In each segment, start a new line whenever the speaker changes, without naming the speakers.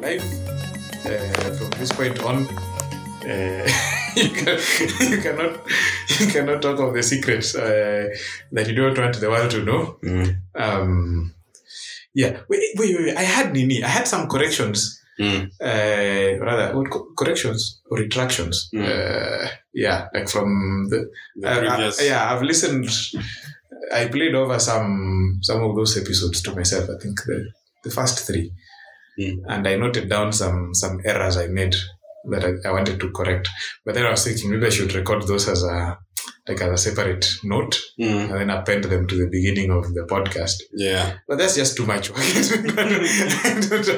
life. Uh, from this point on, uh, you, can, you cannot you cannot talk of the secrets uh, that you don't want the world to know.
Mm.
Um, yeah, wait, wait, wait, wait. I had Nini. I had some corrections,
Mm.
uh, rather what, co- corrections or retractions.
Mm.
Uh, yeah, like from the,
The
I- I-
previous.
yeah, I've listened. I played over some some of those episodes to myself. I think the, the first three,
Mm.
and I noted down some some errors I made that I, I wanted to correct. But then I was thinking maybe I should record those as a like as a separate note
Mm.
and then append them to the beginning of the podcast.
Yeah.
But that's just too much work. I don't-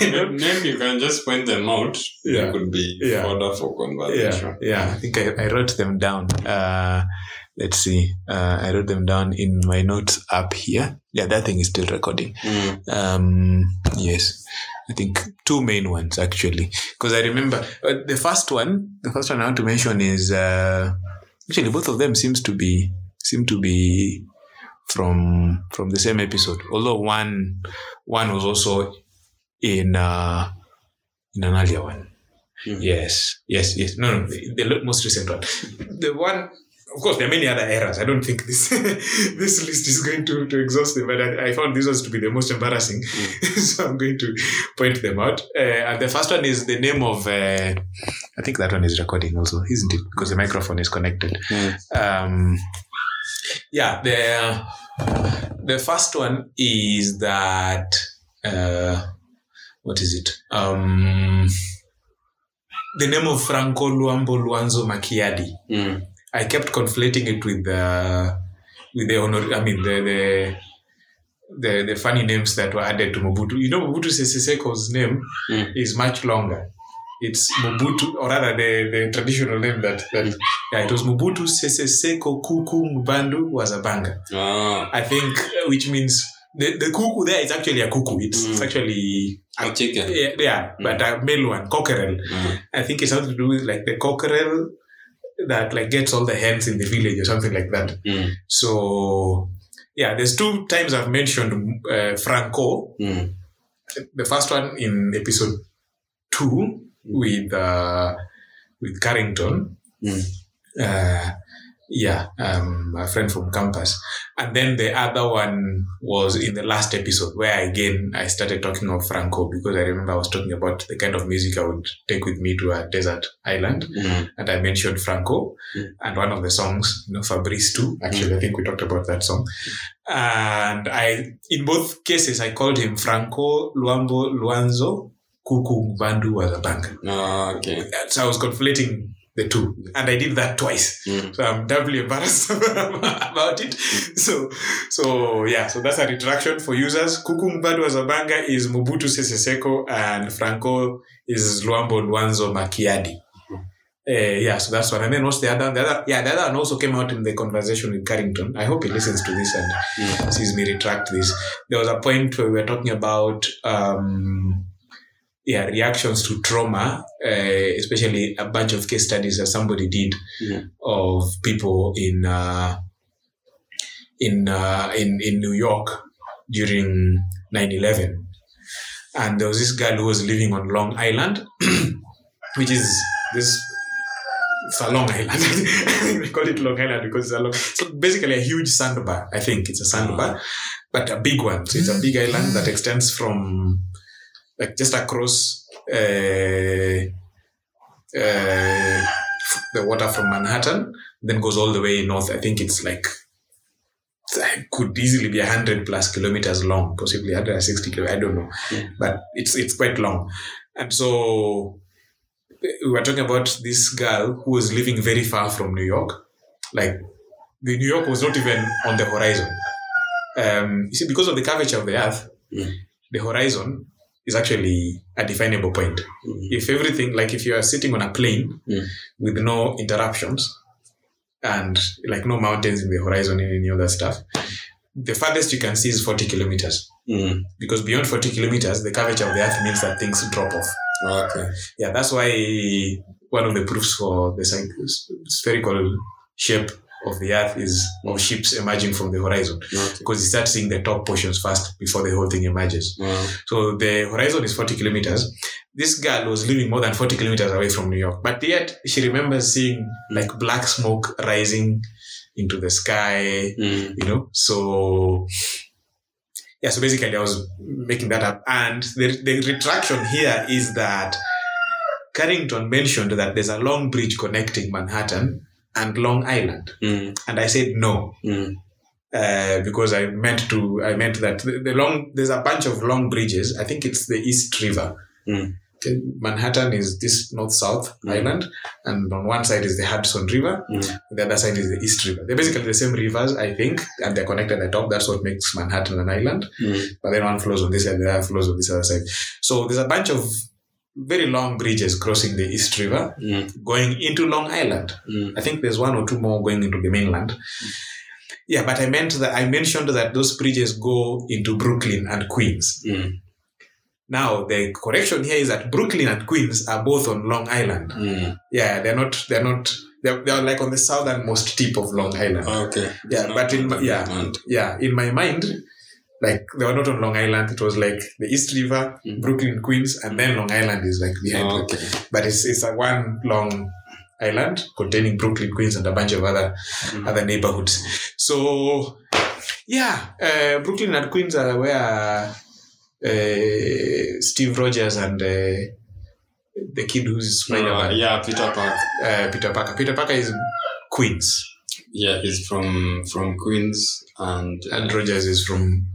I don't-
Maybe you can just point them out.
Yeah.
It could be
Yeah.
fodder for
yeah,
conversation.
yeah. I think I, I wrote them down. Uh, let's see. Uh, I wrote them down in my notes app here. Yeah, that thing is still recording.
Mm.
Um, yes, I think two main ones actually, because I remember uh, the first one. The first one I want to mention is uh, actually both of them seems to be seem to be from from the same episode. Although one one was also in uh, in an earlier one.
Mm.
Yes, yes, yes. No, no, the, the lo- most recent one. The one, of course, there are many other errors. I don't think this this list is going to, to exhaust them, but I, I found these ones to be the most embarrassing. so I'm going to point them out. Uh, and the first one is the name of, uh, I think that one is recording also, isn't it? Because the microphone is connected
Mm.
um yeah the the first one is that uh what is it um the name of franco luambo luanzo makiadi
Mm.
i kept conflating it with the with the honor i mean the the the, the funny names that were added to Mobutu. You know, Mobutu Sese Seko's name
Mm.
is much longer. It's Mobutu, or rather, the, the traditional name that, that yeah, it was Mobutu Sese Seko Kuku Mbandu was a banger.
Ah,
I think, uh, which means the, the kuku there is actually a kuku. It's, it's
Mm.
actually,
a chicken.
yeah, yeah but a male one, cockerel.
Mm.
I think it's something to do with like the cockerel that like gets all the hens in the village or something like that.
Mm.
So, yeah, there's two times I've mentioned uh, Franco.
Mm.
The first one in episode two with uh, with Carrington.
Mm.
Uh, yeah, um, a friend from campus. And then the other one was in the last episode where again I started talking of Franco because I remember I was talking about the kind of music I would take with me to a desert island
Mm.
and I mentioned Franco
Mm.
and one of the songs, you know, Fabrice too. Actually, I think we talked about that song. And I, in both cases, I called him Franco Luambo Luanzo Kuku Mbandu Wazabanga.
Ah, okay.
So I was conflating the two, and I did that twice.
Mm.
So I'm doubly embarrassed about it. So, so yeah, so that's a retraction for users. Kuku Mbandu Wazabanga is Mobutu Sese Seko, and Franco is Luambo Luanzo Makiadi. Uh, yeah, so that's one. And then what's the other? The other, yeah, the other one also came out in the conversation with Carrington. I hope he listens to this and
Mm.
sees me retract this. There was a point where we were talking about, um, yeah, reactions to trauma, uh, especially a bunch of case studies that somebody did
Yeah.
of people in uh, in uh, in in New York during 9/11, and there was this girl who was living on Long Island, which is this. It's a Long Island. we call it Long Island because it's a long. It's basically a huge sandbar. I think it's a sandbar, but a big one. So it's a big island that extends from like just across uh, uh, f- the water from Manhattan, then goes all the way north. I think it's like it could easily be 100 plus kilometers long, possibly 160 kilometers, I don't know.
Yeah.
But it's it's quite long. And so we were talking about this girl who was living very far from New York. Like the New York was not even on the horizon. Um, you see, because of the curvature of the earth,
Yeah.
the horizon is actually a definable point.
Mm.
If everything, like if you are sitting on a plane
Yeah.
with no interruptions and like no mountains in the horizon and any other stuff, the farthest you can see is 40 kilometers.
Mm.
Because beyond 40 kilometers, the curvature of the earth means that things drop off
Okay.
yeah, that's why one of the proofs for the syn- spherical shape of the earth is of ships emerging from the horizon
Not,
because you start seeing the top portions first before the whole thing emerges.
wow.
So the horizon is 40 kilometers. This girl was living more than 40 kilometers away from New York, but yet she remembers seeing like black smoke rising into the sky,
Mm.
you know? So, yeah, so basically I was making that up. And the, the retraction here is that Carrington mentioned that there's a long bridge connecting Manhattan and Long Island.
Mm.
And I said, no,
Mm.
uh, because I meant to I meant that the, the long there's a bunch of long bridges. I think it's the East River.
Mm.
Okay, Manhattan is this north south
Mm.
island, and on one side is the Hudson River,
Mm.
the other side is the East River. They're basically the same rivers, I think, and they're connected at the top. That's what makes Manhattan an island.
Mm.
But then one flows on this side, the other flows on this other side. So there's a bunch of very long bridges crossing the East River,
Mm.
going into Long Island.
Mm.
I think there's one or two more going into the mainland. Yeah, but I meant that I mentioned that those bridges go into Brooklyn and Queens.
Mm.
Now the correction here is that Brooklyn and Queens are both on Long Island.
Mm.
Yeah, they're not. They're not. They're, they're like on the southernmost tip of Long Island.
Okay.
Yeah,
Not
but in my-
the
yeah.
land.
Yeah, in my mind, like they were not on Long Island. It was like the East River,
Mm. Oh,
Brooklyn, Queens, and then Long Island is like behind. them.
Okay.
But it's it's a one long island containing Brooklyn, Queens, and a bunch of other
Mm.
other neighborhoods. So, yeah, uh, Brooklyn and Queens are where uh, Steve Rogers and uh, the kid who's
No,
Spider Man,
Ah, Oh, yeah, Peter Park.
uh, Peter Parker. Peter Parker is Queens,
Yeah, he's from from Queens and, uh,
and Rogers is from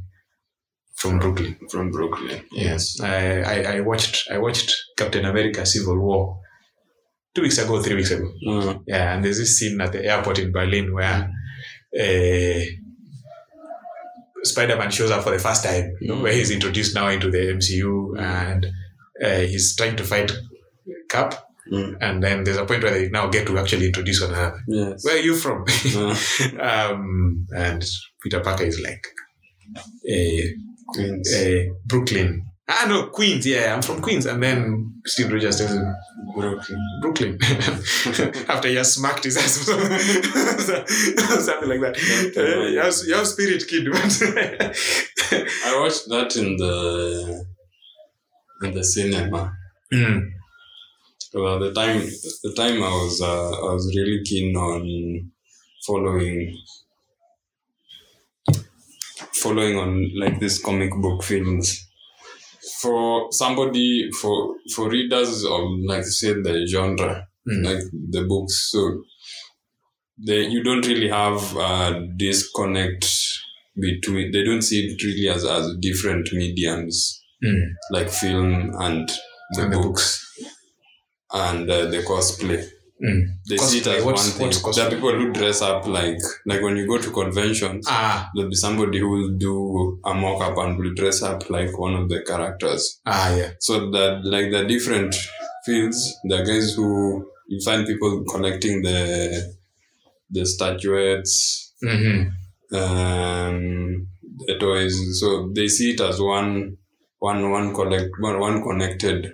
from Brooklyn.
from Brooklyn. Yes.
I, I I watched I watched Captain America: Civil War two weeks ago, three weeks ago.
Mm.
Yeah, and there's this scene at the airport in Berlin where uh, Spider Man shows up for the first time, you know, where he's introduced now into the MCU and uh, he's trying to fight Cap.
Mm.
And then there's a point where they now get to actually introduce one another.
Yes.
Where are you from?
Mm.
um, and Peter Parker is like, eh,
Queens.
eh, Brooklyn. Ah, no, Queens. Yeah, I'm from Queens. And then Steve Rogers tells him,
Brooklyn.
Brooklyn after you smacked his ass or something, something like that. Uh, you, have, you have spirit, kid.
Mm,
but-
I watched that in the in the cinema.
Mm,
Well, the time the time I was uh, I was really keen on following following on like these comic book films. For somebody for for readers of like say the genre,
mm,
like the books. So they, you don't really have a disconnect between. They don't see it really as as different mediums
mm.
like film and the
And the
books and uh, the cosplay.
Mm.
They see it
Cosplay,
as
what's-
one
what's
thing. There are
cosplay?
people who dress up like like when you go to conventions.
Ah,
There'll be somebody who will do a mock up and will dress up like one of the characters
ah, yeah.
so that like the different fields the guys who you find people collecting the the statuettes
Mm-hmm.
um the toys so they see it as one one one collect one, one connected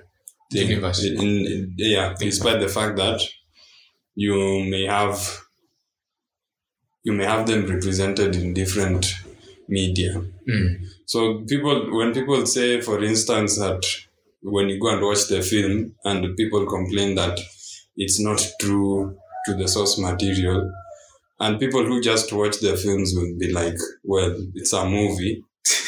thing.
Universe.
In, in- yeah despite the fact that you may have you may have them represented in different media
Mm,
so people, when people say, for instance, that when you go and watch the film and people complain that it's not true to the source material, and people who just watch the films will be like, well, it's a movie.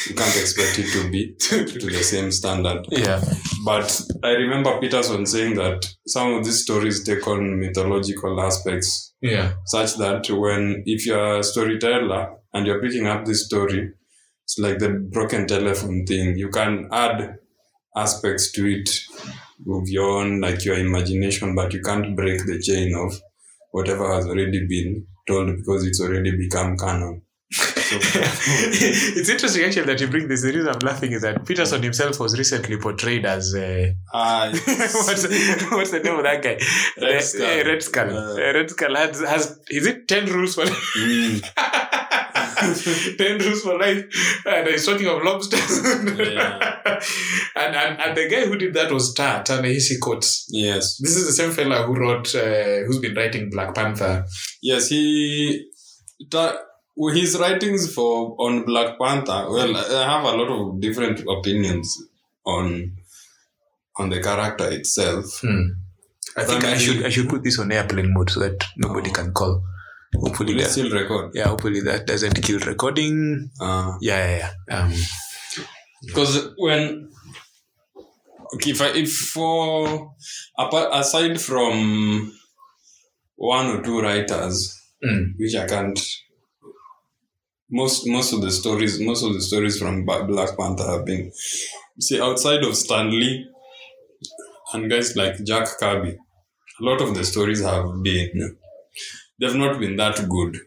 You can't expect it to be
mm.
to the same standard.
yeah.
But I remember Peterson saying that some of these stories take on mythological aspects
Yeah.
such that when if you're a storyteller and you're picking up this story, it's like the broken telephone thing. You can add aspects to it of your own, like your imagination, but you can't break the chain of whatever has already been told because it's already become canon. So,
it's interesting actually that you bring this. The reason I'm laughing is that Peterson himself was recently portrayed as uh,
I
what's, what's the name of that guy?
Red
Eh,
Skull.
eh, Red Skull.
Uh,
Eh, Red Skull has, has is it ten rules for
Mm,
ten rules for life. And he's talking of lobsters.
Yeah.
and, and and the guy who did that was Ta Ta-Nehisi Coates.
yes.
This is the same fella who wrote, uh, who's been writing Black Panther.
Yes, he ta- his writings for on Black Panther. Well, I have a lot of different opinions on on the character itself.
Hmm. I
But
think I
maybe-
should I should put this on airplane mode so that nobody
Oh.
can call. Hopefully
Will it
that,
still record?
yeah, hopefully that doesn't kill recording.
Uh,
Yeah, yeah, yeah. Um,
because when okay, if I, if for apart, aside from one or two writers,
mm,
which I can't. Most most of the stories, most of the stories from Ba- Black Panther have been, see, outside of Stanley and guys like Jack Kirby, a lot of the stories have been, they've not been that good.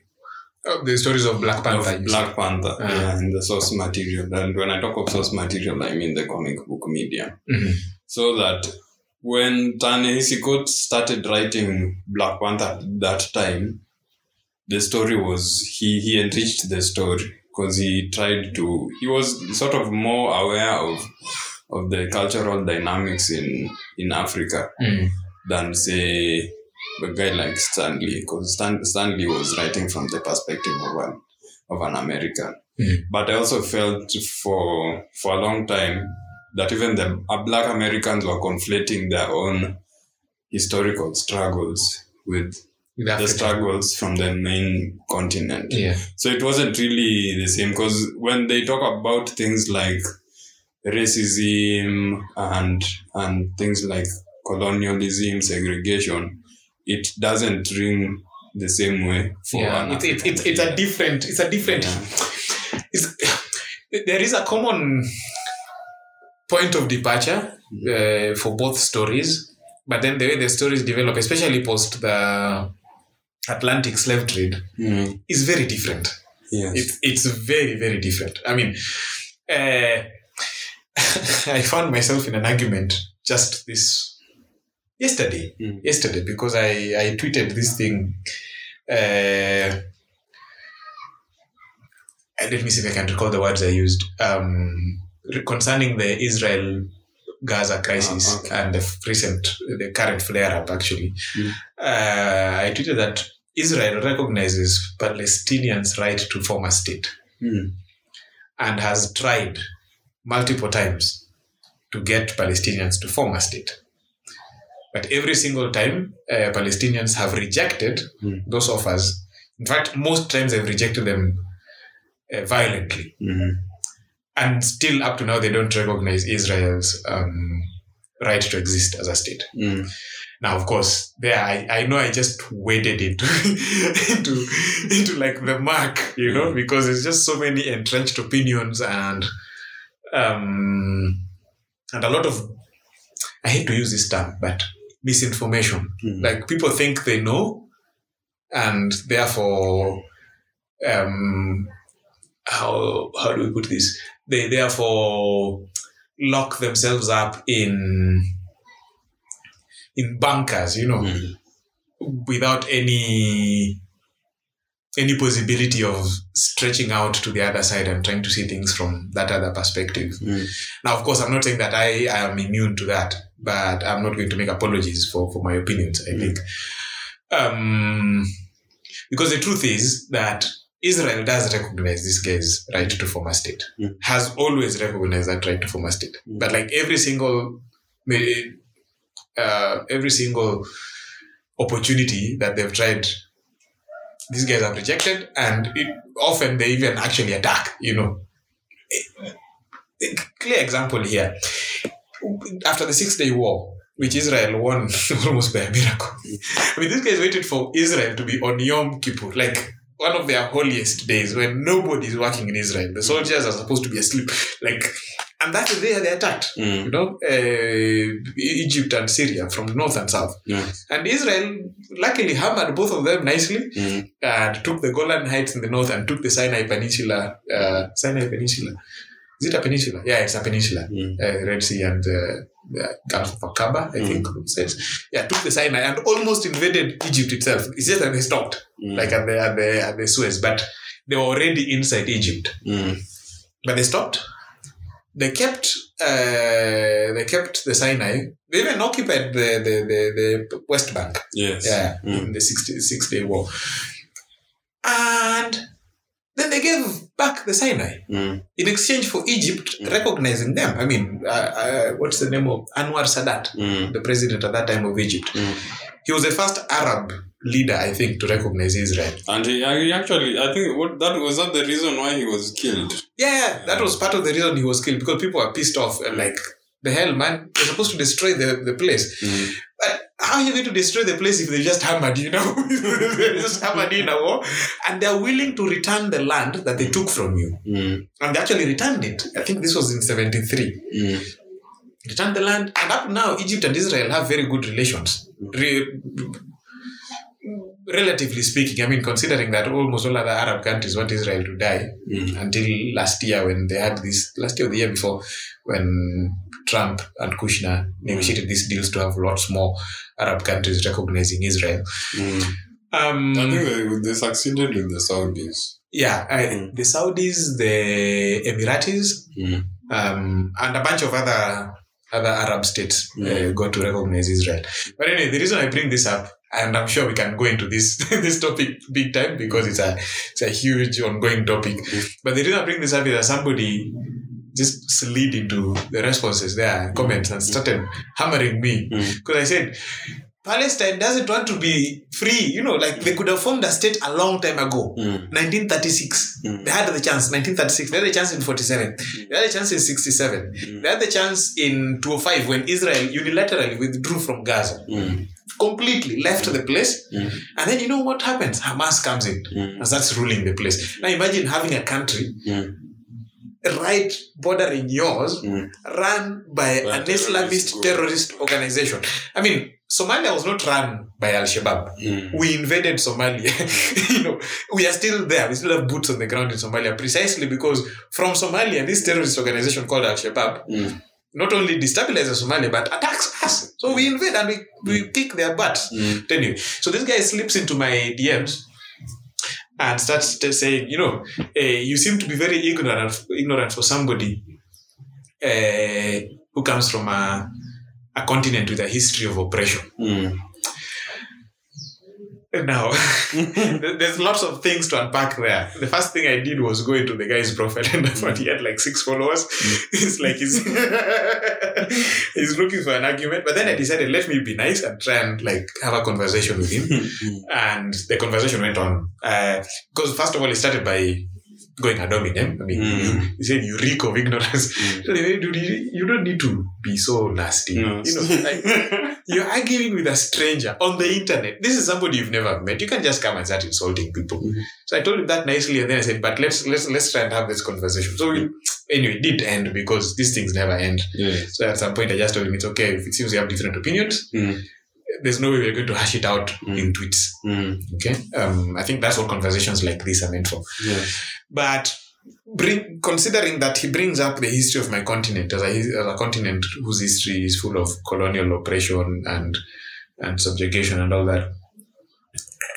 oh, the stories of Black Panther.
of
you
Black Panther
Ah.
yeah, and the source material. And when I talk of source material, I mean the comic book medium
said. Mhm.
so that when Ta-Nehisi Coates started writing Black Panther at that time, the story was he he enriched the story because he tried to he was sort of more aware of of the cultural dynamics in in Africa
Mm.
than say a guy like Stanley because Stan, Stanley was writing from the perspective of an of an American.
Mm.
But I also felt for for a long time that even the uh, black Americans were conflating their own historical struggles with
With
the
Africa.
struggles from the main continent.
Yeah.
So it wasn't really the same because when they talk about things like racism and and things like colonialism, segregation, it doesn't ring the same way for
yeah.
an
It, it, it,
African
it's a
leader.
different. It's a different.
Yeah.
It's, eh, there is a common point of departure uh, for both stories, but then the way the stories develop, especially post the Atlantic slave trade,
Mm,
is very different.
yes.
It's it's very very different. I mean, uh, I found myself in an argument just this yesterday.
Mm.
Yesterday, because I I tweeted this thing. Uh, and let me see if I can recall the words I used um, re- concerning the Israel Gaza crisis
Ah, okay.
and the f- recent the current flare up. Actually,
Mm.
uh, I tweeted that Israel recognizes Palestinians' right to form a state
Mm,
and has tried multiple times to get Palestinians to form a state. But every single time, uh, Palestinians have rejected
Mm.
those offers. In fact, most times they've rejected them uh, violently.
mm,
And still, up to now, they don't recognize Israel's um, right to exist as a state.
mm,
Now, of course, there I, I know I just waded into into into like the mark, you know,
Mhm.
because there's just so many entrenched opinions and um and a lot of I hate to use this term, but misinformation.
mm.
Like people think they know, and therefore, um, how how do we put this? They therefore lock themselves up in in bunkers, you know,
Mm,
without any any possibility of stretching out to the other side and trying to see things from that other perspective.
mm,
Now, of course, I'm not saying that I am immune to that, but I'm not going to make apologies for, for my opinions, I
Mm.
think. Um, because the truth is that Israel does recognize this guy's right to form a state,
Mm.
has always recognized that right to form a state.
Mm.
But like every single, uh, every single opportunity that they've tried, these guys have rejected, and it, often they even actually attack, you know clear example here. After the Six Day War, which Israel won almost by a miracle. I mean, these guys waited for Israel to be on Yom Kippur, like one of their holiest days when nobody's working in Israel. The soldiers are supposed to be asleep. Like, and that is where they attacked,
mm,
you know, uh, Egypt and Syria from north and south.
Yeah.
And Israel luckily hammered both of them nicely
mm,
and took the Golan Heights in the north and took the Sinai Peninsula. Uh, Sinai Peninsula. Is it a peninsula? Yeah, it's a peninsula.
mm,
Uh, Red Sea and uh, the Gulf of Aqaba, I think it says. Yeah, took the Sinai and almost invaded Egypt itself. It's just that they stopped,
mm,
like at the, at the at the Suez, but they were already inside Egypt.
mm,
But they stopped. They kept uh, they kept the Sinai. They even occupied the the, the, the West Bank
yes.
yeah,
Mm.
in the 60, Six Day War. And then they gave back the Sinai
Mm.
in exchange for Egypt
Mm.
recognizing them. I mean, uh, uh, what's the name of Anwar Sadat,
Mm.
the president at that time of Egypt?
Mm.
He was the first Arab leader, I think, to recognize Israel.
And he, he actually, I think, what that was that the reason why he was killed.
Yeah, yeah, that was part of the reason he was killed because people were pissed off and like, the hell, man, you're supposed to destroy the, the place.
Mm.
But how are you going to destroy the place if they just hammered, you know? they just hammered in a war. And they're willing to return the land that they took from you.
Mm.
And they actually returned it. I think this was in 73.
Mm.
Returned the land. And up now, Egypt and Israel have very good relations. Re- relatively speaking, I mean, considering that almost all other Arab countries want Israel to die
Mm.
until last year when they had this, last year or the year before, when Trump and Kushner negotiated these deals to have lots more Arab countries recognizing Israel.
Mm. I
Um,
think they, they succeeded with the Saudis.
yeah, I,
Mm.
the Saudis, the Emiratis,
Mm.
um, and a bunch of other other Arab states uh,
Mm.
got to recognize Israel. But anyway, the reason I bring this up, and I'm sure we can go into this this topic big time because it's a it's a huge ongoing topic.
Mm.
But the reason I bring this up is that somebody just slid into the responses there, comments, and started hammering me
Mm.
because I said. Palestine doesn't want to be free, you know, like they could have formed a state a long time ago.
Mm.
1936. They
Mm.
had the chance 1936. They had the chance in 47. They had the chance in 67. They had the chance in 205 when Israel unilaterally withdrew from Gaza,
Mm.
completely left the place.
Mm.
And then you know what happens? Hamas comes in
Mm.
and starts ruling the place. Now imagine having a country
Mm.
right bordering yours
Mm.
run by
By
an
terrorist
Islamist
group.
terrorist organization. I mean, Somalia was not run by Al Shabaab
Mm.
we invaded Somalia. you know, we are still there. We still have boots on the ground in Somalia precisely because from Somalia, this terrorist organization called Al Shabaab
Mm.
not only destabilizes Somalia but attacks us. So we invade and we, we kick their butts.
Mm.
Anyway, so this guy slips into my DMs and starts t- saying, you know, eh, you seem to be very ignorant, ignorant for somebody eh, who comes from a, a continent with a history of oppression.
Mm.
Now, there- there's lots of things to unpack there. The first thing I did was go into the guy's profile and I found he had like six followers. it's like he's he's looking for an argument. But then I decided let me be nice and try and like have a conversation with him.
Mm.
And the conversation went on Uh, because first of all, it started by going ad hominem. I mean,
Mm.
you- he said you reek of ignorance.
Mm.
Anyway, Dude, you you don't need to be so nasty.
No.
You know, like you're arguing with a stranger on the internet. This is somebody you've never met. You can just come and start insulting people.
Mhm.
So I told him that nicely, and then I said, "But let's let's let's try and have this conversation." So we, anyway, it did end because these things never end.
yeah.
So at some point, I just told him, "It's okay. If it seems you have different opinions,
Mm.
there's no way we're going to hash it out
Mm.
in tweets."
Mm.
Okay, um, I think that's what conversations like this are meant for.
Yeah.
But bring, considering that he brings up the history of my continent as a, his- as a continent whose history is full of colonial oppression and and subjugation and all that,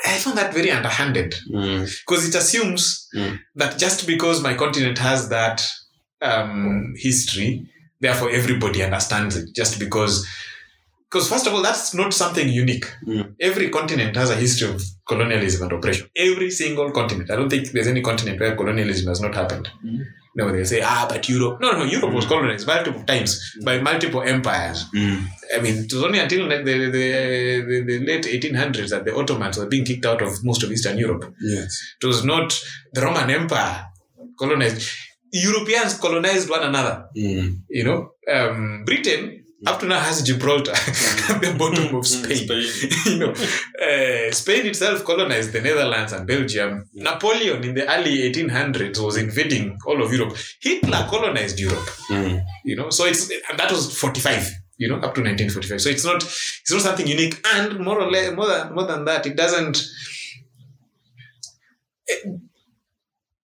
I found that very underhanded
Mm.
because it assumes
Mm.
that just because my continent has that um, history, therefore everybody understands it. Just because, because first of all, that's not something unique.
Mm.
Every continent has a history of colonialism and oppression. Every single continent. I don't think there's any continent where colonialism has not happened.
Mm.
No, they say, ah, but Europe. No, no, Europe was
Mm.
colonized multiple times by multiple empires.
Mm.
I mean, it was only until the, the, the, the, the late 1800s that the Ottomans were being kicked out of most of Eastern Europe.
Yes.
It was not the Roman Empire colonized. Europeans colonized one another.
Mm.
You know, um, Britain up to now has Gibraltar at the bottom of Spain.
Mm, Spain.
you know, uh, Spain itself colonized the Netherlands and Belgium.
Yeah.
Napoleon in the early 1800s was invading all of Europe. Hitler colonized Europe.
Mm.
You know, so it's and that was 45. You know, up to 1945. So it's not it's not something unique. And more or less, more than more than that, it doesn't. It,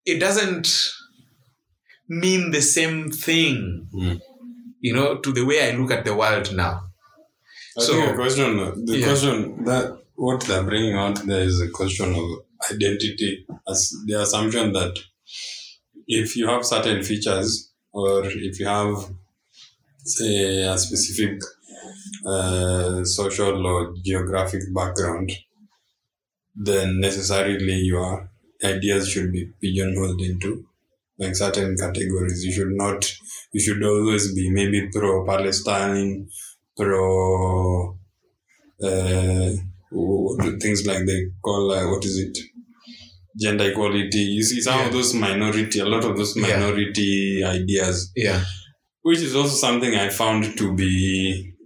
it doesn't mean the same thing.
Mm.
You know, to the way I look at the world now.
I
So-
think a question, the
Yeah.
question that what they're bringing out there is a question of identity, as the assumption that if you have certain features or if you have, say, a specific uh, social or geographic background, then necessarily you are ideas should be pigeonholed into like certain categories. You should not, you should always be maybe pro Palestine, pro uh, what do- things like they call, uh, what is it? Gender equality. You see, some
Yeah.
of those minority, a lot of those
Yeah.
minority ideas,
Yeah.
which is also something I found to be,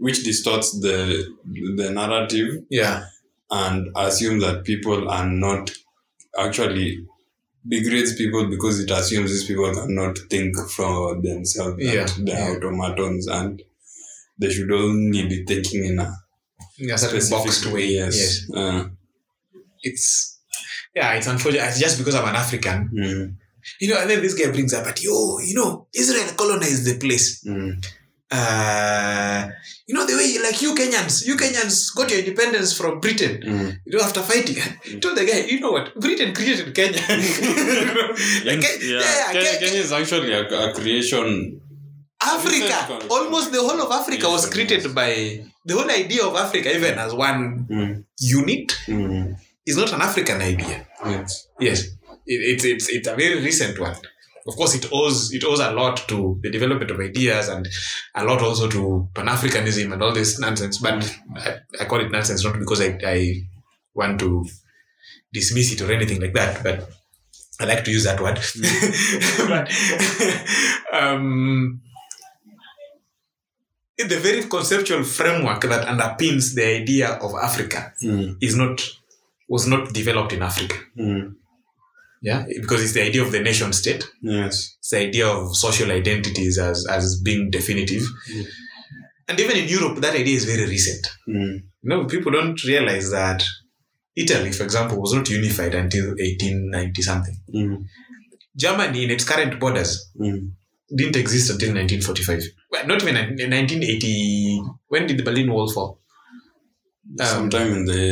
which distorts the the narrative
Yeah.
and assume that people are not actually degrades people because it assumes these people cannot think for themselves that
Yeah,
they're
yeah.
automatons and they should only be thinking in a
In a certain
specific
boxed way.
Yes.
yes.
Uh,
It's yeah, it's unfortunate. It's just because I'm an African.
mm,
You know, and then this guy brings up, but yo, you know, Israel colonized the place.
mm,
uh, you know the way like you Kenyans, you Kenyans got your independence from Britain.
mm.
You know after fighting. Told the guy, you know what? Britain created Kenya. Like, Ke-
Mm, yeah.
yeah,
Kenya,
Ke-
Kenya is actually a, a creation.
Africa,
Recent-
almost the whole of Africa was
Yes.
created by the whole idea of Africa, even as one
Mm,
unit,
mm.
is not an African idea.
Yes.
Yes, it, it's it's it's a very recent one. Of course, it owes it owes a lot to the development of ideas and a lot also to Pan Africanism and all this nonsense. But I, I call it nonsense not because I, I want to dismiss it or anything like that, but I like to use that word. but um, the very conceptual framework that underpins the idea of Africa
Mm,
is not was not developed in Africa.
mm.
Yeah, because it's the idea of the nation state.
Yes.
It's the idea of social identities as as being definitive.
Mm.
And even in Europe, that idea is very recent.
Mm,
You know, people don't realize that Italy, for example, was not unified until 1890 something.
mm,
Germany, in its current borders,
mm.
didn't exist until 1945. Well, not even in 1980. When did the Berlin Wall fall? Um,
Sometime in the.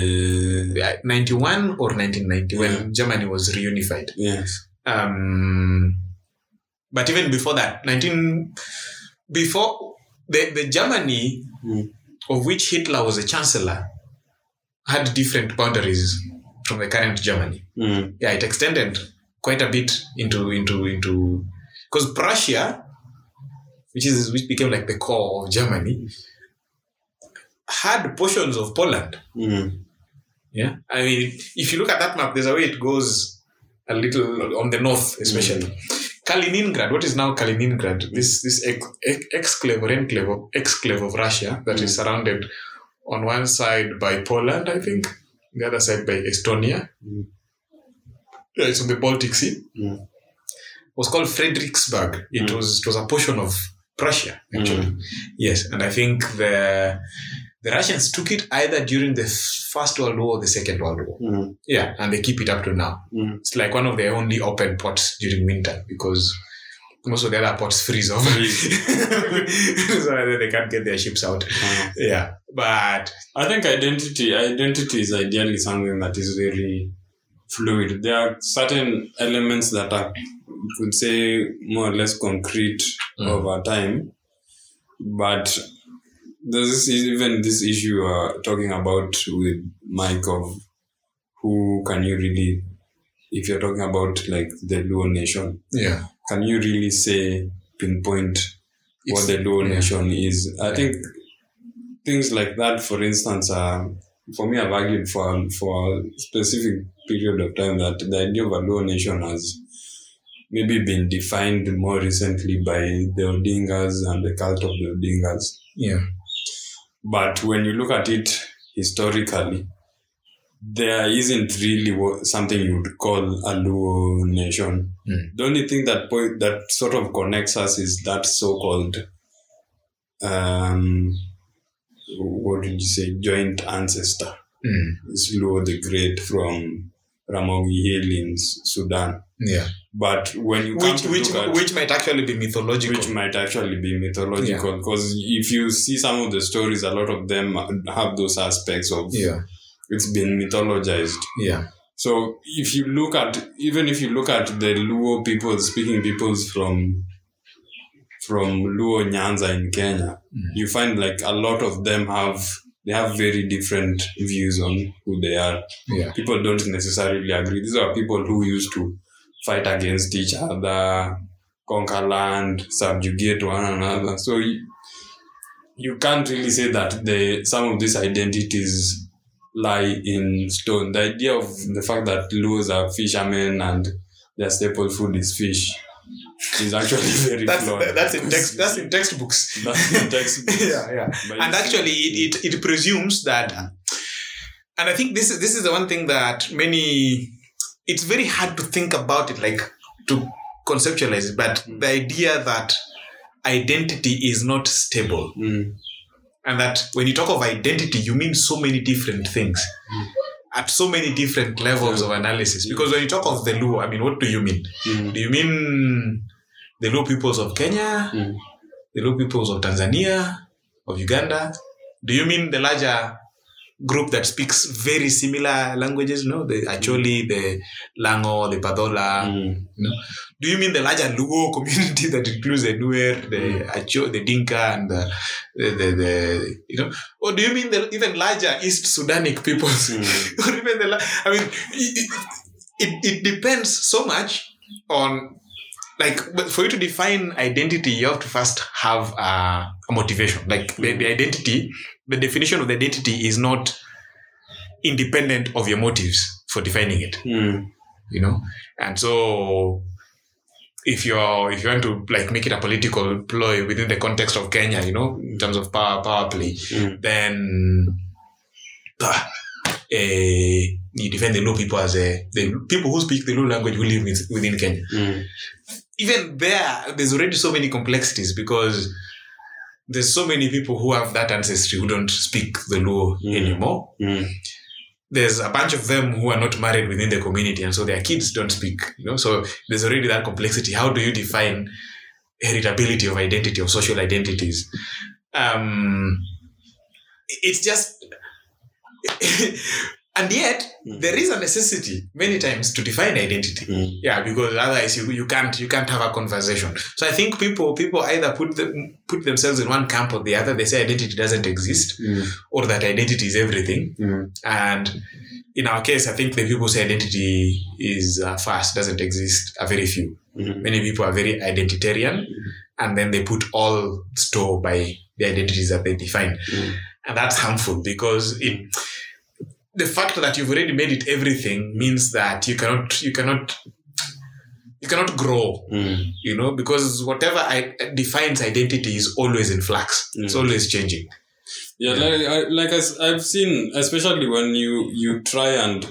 Yeah, 91 or 1990 when Germany was reunified.
Yes.
um, but even before that 19 before the, the germany
Mm.
of which hitler was a chancellor had different boundaries from the current germany
Mm,
yeah it extended quite a bit into into into because prussia which is which became like the core of germany had portions of poland
mm,
yeah. I mean, if you look at that map, there's a way it goes a little on the north, especially.
Mm.
Kaliningrad, what is now Kaliningrad? This this ex- ex- exclave or enclave of, exclave of Russia that is
Mm.
surrounded on one side by Poland, I think, the other side by Estonia.
Mm.
Yeah, it's on the Baltic Sea.
Mm.
was called Fredericksburg. It
Mm.
was it was a portion of Prussia, actually.
Mm.
Yes, and I think the the Russians took it either during the First World War or the Second World War.
mm,
Yeah, and they keep it up to now.
mm.
It's like one of their only open ports during winter because most of the other ports freeze over.
Freeze.
so then they can't get their ships out.
Uh,
Yeah, but
I think identity identity is ideally something that is very fluid. There are certain elements that are you could say more or less concrete
Mm.
over time, but there's this, even this issue you are talking about with Mike of who can you really, if you're talking about like the Luo nation,
yeah,
can you really say pinpoint what
it's-
the low
yeah.
nation is. I
Yeah.
think things like that, for instance, are for me, I've argued for for a specific period of time that the idea of a low nation has maybe been defined more recently by the Odingas and the cult of the Odingas.
yeah,
But when you look at it historically, there isn't really wha- something you would call a Luo nation.
Mm.
The only thing that point, that sort of connects us is that so-called, um, what did you say, joint ancestor.
mm,
It's Luo the Great from Ramogi Hill in S- Sudan.
yeah.
But when you come
Which
to
which
look at,
which might actually be mythological.
which might actually be mythological because if you see some of the stories a lot of them have those aspects of
yeah,
it's been mythologized
yeah,
so if you look at even if you look at the luo people speaking peoples from from luo nyanza in kenya
Mm.
you find like a lot of them have they have very different views on who they are.
Yeah.
People don't necessarily agree. These are people who used to fight against each other, conquer land, subjugate one another. So you, you can't really say that they, some of these identities lie in stone. The idea of the fact that Luos are fishermen and their staple food is fish is actually very
That's,
flawed.
that's in text. That's in textbooks.
That's in textbooks.
yeah, yeah.
But
and
it's-
actually it, it, it presumes that and i think this is this is the one thing that many it's very hard to think about it like to conceptualize it but the idea that identity is not stable
Mm,
and that when you talk of identity you mean so many different things at so many different levels of analysis because when you talk of the luo i mean what do you mean
mm,
do you mean the Luo peoples of Kenya,
Mm.
the Luo peoples of Tanzania, of Uganda? Do you mean the larger group that speaks very similar languages? No, the Acholi, the Lango, the Padola.
mm,
Do you mean the larger Luo community that includes the Nuer, the Acho, the Dinka, and the, the, the, the you know? Or do you mean the even larger East Sudanic peoples?
mm.
or even the la- I mean, it, it, it depends so much on like but for you to define identity, you have to first have a, a motivation. Like the, the identity, the definition of the identity is not independent of your motives for defining it.
Mm,
You know, and so if you're if you want to like make it a political ploy within the context of Kenya, you know, in terms of power power play,
mm,
then ah, eh, you defend the Luo people as a, the people who speak the Luo language who live with, within Kenya.
mm,
Even there, there's already so many complexities because there's so many people who have that ancestry who don't speak the Luo
Mm.
anymore.
mm,
There's a bunch of them who are not married within the community, and so their kids don't speak. You know, so there's already that complexity. How do you define heritability of identity of social identities? Um, it's just and yet
Mm.
there is a necessity many times to define identity
mm,
yeah because otherwise you, you can't you can't have a conversation so i think people people either put them, put themselves in one camp or the other they say identity doesn't exist
mm,
or that identity is everything
mm,
and in our case i think the people say identity is uh, fast doesn't exist are very few
mm.
many people are very identitarian and then they put all store by the identities that they define
Mm.
and that's harmful because it the fact that you've already made it everything means that you cannot you cannot you cannot grow
Mm,
you know because whatever I, defines identity is always in flux it's
Mm.
always changing
Yeah, like I, like I, s- I've seen, especially when you you try and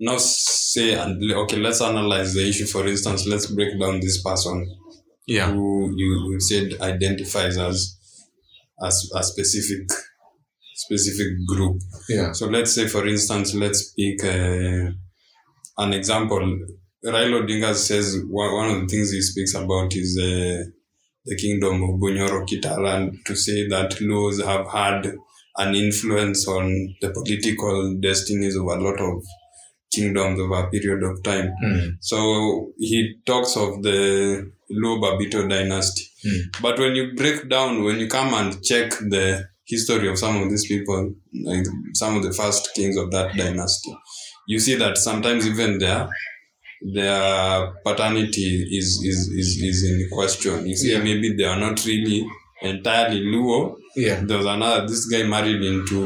now say and okay, let's analyze the issue. For instance, let's break down this person
yeah
who you, you said identifies as as a specific specific group.
yeah
So let's say, for instance, let's pick uh, an example. Raila Odinga says one, one of the things he speaks about is uh, the kingdom of Bunyoro Kitala, and to say that laws have had an influence on the political destinies of a lot of kingdoms over a period of time.
Mm.
So he talks of the Luo Babito dynasty.
Mm.
But when you break down, when you come and check the history of some of these people, like some of the first kings of that dynasty, you see that sometimes even their their paternity is is, is, is in question. You see,
Yeah.
maybe they are not really entirely Luo.
yeah
There was another this guy married into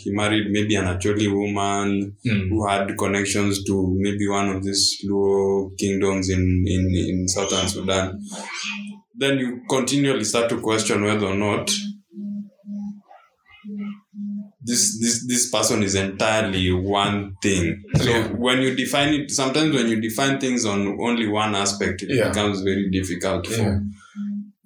he married maybe an Acholi woman
Mm.
who had connections to maybe one of these Luo kingdoms in, in, in southern Sudan. Then you continually start to question whether or not this this this person is entirely one thing. So
Yeah.
when you define it, sometimes when you define things on only one aspect, it
Yeah.
becomes very difficult for
Yeah.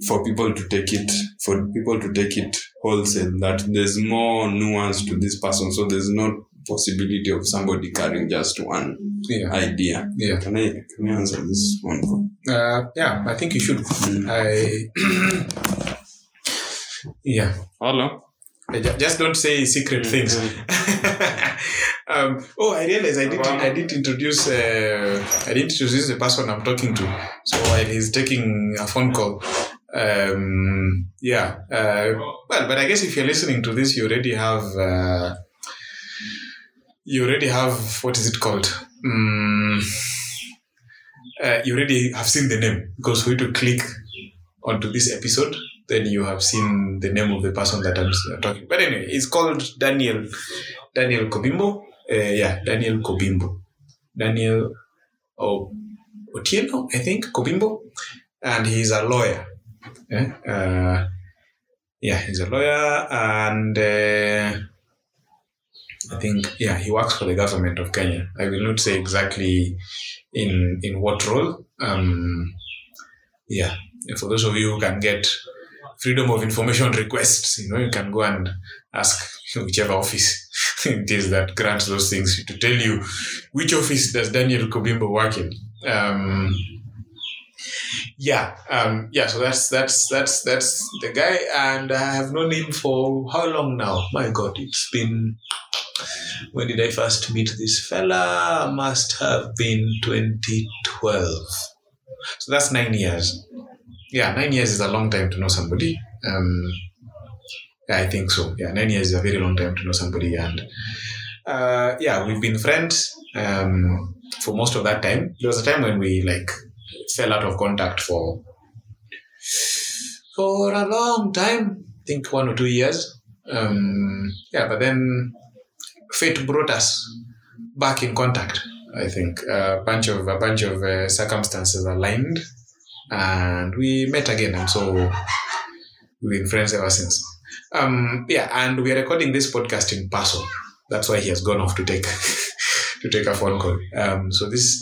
for people to take it for people to take it wholesale that there's more nuance to this person so there's no possibility of somebody carrying just one
yeah
idea
yeah
can i can i answer this one
uh, yeah i think you should i yeah
hello Mm-hmm.
I ju- Just don't say secret things. um, oh, I realized I didn't. I didn't introduce. Uh, I didn't introduce the person I'm talking to. So while he's taking a phone call, um, yeah. Uh, well, but I guess if you're listening to this, you already have uh, you already have what is it called? Mm, uh, you already have seen the name because for you to click onto this episode, then you have seen the name of the person that I'm s- talking. But anyway, it's called Daniel Daniel Kobimbo. Uh, yeah, Daniel Kobimbo. Daniel o- Otieno, I think Kobimbo, and he's a lawyer. Yeah, uh, yeah he's a lawyer, and uh, I think yeah, he works for the government of Kenya. I will not say exactly in in what role. Um, yeah, and for those of you who can get freedom of information requests, you know, you can go and ask whichever office it is that grants those things to tell you which office does Daniel Kobimbo work in. Um, yeah, um, yeah. So that's that's that's that's the guy, and I have known him for how long now? My God, it's been. When did I first meet this fella? Must have been 2012. So that's nine years. Yeah, nine years is a long time to know somebody. Um, yeah, I think so. Yeah, nine years is a very long time to know somebody, and uh, yeah, we've been friends um, for most of that time. There was a time when we like fell out of contact for for a long time. I think one or two years. Um, yeah, but then fate brought us back in contact. I think a bunch of a bunch of uh, circumstances aligned, and we met again, and so we've been friends ever since. Um, yeah, and we are recording this podcast in Paso. That's why he has gone off to take to take a phone call. Um, so this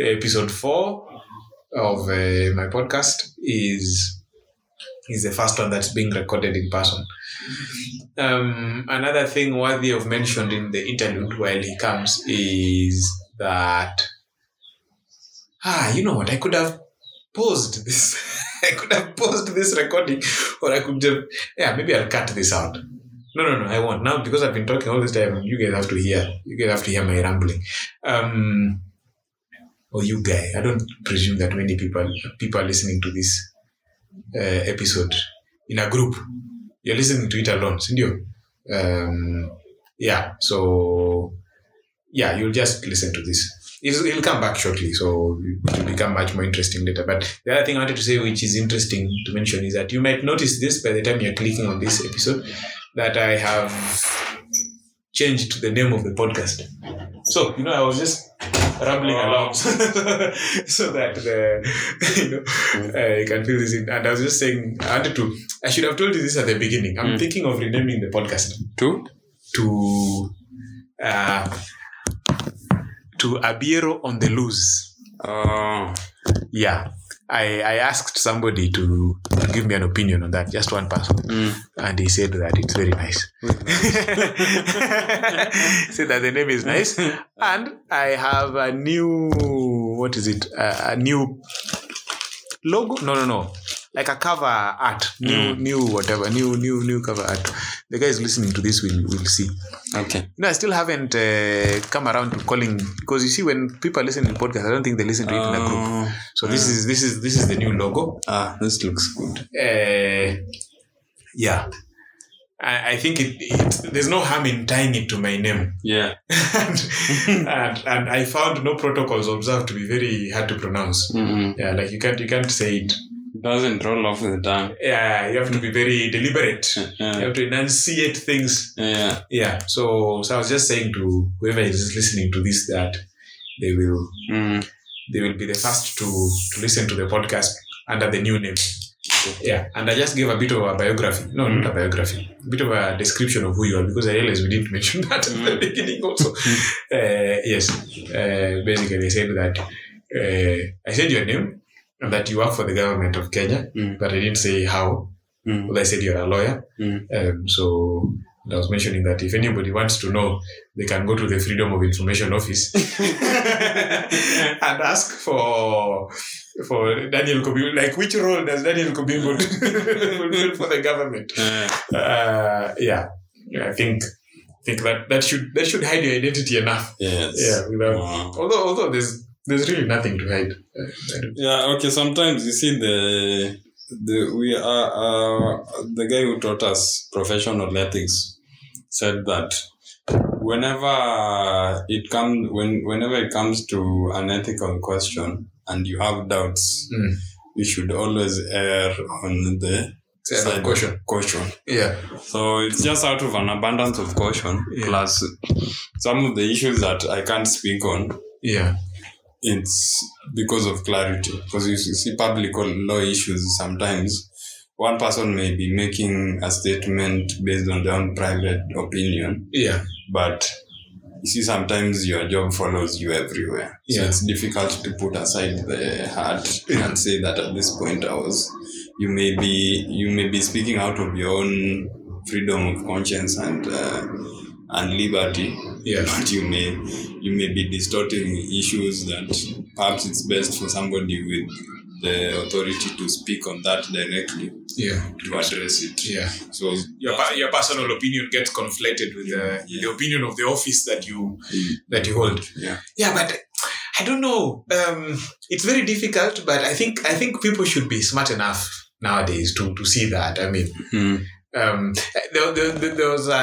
episode four of uh, my podcast is is the first one that's being recorded in person. Um, another thing worthy of mention in the interlude while he comes is that ah, you know what? I could have paused this. I could have paused this recording, or I could just yeah, maybe I'll cut this out. No, no, no, I won't now because I've been talking all this time. You guys have to hear. You guys have to hear my rambling. Um, or you guy. I don't presume that many people people are listening to this uh, episode in a group. You're listening to it alone, isn't you? Um, yeah. So yeah, you'll just listen to this. It'll, it'll come back shortly, so it'll become much more interesting later. But the other thing I wanted to say, which is interesting to mention, is that you might notice this by the time you're clicking on this episode, that I have changed the name of the podcast. So you know, I was just rambling
Oh.
along so that the you know uh, you can fill this in. And I was just saying, I wanted to. I should have told you this at the beginning. I'm
Mm.
thinking of renaming the podcast
Two?
to uh, to Abiero on the loose.
Uh,
Yeah. I, I asked somebody to give me an opinion on that, just one person,
mm.
and he said that it's very nice. said that the name is nice, and I have a new what is it? Uh, a new logo? No, no, no. Like a cover art, new,
Mm.
new whatever, new, new, new cover art. The guys listening to this will will see.
Okay.
No, I still haven't uh, come around to calling because you see, when people listen to podcasts, I don't think they listen to it in a group.
Uh,
So this is this is this is the new logo.
ah, this looks good.
Uh, yeah, I, I think it, it. There's no harm in tying it to my name,
Yeah.
and, and and I found no protocols observed to be very hard to pronounce.
Mm-mm.
Yeah, like you can't you can't say it.
Mm-hmm. It doesn't roll off the tongue.
Yeah, you have to be very deliberate. You
Yeah.
have to enunciate things
Yeah.
yeah so so i was just saying to whoever is listening to this that they will
Mm.
they will be the first to to listen to the podcast under the new name yeah and i just gave a bit of a biography no not a biography a bit of a description of who you are because i realized we didn't mention that at the
Mm.
beginning also uh, yes uh, basically i said that uh, i said your name and that you work for the government of kenya
Mm.
but i didn't say how
Mm.
well, I said you're a lawyer.
Mm.
Um, so I was mentioning that if anybody wants to know, they can go to the Freedom of Information Office and ask for for Daniel Kobimbo. Like, which role does Daniel Kobimbo fulfill for the government?
Yeah.
Uh, yeah. yeah, I think I think that that should that should hide your identity enough.
Yes.
Yeah, without
Wow.
although although there's there's really nothing to hide. Uh, I don't-
Yeah, okay. Sometimes you see the the we are uh, the guy who taught us professional ethics said that whenever it comes when whenever it comes to an ethical question and you have doubts
Mm.
you should always err on the
Side of caution.
caution
Yeah.
so it's just out of an abundance of caution
Yeah.
plus some of the issues that i can't speak on
Yeah.
it's because of clarity. Because you see public law issues sometimes. One person may be making a statement based on their own private opinion,
Yeah.
but you see sometimes your job follows you everywhere. So
Yeah.
it's difficult to put aside the heart and say that at this point I was you may be you may be speaking out of your own freedom of conscience and uh, and liberty
Yeah.
but you may you may be distorting issues that perhaps it's best for somebody with the authority to speak on that directly
Yeah.
to address it.
Yeah.
So
Your, pa- your personal opinion gets conflated with the,
Yeah.
the opinion of the office that you
Mm.
that you hold.
yeah,
Yeah, but I don't know. Um, it's very difficult, but I think I think people should be smart enough nowadays to to see that. I mean, um, there, there, there there was a,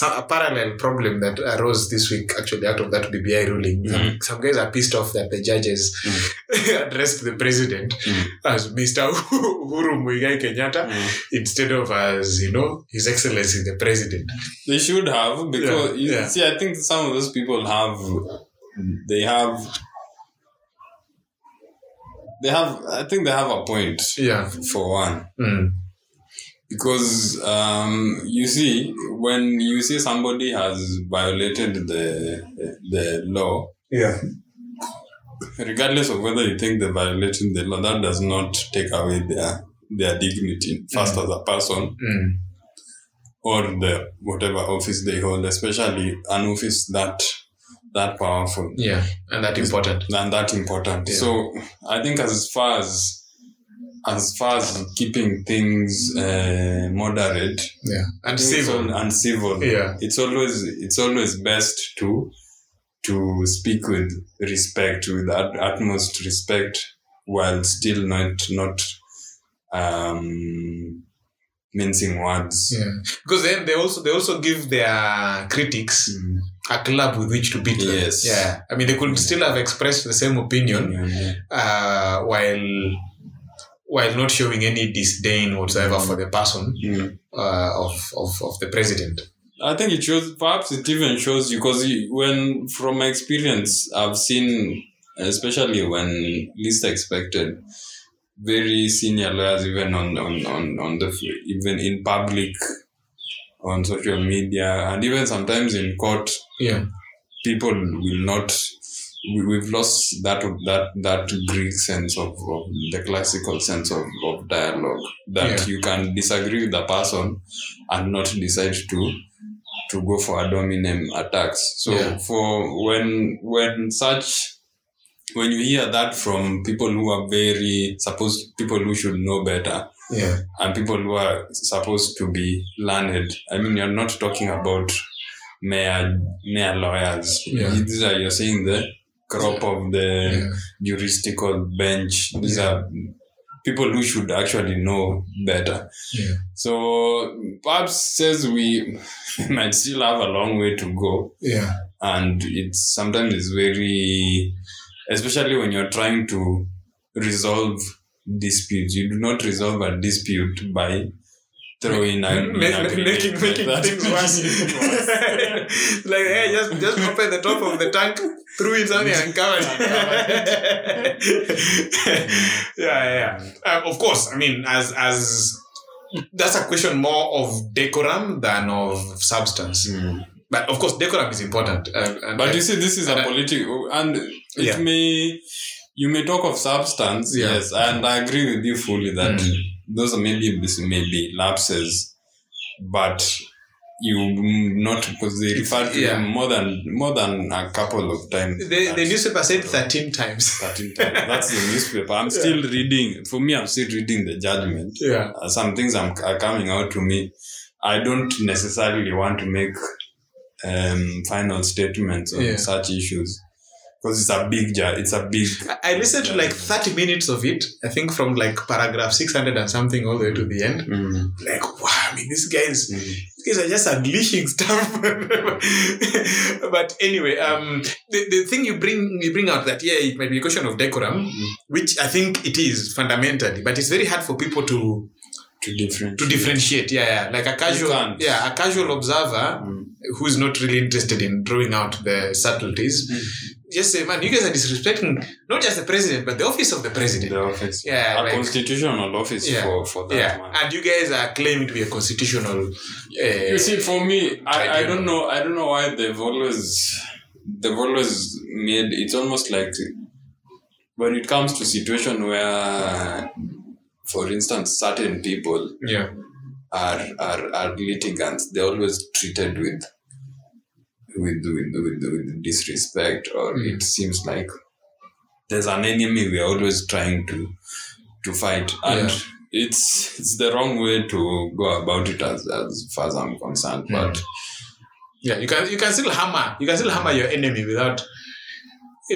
some, a parallel problem that arose this week actually out of that BBI ruling. Some,
Mhm.
some guys are pissed off that the judges
Mm-hmm.
addressed the president
Mhm.
as Mr. Uhuru Muigai Kenyatta
Hmm.
instead of as, you know, His Excellency the President.
they should have because
Yeah,
you
yeah.
see, I think some of those people have they have they have I think they have a point
Yeah.
for one.
Mm.
because um, you see when you see somebody has violated the the law
Yeah.
regardless of whether you think they violated the law that does not take away their their dignity first as a person
Mm.
or the whatever office they hold especially an office that that powerful
Yeah. And that important.
and that important
Yeah.
so i think as far as as far as keeping things uh, moderate
Yeah. And
things
civil.
on- and civil
Yeah.
it's always it's always best to to speak with respect with ut- utmost respect while still not not um mincing words
Yeah. Because then they also they also give their critics
Mm.
a club with which to beat them.
Yes.
Yeah. I mean, they could still have expressed the same opinion
Yeah.
uh, while while not showing any disdain whatsoever for the person
Mm.
uh, of, of, of the president.
I think it shows. Perhaps it even shows you because when, from my experience, I've seen, especially when least expected, very senior lawyers, even on on on, on the f- even in public, on social media, and even sometimes in court,
Yeah.
people will not. We, we've lost that that that Greek sense of, of the classical sense of, of dialogue that
Yeah.
you can disagree with the person and not decide to to go for a dominem attacks. So
Yeah.
for when when such when you hear that from people who are very supposed people who should know better
Yeah.
and people who are supposed to be learned. I mean, you're not talking about mere mere lawyers.
Yeah.
These are you're saying the crop of the
Yeah.
juristical bench. These
Yeah.
are people who should actually know better.
Yeah.
So perhaps says we might still have a long way to go,
Yeah.
and it's sometimes it's very, especially when you're trying to resolve disputes. You do not resolve a dispute by throwing out
Ma- ma- making making things worse. like, hey, just just open the top of the tank, threw it something and covered it. yeah, yeah. Uh, of course, I mean, as as that's a question more of decorum than of substance. But of course, decorum is important. Uh, and
Mm. But you see, this is
And
a
I-
political, and it
Yeah.
may you may talk of substance,
Yeah.
yes, and I agree with you fully that
Mm.
those are maybe this may be lapses, but you m- not because they
It's-
refer to
yeah.
them more than more than a couple of times.
the, the
That's-
newspaper said thirteen times.
13 times. That's the newspaper. I'm still reading. For me, I'm still reading the judgment.
Yeah,
Uh, some things I'm, are coming out to me. I don't necessarily want to make um, final statements on
Yeah.
such issues because it's a big jar. It's a big.
I listened to like 30 minutes of it, I think from like paragraph 600 and something all the way to the end.
Mm,
Like, wow, I mean, these guys,
mm.
these guys are just unleashing stuff. but anyway, um, the, the thing you bring you bring out that, yeah, it might be a question of decorum,
Mhm.
which I think it is fundamentally, but it's very hard for people to
To different.
to differentiate. Yeah, yeah. Like a casual,
can't.
yeah, a casual observer
Mm.
who's not really interested in drawing out the subtleties
Mm-hmm.
just say, man, you guys are disrespecting not just the president, but the office of the president.
The office.
Yeah,
a
like-
constitutional office
Yeah.
for, for that
yeah,
man.
and you guys are claiming to be a constitutional. Uh,
you see for me I, I
Tribunal.
don't know i don't know why they've always they've always made it's almost like when it comes to situation where for instance certain people
yeah,
are are, are litigants they're always treated with with with, with, with disrespect or
Mm.
it seems like there's an enemy we're always trying to to fight and
Yeah.
it's it's the wrong way to go about it as as far as i'm concerned
Mm.
but
yeah. You can you can still hammer you can still hammer your enemy without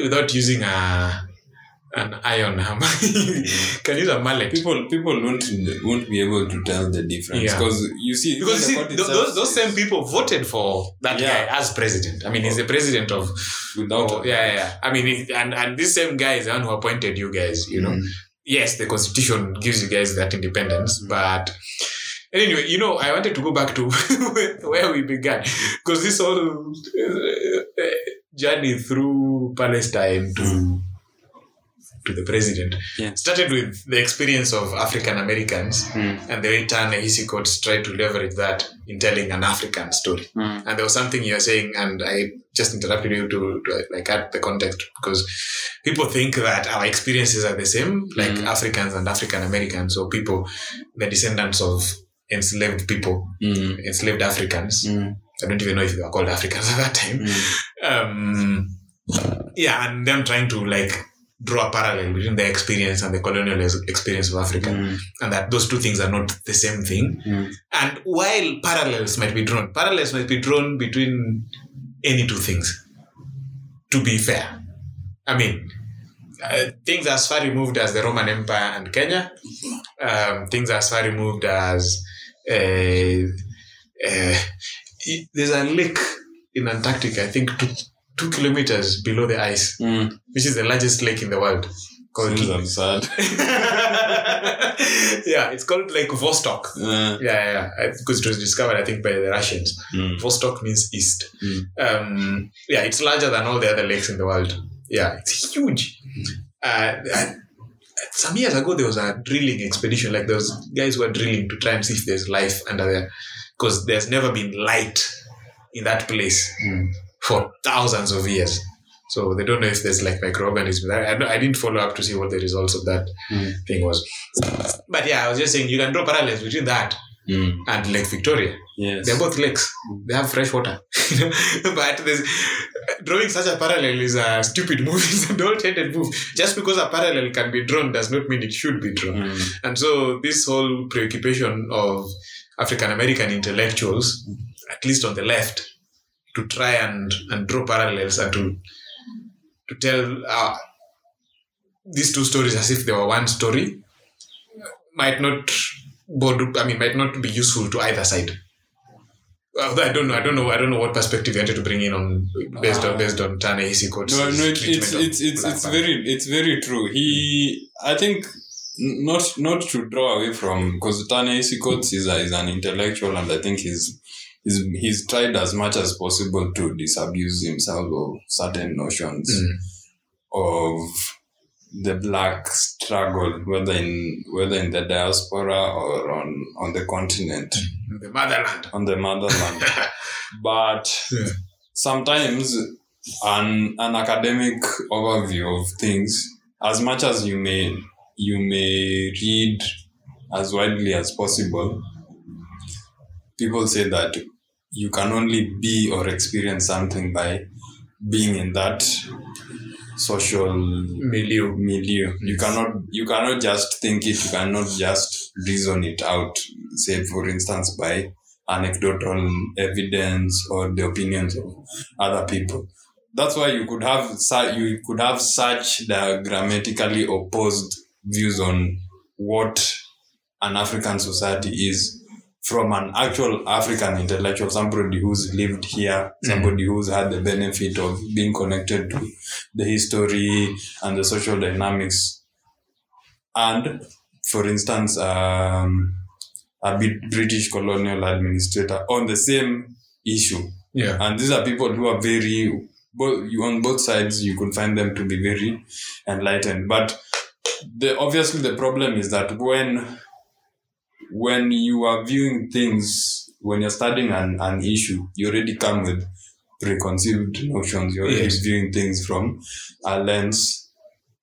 without using a an iron hammer. you can use a mallet
people people won't won't be able to tell the difference
Yeah.
because you see
because you see,
what it
tho-
says
those those same people voted for that
Yeah. Oh.
guy as president. I mean, he's the president of.
without
oh, yeah, yeah, yeah. I mean, it- and and this same guy is the one who appointed you guys. You know.
Mm.
yes, the constitution gives you guys that independence, but anyway, you know, I wanted to go back to where we began because this whole uh, uh, journey through Palestine to to the president
Yeah.
started with the experience of African Americans,
Mm.
and they in turn Hesiod tried to leverage that in telling an African story.
Mm.
And there was something you were saying, and I just interrupted you to, to like add the context because people think that our experiences are the same, like
Mm.
Africans and African Americans, or people, the descendants of enslaved people,
Mm.
enslaved Africans.
Mm.
I don't even know if they were called Africans at that time.
Mm.
Um, yeah, and them trying to like draw a parallel between their experience and the colonial ex- experience of Africa,
Mm.
and that those two things are not the same thing.
Mm.
And while parallels might be drawn, parallels might be drawn between any two things, to be fair. I mean, uh, things as far removed as the Roman Empire and Kenya, um, things as far removed as. Uh, uh, i- there's a lake in Antarctica, I think two, two kilometers below the ice,
Mm.
which is the largest lake in the world. Called
Seems absurd.
yeah, it's called Lake Vostok.
Uh,
Yeah, yeah, yeah. Because it was discovered, I think, by the Russians.
mm.
Vostok means east.
Mm.
Um, yeah, it's larger than all the other lakes in the world. Yeah, it's huge. Uh, I- some years ago, there was a drilling expedition. Like those guys were drilling to try and see if there's life under there, because there's never been light in that place
Mm.
for thousands of years. So they don't know if there's like microorganisms. I, I, don't- I didn't follow up to see what the results of that
Mm.
thing was. But yeah, I was just saying you can draw parallels between that
Mm.
and Lake Victoria.
Yes.
They're both lakes. They have fresh water. but there's, drawing such a parallel is a stupid move. It's an old-handed move. Just because a parallel can be drawn does not mean it should be drawn.
Mm.
And so this whole preoccupation of African American intellectuals, at least on the left, to try and, and draw parallels and to to tell uh, these two stories as if they were one story might not bode, I mean might not be useful to either side. Well, I don't know. I don't know. I don't know what perspective you wanted to bring in on based on based on Tanahisi Coates'
Ah. No, no, it, it's
treatment of
it's it's,
black
it's
man.
very it's very true. He, I think, n- not not to draw away from because Ta-Nehisi Coates is, a, is an intellectual, and I think he's he's he's tried as much as possible to disabuse himself of certain notions
Mm.
of the black struggle, whether in whether in the diaspora or on on the continent
the motherland.
on the motherland. but
Yeah.
sometimes an an academic overview of things, as much as you may you may read as widely as possible, people say that you can only be or experience something by being in that social
Milieu.
milieu. You cannot you cannot just think it. You cannot just reason it out. Say, for instance, by anecdotal evidence or the opinions of other people. that's why you could have su- you could have such diagrammatically opposed views on what an African society is from an actual African intellectual, somebody who's lived here, somebody who's had the benefit of being connected to the history and the social dynamics. And for instance, um, a bit British colonial administrator on the same issue.
Yeah.
And these are people who are very, both, you, on both sides, you could find them to be very enlightened. But the, obviously, the problem is that when when you are viewing things, when you're studying an, an issue, you already come with preconceived notions. You're already
Yes.
viewing things from a lens,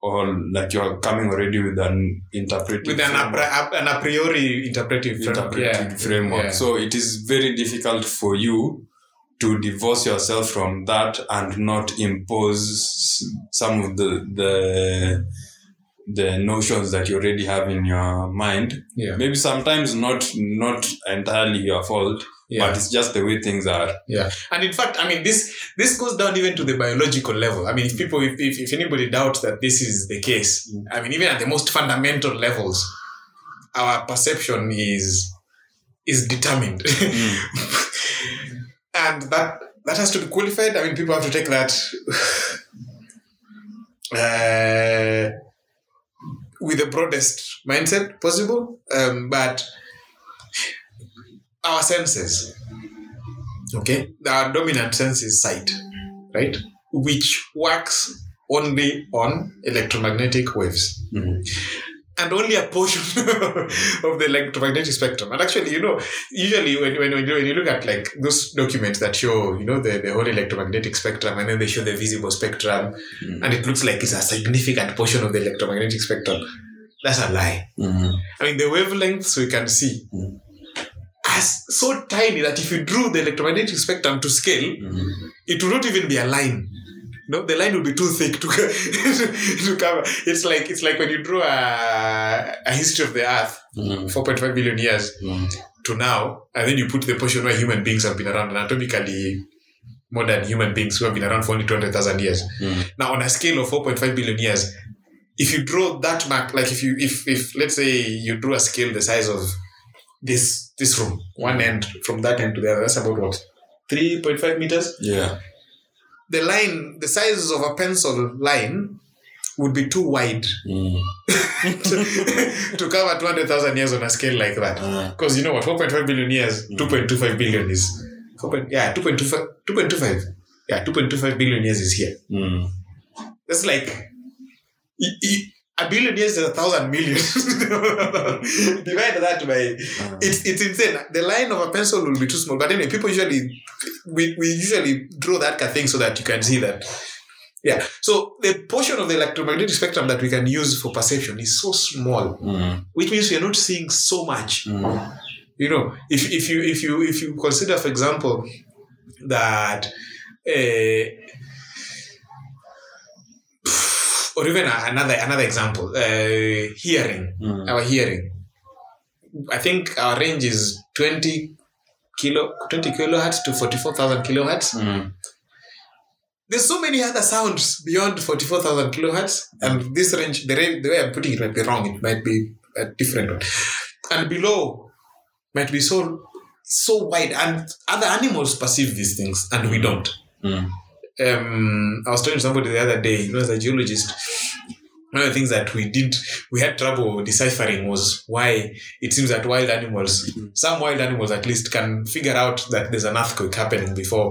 or like you're coming already with an interpretive
With an, a,
framework.
pri- an a priori interpretive framework.
interpretive
Yeah.
framework.
Yeah.
So it is very difficult for you to divorce yourself from that and not impose some of the the the notions that you already have in your mind
Yeah.
maybe sometimes not not entirely your fault
Yeah.
but it's just the way things are
And in fact, I mean, this this goes down even to the biological level. I mean, if people, if, if, if anybody doubts that this is the case,
Mm.
I mean, even at the most fundamental levels, our perception is is determined, and that that has to be qualified. I mean, people have to take that uh, with the broadest mindset possible, um, but our senses okay our dominant sense is sight right which works only on electromagnetic waves and only a portion of the electromagnetic spectrum and actually you know usually when, when, when, you, when you look at like those documents that show you know the, the whole electromagnetic spectrum and then they show the visible spectrum
Mm.
and it looks like it's a significant portion of the electromagnetic spectrum that's a lie I mean, the wavelengths we can see
Mm.
are so tiny that if you drew the electromagnetic spectrum to scale, it would not even be a line. No, the line would be too thick to, to cover. It's like it's like when you draw a, a history of the Earth, 4.5 billion years to now, and then you put the portion where human beings have been around anatomically modern human beings who have been around for only 200,000 years. Now, on a scale of 4.5 billion years, if you draw that mark, like if you, if, if let's say you drew a scale the size of this, this room, one end from that end to the other, that's about what? 3.5 meters?
yeah
The line, the size of a pencil line would be too wide
Mm.
to, to cover 200,000 years on a scale like that.
Uh,
Because you know what, 4.5 billion years,
Mm.
2.25 billion is, 4. point- yeah, 2.25, 2.25, yeah, 2.25 billion years is here.
mm.
That's like i- i- a billion years is a thousand million. Divide that by
Uh,
it's it's insane. The line of a pencil will be too small. But anyway, people usually we, we usually draw that kind of thing so that you can see that. Yeah. So the portion of the electromagnetic spectrum that we can use for perception is so small,
mm,
which means we are not seeing so much
mm,
you know if, if you if you if you consider for example that uh, or even a- another another example uh, hearing
mm,
our hearing i think our range is 20 kilo 20 kilohertz to 44000 kilohertz
mm.
there's so many other sounds beyond 44000 kilohertz and this range the, range the way i'm putting it might be wrong it might be a different one and below might be so so wide and other animals perceive these things and we don't
Mm.
um, I was talking to somebody the other day, you know, as a geologist, one of the things that we did, we had trouble deciphering was why it seems that wild animals, some wild animals at least, can figure out that there's an earthquake happening before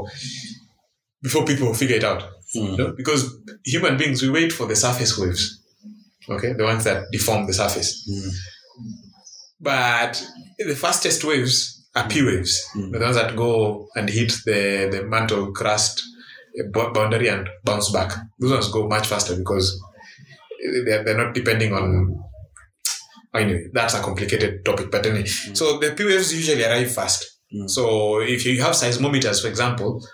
before people figure it out. You
Mm.
know, Because human beings, we wait for the surface waves, okay, the ones that deform the surface.
Mm.
But the fastest waves are P waves,
Mm.
the ones that go and hit the, the mantle crust eh, bo- boundary and bounce back. Those ones go much faster because eh, they're, they're not depending on. Anyway, that's a complicated topic, but anyway. So the P waves usually arrive fast.
Mm.
So if you have seismometers, for example,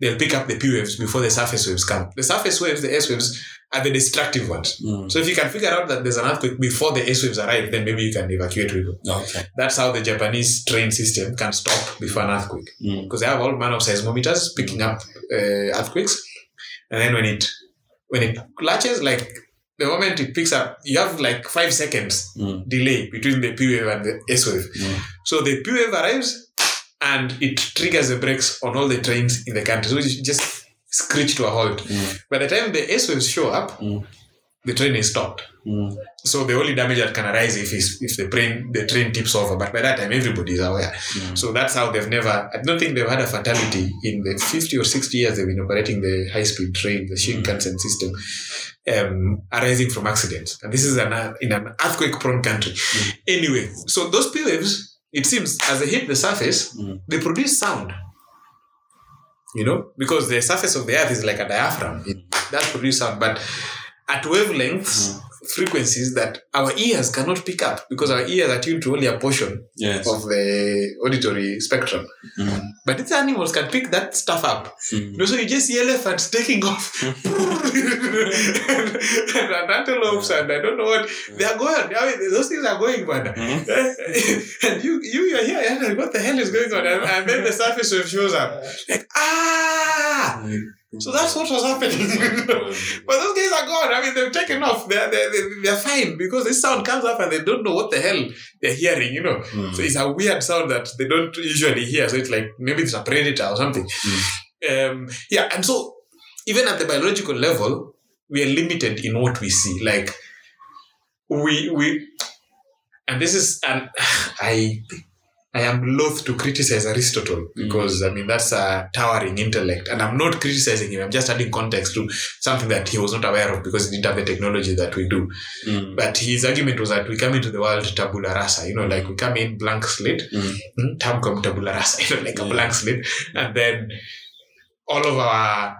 they'll pick up the P waves before the surface waves come. The surface waves, the S waves, are the destructive ones.
Mm.
So if you can figure out that there's an earthquake before the S waves arrive, then maybe you can evacuate people.
Okay.
That's how the Japanese train system can stop before an earthquake
Mm.
because they have all manner of seismometers picking up uh, earthquakes. and then when it when it latches, like the moment it picks up, you have like five seconds
Mm.
delay between the P wave and the S wave.
Mm.
So the P wave arrives and it triggers the brakes on all the trains in the country. So it just screech to a halt.
Mm.
By the time the S waves show up,
Mm.
the train is stopped.
Mm.
So the only damage that can arise if is if the train the train tips over. But by that time everybody is aware.
Mm.
So that's how they've never I don't think they've had a fatality in the fifty or sixty years they've been operating the high speed train, the Shinkansen system, um, arising from accidents. And this is an ear- in an earthquake prone country. Anyway, so those P waves, it seems as they hit the surface,
Mm.
they produce sound. You know, because the surface of the earth is like a diaphragm. It does produce sound, but at wavelengths frequencies that our ears cannot pick up because our ears are tuned to only a portion
Yes.
of the auditory spectrum.
Mm.
But these animals can pick that stuff up. You know,
Mm.
so you just see elephants taking off and, and, antelopes and I don't know what. They are going. I mean, those things are going, man.
Mm.
and you, you, you're here. And you're like, what the hell is going on? And, and then the surface wave shows up. Like, ah! So that's what was happening. But those guys are gone. I mean, they've taken off. They're, they're, they're- they're fine because this sound comes up and they don't know what the hell they're hearing, you know.
Mm.
So it's a weird sound that they don't usually hear. So it's like maybe it's a predator or something. Um, yeah. And so even at the biological level, we are limited in what we see. Like, we, we, and this is, and I, I am loath to criticize Aristotle because I mean that's a towering intellect, and I'm not criticizing him. I'm just adding context to something that he was not aware of because he didn't have the technology that we do.
Mm.
But his argument was that we come into the world tabula rasa, you know, like we come in blank slate,
Mm.
mm, tam cum tabula rasa, you know, like a
Yeah.
blank slate, and then all of our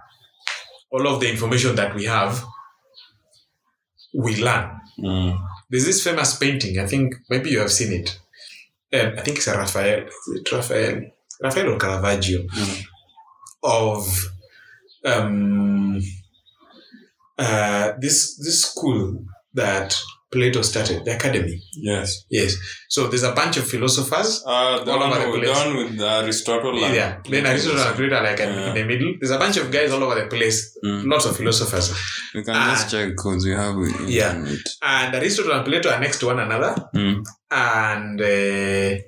all of the information that we have, we learn
Mm.
there's this famous painting. I think maybe you have seen it. Um, I think it's a Raphael. Is it Raphael? Raphael or Caravaggio
Mm.
of um, uh, this this school that Plato started, the academy.
Yes.
Yes. So there's a bunch of philosophers.
Uh, the
All
one,
over the
who- the
place.
one with Aristotle. and-
Yeah. Then uh, Aristotle and Plato are like
Yeah.
in the middle. There's a bunch of guys all over the place.
Mm.
Lots of philosophers.
We can
Ah.
just check because we have it.
Yeah. And Aristotle and Plato are next to one another.
Mm.
and uh,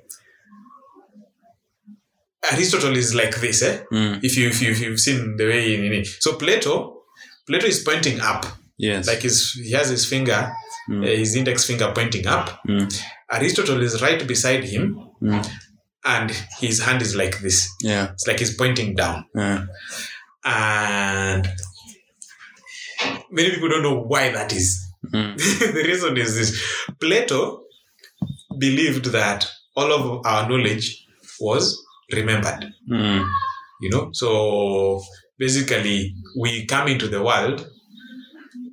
Aristotle is like this. Eh?
Mm.
If you if you if you've seen the way in, in so Plato, Plato is pointing up,
Yes.
like his, he has his finger, uh,
mm.
his index finger pointing up.
Mm.
Aristotle is right beside him,
Mm.
and his hand is like this.
Yeah.
It's like he's pointing down.
Yeah.
And many people don't know why that is.
Mm.
the reason is this Plato believed that all of our knowledge was remembered,
Mm.
you know. So basically, we come into the world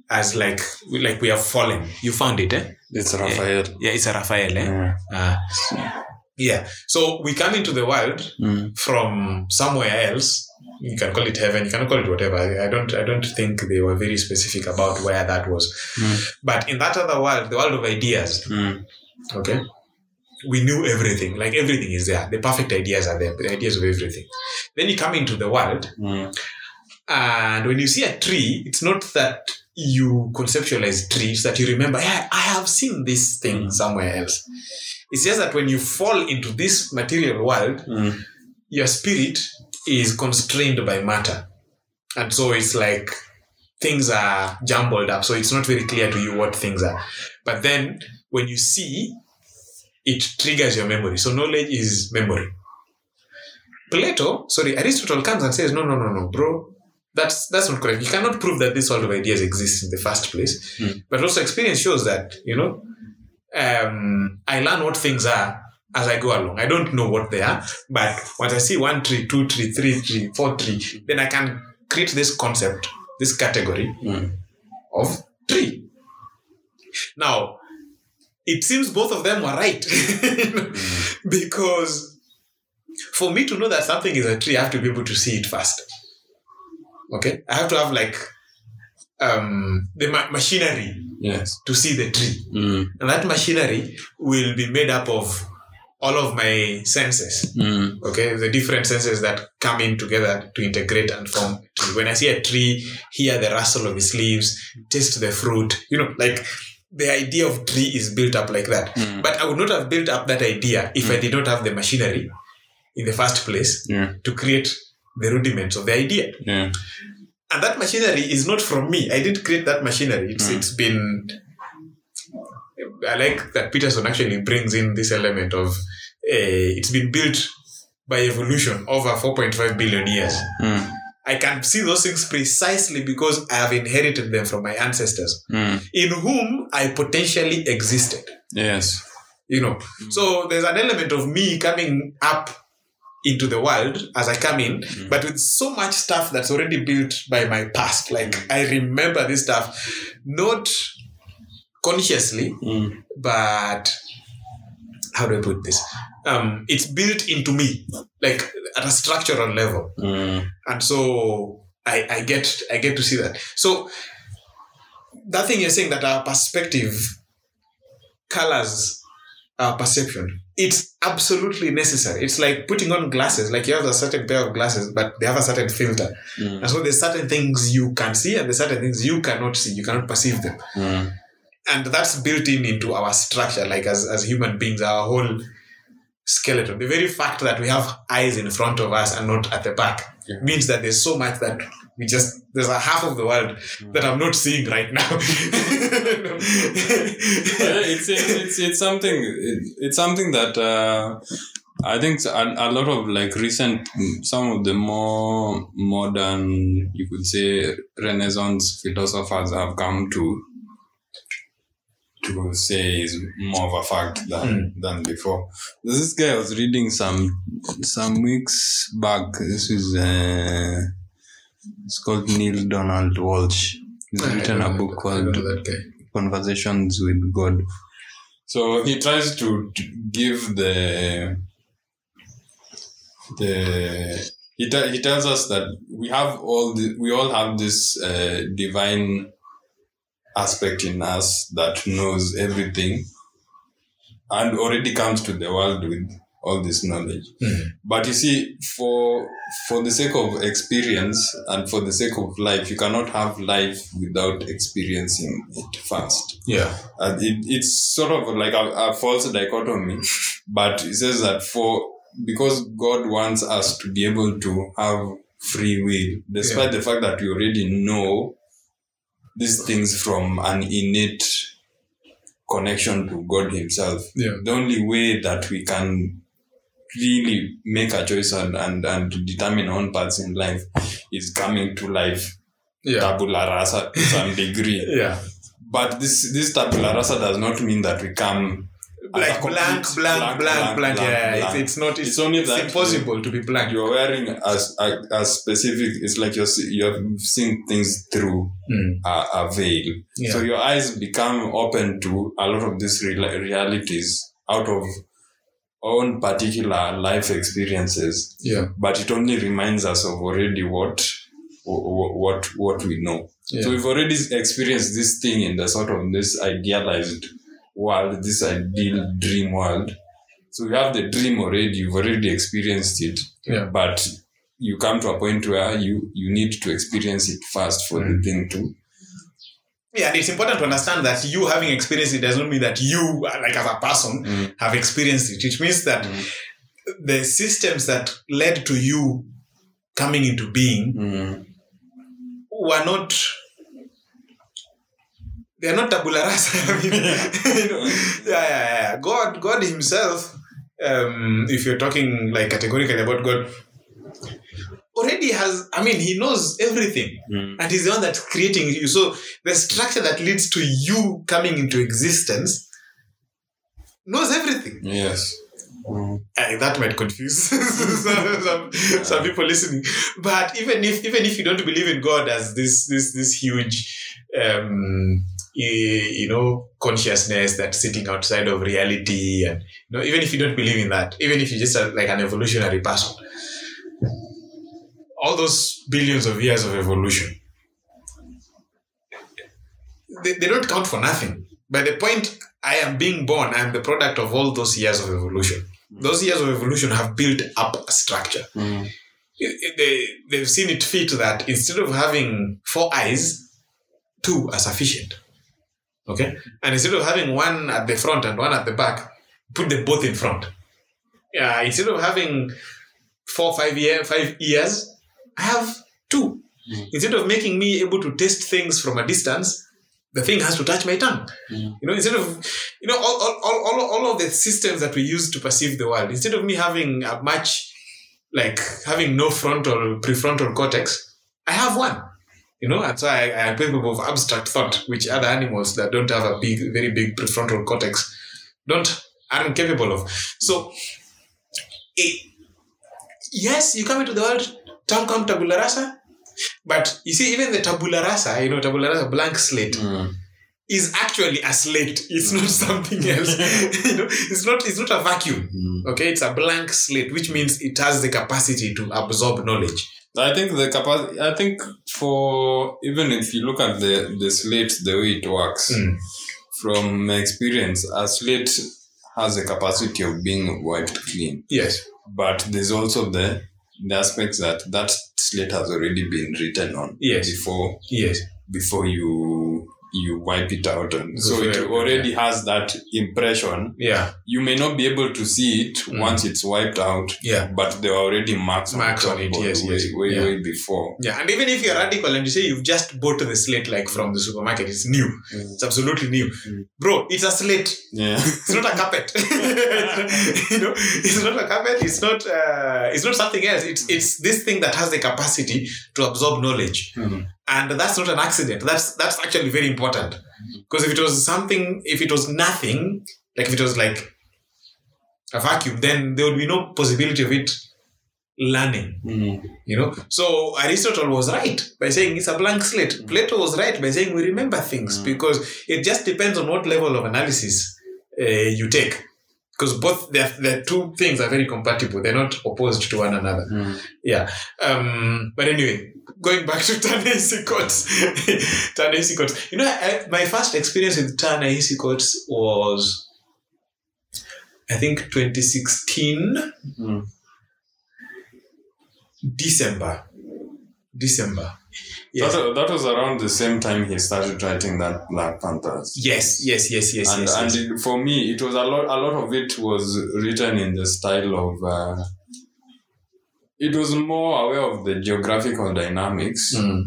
as like like we have fallen. You found it, eh?
It's Raphael.
Yeah, it's a Raphael, eh?
Yeah.
Ah. yeah. So we come into the world
Mm.
from somewhere else. You can call it heaven. You can call it whatever. I I don't. I don't think they were very specific about where that was.
Mm.
But in that other world, the world of ideas,
Mm.
Okay. We knew everything. Like everything is there. The perfect ideas are there. The ideas of everything. Then you come into the world,
Mm.
and when you see a tree, it's not that you conceptualize trees that you remember. Yeah, I have seen this thing
Mm.
somewhere else. It's just that when you fall into this material world,
Mm.
your spirit is constrained by matter, and so it's like things are jumbled up. So it's not very clear to you what things are. But then when you see, it triggers your memory. So knowledge is memory. Plato, sorry, Aristotle comes and says, no, no, no, no, bro. That's that's not correct. You cannot prove that this world of ideas exists in the first place.
Mm.
But also experience shows that, you know, um, I learn what things are as I go along. I don't know what they are, but once I see one tree, two tree, three tree, four tree, then I can create this concept, this category,
Mm.
of tree. Now, it seems both of them were right because for me to know that something is a tree, I have to be able to see it first. Okay, I have to have like um, the ma- machinery
Yes.
to see the tree,
Mm.
and that machinery will be made up of all of my senses.
Mm.
Okay, the different senses that come in together to integrate and form. fruitful. When I see a tree, hear the rustle of its leaves, taste the fruit, you know, like the idea of tree is built up like that.
Mm.
But I would not have built up that idea if I did not have the machinery in the first place
Yeah.
to create the rudiments of the idea.
Yeah.
And that machinery is not from me. I didn't create that machinery. It's,
Mm.
it's been. I like that Peterson actually brings in this element of uh, it's been built by evolution over 4.5 billion years.
Mm.
I can see those things precisely because I have inherited them from my ancestors,
Mm.
in whom I potentially existed.
Yes.
You know, so there's an element of me coming up into the world as I come in,
Mm.
but with so much stuff that's already built by my past. Like I remember this stuff, not consciously,
Mm.
but how do I put this? Um, it's built into me, like at a structural level
Mm.
and so I, I get I get to see that. So that thing you're saying that our perspective colors our perception. It's absolutely necessary. It's like putting on glasses. Like you have a certain pair of glasses, but they have a certain filter.
Mm.
And so there's certain things you can see and there's certain things you cannot see. You cannot perceive them.
Mm.
And that's built in into our structure, like as, as human beings, our whole skeleton. The very fact that we have eyes in front of us and not at the back
Yeah.
means that there's so much that we just there's a half of the world that I'm not seeing right now.
Yeah, it's, it's it's it's something it, it's something that uh, I think a, a lot of like recent some of the more modern you could say Renaissance philosophers have come to to say is more of a fact than
Hmm.
than before. There's This guy I was reading some some weeks back. This is uh, it's called Neil Donald Walsh. He's written a book
I don't
called
know that guy.
conversations with God. So he tries to to give the the he, te- he tells us that we have all the, we all have this uh, divine aspect in us that knows everything and already comes to the world with all this knowledge
Mhm.
but you see for for the sake of experience and for the sake of life you cannot have life without experiencing it first
Yeah.
uh, it, it's sort of like a, a false dichotomy but it says that for because god wants us to be able to have free will despite the fact that we already know these things from an innate connection to god himself
Yeah.
the only way that we can really make a choice and, and, and determine our own paths in life is coming to life
Yeah.
tabula rasa to some degree
Yeah.
but this this tabula rasa does not mean that we come as a
Like
complete
blank, blank, blank, blank, Yeah,
blank.
It's, it's not. It's,
It's only
it's
that
impossible to be blank.
You're wearing as a, a specific. It's like you're see- you're seeing things through
Mm.
a, a veil.
Yeah.
So your eyes become open to a lot of these real realities out of own particular life experiences.
yeah.
But it only reminds us of already what wh- wh- what what we know.
Yeah.
So we've already experienced this thing in the sort of this idealized world, this ideal dream world. So you have the dream already, you've already experienced it.
Yeah.
But you come to a point where you, you need to experience it first for the thing to.
Yeah, and it's important to understand that you having experienced it does not mean that you, uh, like as a person, have experienced it. It means that the systems that led to you coming into being
Mm.
were not. They are not tabula rasa. I mean, you know, yeah, yeah, yeah. God, God Himself. Um, if you're talking like categorically about God, already has. I mean, He knows everything
Mm.
and he's the one that's creating you. So the structure that leads to you coming into existence knows everything.
Yes. Mm.
Eh, that might confuse some, some, some people listening. But even if even if you don't believe in God as this this this huge um eh, you know consciousness that's sitting outside of reality and you know even if you don't believe in that even if you're just a, like an evolutionary person all those billions of years of evolution they, they don't count for nothing by the point i am being born i'm the product of all those years of evolution those years of evolution have built up a structure
Mm.
it- they, they've seen it fit that instead of having four eyes, two are sufficient. Okay? And instead of having one at the front and one at the back, put them both in front. Yeah, instead of having four, five, year, five ears, I have two.
Mm.
Instead of making me able to taste things from a distance, the thing has to touch my tongue.
Mm.
You know, instead of you know all, all, all, all, all of the systems that we use to perceive the world instead of me having a much like having no frontal prefrontal cortex i have one you know and so i, I am capable of abstract thought which other animals that don't have a big very big prefrontal cortex don't aren't capable of so it, yes you come into the world tongue come tabula rasa but you see even the tabula rasa you know tabula rasa blank slate
Mm.
is actually a slate. It's not something else. you know, it's not it's not a vacuum.
Mm.
Okay, it's a blank slate, which means it has the capacity to absorb knowledge.
I think the capacity. I think for even if you look at the the slate, the way it works,
Mm.
from my experience, a slate has a capacity of being wiped clean,
Yes.
but there's also the the aspects that that slate has already been written on
Yes.
before
Yes.
before you you wipe it out and so it
Before-
already has that impression
Yeah.
you may not be able to see it
Mm.
once it's wiped out
Yeah.
but there are already marks on,
Marks on it,
chalkboard
yes,
way,
yes.
way,
Yeah.
way before
Yeah. And even if you're radical and you say you've just bought the slate like from the supermarket, it's new. It's absolutely new.
Mm.
Bro, it's a slate.
yeah
It's not a carpet. you know, it's not a carpet. It's not uh, it's not something else. It's it's this thing that has the capacity to absorb knowledge.
Hmm.
and that's not an accident that's that's actually very important because if it was something if it was nothing like if it was like a vacuum then there would be no possibility of it learning
Hmm.
you know so aristotle was right by saying it's a blank slate plato was right by saying we remember things
Mm.
because it just depends on what level of analysis uh, you take because both the, the two things are very compatible they're not opposed to one another
Hmm.
yeah. Um, but anyway, going back to Ta-Nehisi Coates. Ta-Nehisi Coates. You know, I, my first experience with Ta-Nehisi Coates was, I think, 2016,
Hmm.
December. December. Yes.
That, that was around the same time he started writing that Black Panthers.
Yes, yes, yes, yes,
and,
yes.
and
yes.
it- for me it was a lot a lot of it was written in the style of uh, it was more aware of the geographical dynamics
Mm.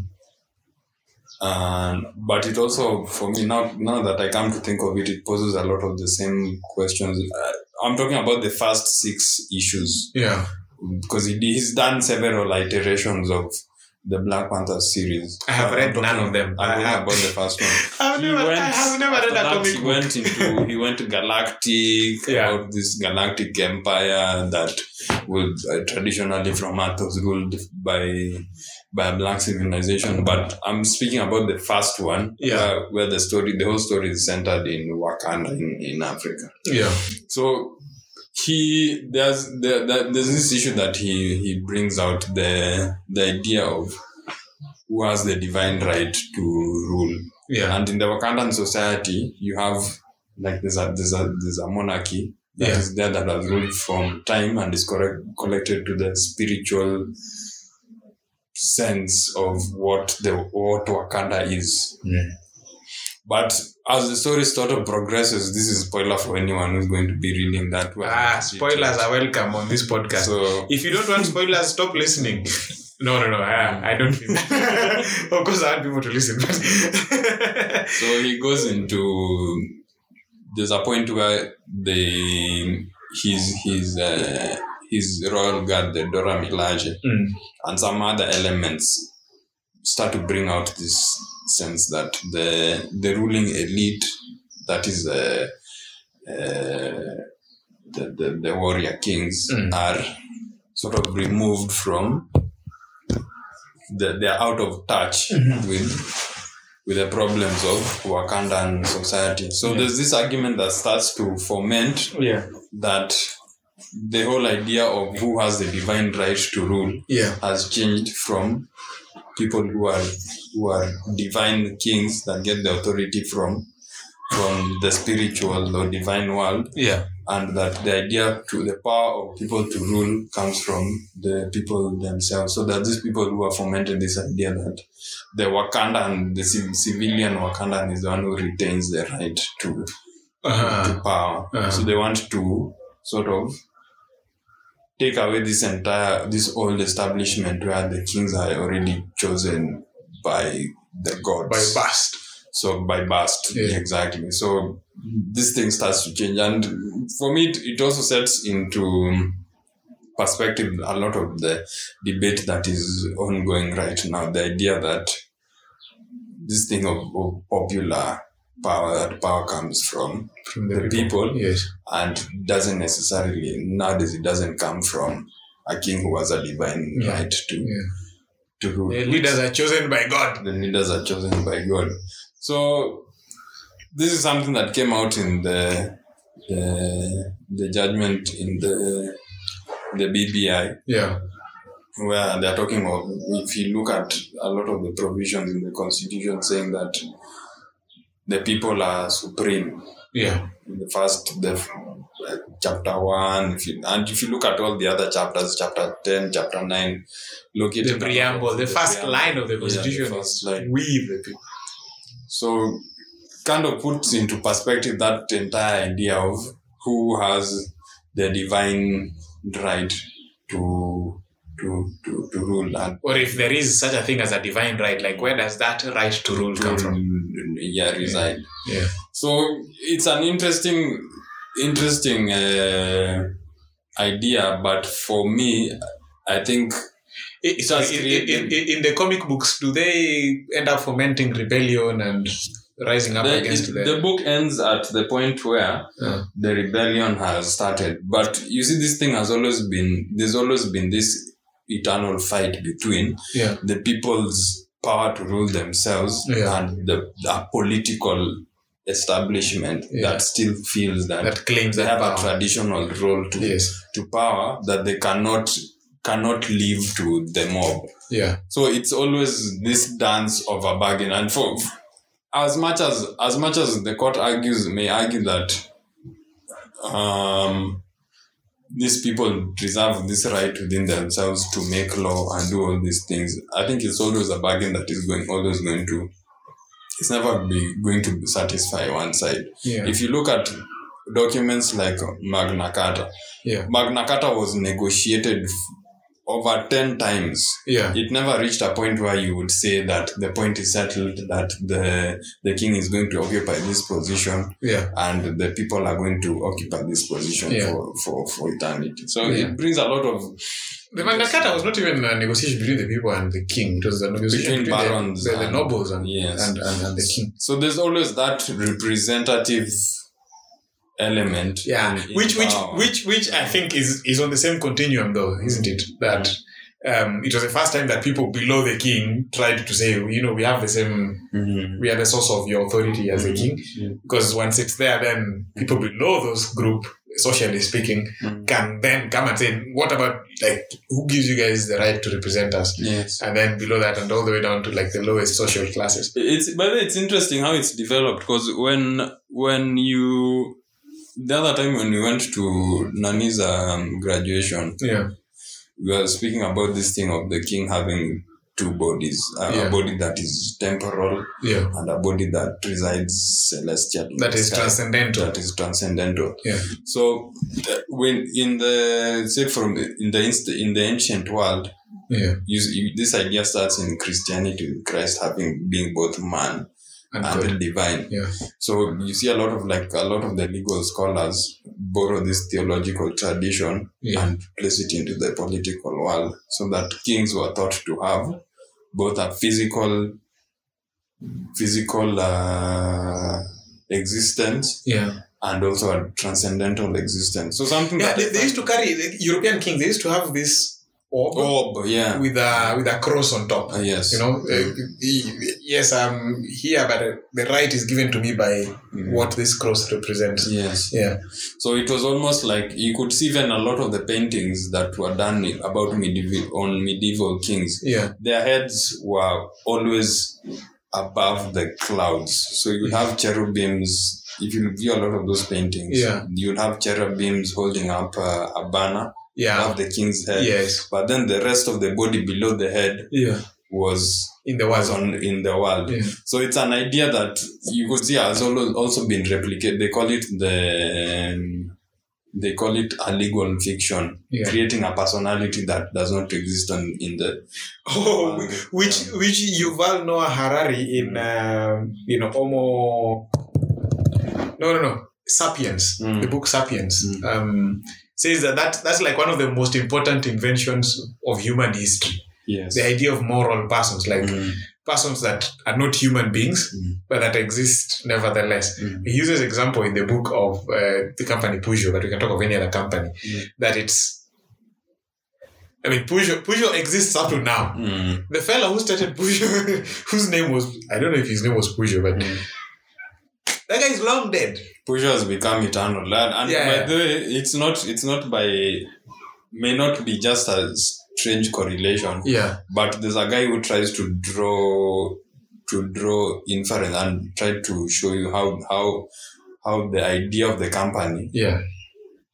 and but it also for me now now that i come to think of it it poses a lot of the same questions uh, i'm talking about the first six issues
Yeah.
because he, he's done several iterations of the black panther series
I have read
I'm talking-
none of them. I
i'm
have-
talking about the first one
I've
he
never,
went,
I have never
after
read a
that,
comic
he
book.
went into he went to galactic
Yeah.
about this galactic empire that was uh, traditionally from earth was ruled by by a black civilization but i'm speaking about the first one
Yeah.
where, where the story the whole story is centered in wakanda in, in africa
Yeah.
so he there's there, there, there's this issue that he he brings out the the idea of who has the divine right to rule
Yeah.
and in the Wakandan society, you have like there's a there's a there's a monarchy that is
Yeah.
there that has ruled from time and is correct, connected to the spiritual sense of what the what Wakanda is.
Yeah.
But as the story sort of progresses, this is spoiler for anyone who's going to be reading that. one.
Ah, spoilers are welcome on this podcast.
So
If you don't want spoilers, stop listening. No, no, no. I, I don't. of course, I want people to listen. But
So he goes into there's a point where the his his uh, his royal guard, the Dora Milaje,
Mm.
and some other elements start to bring out this sense that the the ruling elite, that is uh, uh, the, the the warrior kings,
Mm.
are sort of removed from. The, they are out of touch with with the problems of Wakandan society. So
Yeah.
there's this argument that starts to foment
yeah,
that the whole idea of who has the divine right to rule
yeah,
has changed from people who are who are divine kings that get the authority from from the spiritual or divine world,
Yeah.
and that the idea to the power of people to rule comes from the people themselves. So that these people who have fomented this idea that the Wakandan, the civ- civilian Wakandan, is the one who retains the right to
Uh,
to power.
Uh-huh.
So they want to sort of take away this entire this old establishment where the kings are already chosen by the
by
gods.
past.
so by bust,
Yeah.
exactly. So this thing starts to change, and for me, it, it also sets into perspective a lot of the debate that is ongoing right now. The idea that this thing of, of popular power that power comes from
From the,
The people.
Yes.
and doesn't necessarily nowadays it doesn't come from a king who has a divine
Yeah.
right to
Yeah.
to rule.
The leaders are chosen by God.
The leaders are chosen by God. So this is something that came out in the the, the judgment in the the BBI
Yeah.
where they're talking of if you look at a lot of the provisions in the constitution saying that the people are supreme
Yeah.
in the first the uh, chapter one if you, and if you look at all the other chapters chapter 10 chapter 9 look at
The preamble, the first line of the Constitution.
yeah, the first line.
We the people.
so kind of puts into perspective that entire idea of who has the divine right to to to, to rule and
Or if there is such a thing as a divine right, like where does that right to rule come
to
from?
Mm. yeah reside
Yeah.
So it's an interesting, interesting uh, idea. But for me, I think
It- it-
Just
it- it-
creating-
it- in the comic books, do they end up fomenting rebellion and rising up
the,
against
it-
the,
the book ends at the point where
Uh,
the rebellion has started. But you see, this thing has always been there's always been this eternal fight between
yeah,
the people's power to rule themselves
Yeah.
and the, the political establishment
Yeah.
that still feels that,
that claims
they
that
have a
power.
traditional role to
Yes,
to power that they cannot cannot leave to the mob.
yeah,
So it's always this dance of a bargain. And for as much as as much as the court argues may argue that um, these people reserve this right within themselves to make law and do all these things, I think it's always a bargain that is going always going to it's never be going to satisfy one side.
yeah,
If you look at documents like Magna Carta,
yeah,
Magna Carta was negotiated f- over 10 times.
yeah,
It never reached a point where you would say that the point is settled, that the, the king is going to occupy this position
yeah,
and the people are going to occupy this position
Yeah.
for, for, for eternity. So
Yeah.
it brings a lot of.
The Magna Carta was not even a negotiation between the people and the king. It was a negotiation
Between
between, the-
barons
the, the,
and-
nobles and,
Yes.
and, and, and the king.
So there's always that representative element.
Yeah,
in- in
which which
power.
which which I think is is on the same continuum though, isn't it? That
Mm.
um, it was the first time that people below the king tried to say, you know, we have the same
Mhm.
we are the source of your authority
Mm.
as a king.
Yeah.
Because once it's there, then people below those group, socially speaking,
Mhm.
can then come and say, what about, like, who gives you guys the right to represent us?
Yes.
And then below that, and all the way down to like the lowest social classes.
it's but it's interesting how it's developed because when when you the other time when we went to Nani's um, graduation,
Yeah.
we were speaking about this thing of the king having two bodies, uh,
Yeah.
a body that is temporal
Yeah.
and a body that resides celestial. in
That
the
is
sky.
transcendental.
That is transcendental.
Yeah.
So uh, when in the say from in the inst- in the ancient world,
Yeah.
you, you, this idea starts in Christianity with Christ having being both man
And
and
God.
the divine.
Yeah.
So you see a lot of like a lot of the legal scholars borrow this theological tradition
Yeah.
and place it into the political world so that kings were thought to have both a physical physical uh, existence
Yeah.
and also a transcendental existence. So something
Yeah.
that
They, they used to carry, the European kings, they used to have this orb
orb, Oh, yeah.
with a, with a cross on top.
Uh, yes.
You know, uh, y- yes, I'm here, but uh, the right is given to me by
Mm.
what this cross represents.
Yes.
Yeah.
So it was almost like you could see even a lot of the paintings that were done about medieval on medieval kings
Yeah,
their heads were always above the clouds. So you have cherubims. If you view a lot of those paintings,
Yeah.
you'll have cherubims holding up uh, a banner
Yeah.
above the king's head.
Yes.
But then the rest of the body below the head
Yeah.
was
In the
was
world.
on in the world.
Yeah.
So it's an idea that you could see has al- also been replicated. They call it the um, they call it illegal fiction,
Yeah.
creating a personality that does not exist on, in the.
Oh, which which Yuval Noah Harari in
Mm.
um, you know Homo. No, no, no. Sapiens,
Mm.
the book Sapiens,
Mm.
um, says that, that that's like one of the most important inventions of human history.
Yes.
The idea of moral persons, like
Mm,
persons that are not human beings
Mm.
but that exist nevertheless.
Mm.
He uses example in the book of uh, the company Peugeot, but we can talk of any other company
Mm.
that it's. I mean, Peugeot, Peugeot exists up to now.
mm,
The fella who started Peugeot, whose name was I don't know if his name was Peugeot, but
mm.
that guy is long dead.
Puja has become eternal, and, and
Yeah,
by
yeah.
the way, it's not it's not by may not be just a strange correlation,
Yeah,
but there's a guy who tries to draw to draw inference and try to show you how how how the idea of the company
yeah,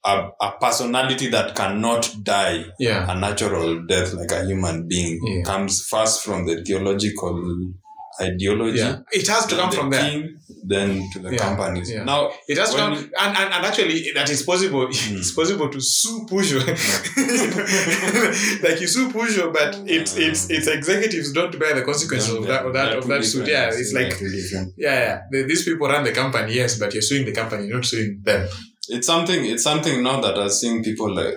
a, a personality that cannot die
yeah,
a natural death like a human being
Yeah.
comes first from the theological ideology
yeah. It has to
then
come
the
from there.
king, then to the
Yeah,
companies
yeah.
now
It has to
When
come,
you-
and, and and actually, that is possible. It's possible to sue Peugeot, like you sue Peugeot, but it's it's its executives Oh. don't bear the consequences of that of that of that suit. Yeah, it's like yeah, yeah. The, these people run the company, yes, but you're suing the company, you're not suing them.
it's something it's something now that I've seen people like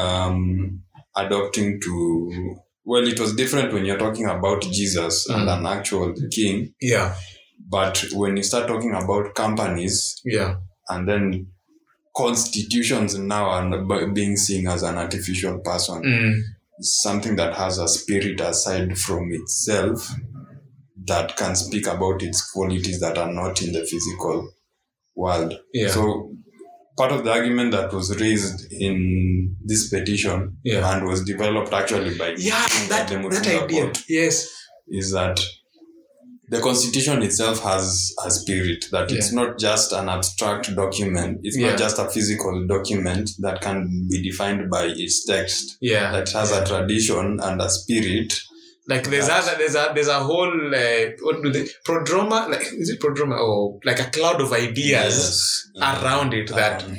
um adopting to well it was different when you're talking about Jesus and
Mm.
an actual king
Yeah,
but when you start talking about companies
yeah,
and then constitutions now are being seen as an artificial person
mm.
something that has a spirit aside from itself that can speak about its qualities that are not in the physical world
yeah,
so part of the argument that was raised in this petition
yeah.
and was developed actually by
Yeah, that,
Mutunga
that
Court
idea. Yes.
is that the constitution itself has a spirit that it's not just an abstract document it's
Yeah.
not just a physical document that can be defined by its text
Yeah.
that has a tradition and a spirit
Like there's
That-
other there's a there's a whole uh, what do they prodroma like is it prodroma or like a cloud of ideas around it that
Um,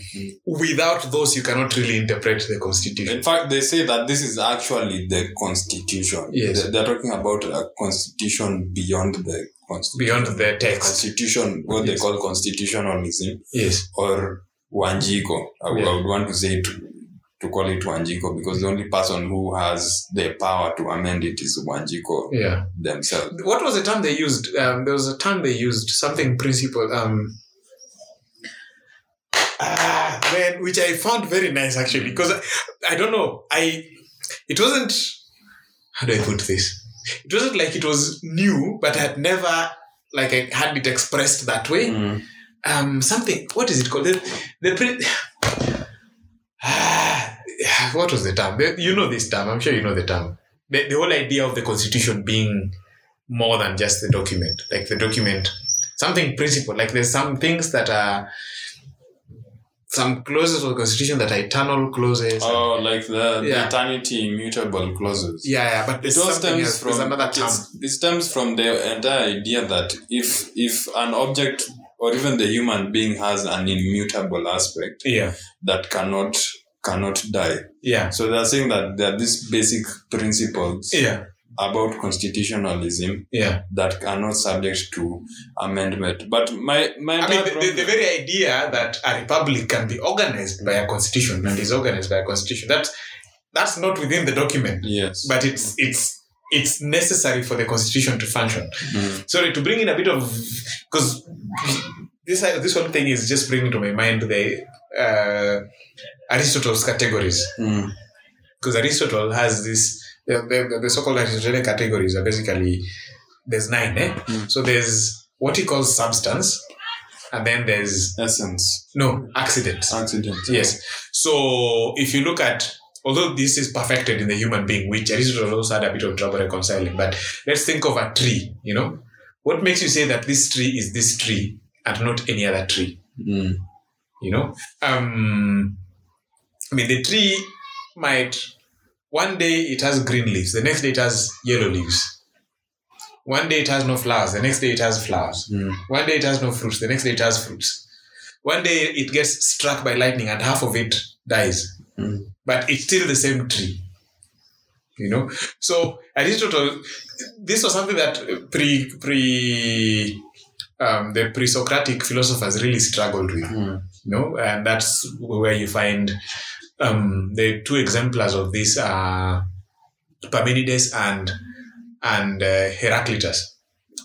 without those you cannot really interpret the constitution.
In fact, they say that this is actually the constitution.
Yes.
They- They're talking about a constitution beyond the constitution.
Beyond the text.
Constitution, what they
Yes.
call constitutionalism
Yes.
or Wanjiko. I, would- I would want to say it, to call it Wanjiko because the only person who has the power to amend it is Wanjiko
Yeah.
themselves.
What was the term they used? Um, there was a term they used, something principle, um Ah man, which I found very nice actually, because I, I don't know. I it wasn't how do I put this? It wasn't like it was new, but I had never like I had it expressed that way. um something what is it called the, the pre- ah, what was the term The- you know this term i'm sure you know the term the, the whole idea of the constitution being more than just the document like the document something principle like there's some things that are some clauses of the constitution that are eternal clauses
Oh, like the, the
Yeah.
eternity immutable clauses.
yeah yeah but there's
it all
something
stems
else
from
there's another term
it's- It stems from the entire idea that if if an object or even the human being has an immutable aspect
yeah
that cannot cannot die.
yeah
So they're saying that there are these basic principles
yeah
about constitutionalism
yeah
that are not subject to amendment. But my my
I mean,
entire
the, the, the
problem-
very idea that a republic can be organized by a constitution and is organized by a constitution that's that's not within the document,
yes.
but it's it's it's necessary for the constitution to function.
Mm.
Sorry to bring in a bit of because this this whole thing is just bringing to my mind the uh, Aristotle's categories
Mm.
because Aristotle has this the, the, the so-called Aristotelian categories are basically there's nine, eh?
Mm.
So there's what he calls substance, and then there's
Essence.
no, accident.
Accident.
Yes. So if you look at, although this is perfected in the human being, which Aristotle also had a bit of trouble reconciling, but let's think of a tree, you know? What makes you say that this tree is this tree and not any other tree?
Mm.
You know, um, I mean, the tree might one day it has green leaves, the next day it has yellow leaves. One day it has no flowers, the next day it has flowers.
Mm.
One day it has no fruits, the next day it has fruits. One day it gets struck by lightning and half of it dies
Mm.
but it's still the same tree. You know, so Aristotle, this was something that pre pre um, the pre-Socratic philosophers really struggled with.
Mm.
You know, and that's where you find um, the two exemplars of this are Parmenides and and uh, Heraclitus.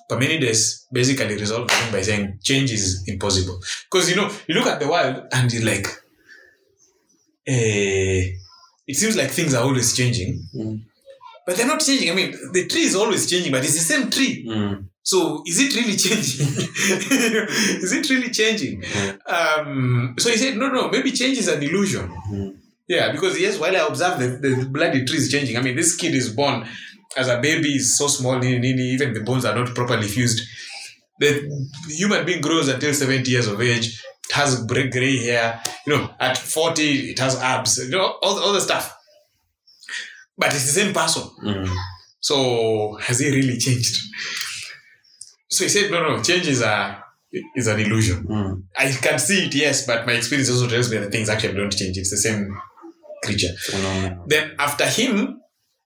Parmenides basically resolved the thing by saying change is impossible because you know you look at the world and you're like, eh, it seems like things are always changing,
Mm.
but they're not changing. I mean, the tree is always changing, but it's the same tree.
Mm.
So is it really changing? is it really changing? Um, so he said, no, no, maybe change is an illusion.
Mm.
Yeah, because yes, while I observe the, the bloody trees changing, I mean, this kid is born as a baby, is so small, nini, nini, even the bones are not properly fused. The human being grows until 70 years of age, has gray, gray hair, you know, at 40, it has abs, you know, all, all the stuff. But it's the same person.
Mm.
So has he really changed? So he said, no, no, change is, a, is an illusion.
Mm.
I can see it, yes, but my experience also tells me that things actually don't change. It's the same creature.
Phenomenal.
Then after him,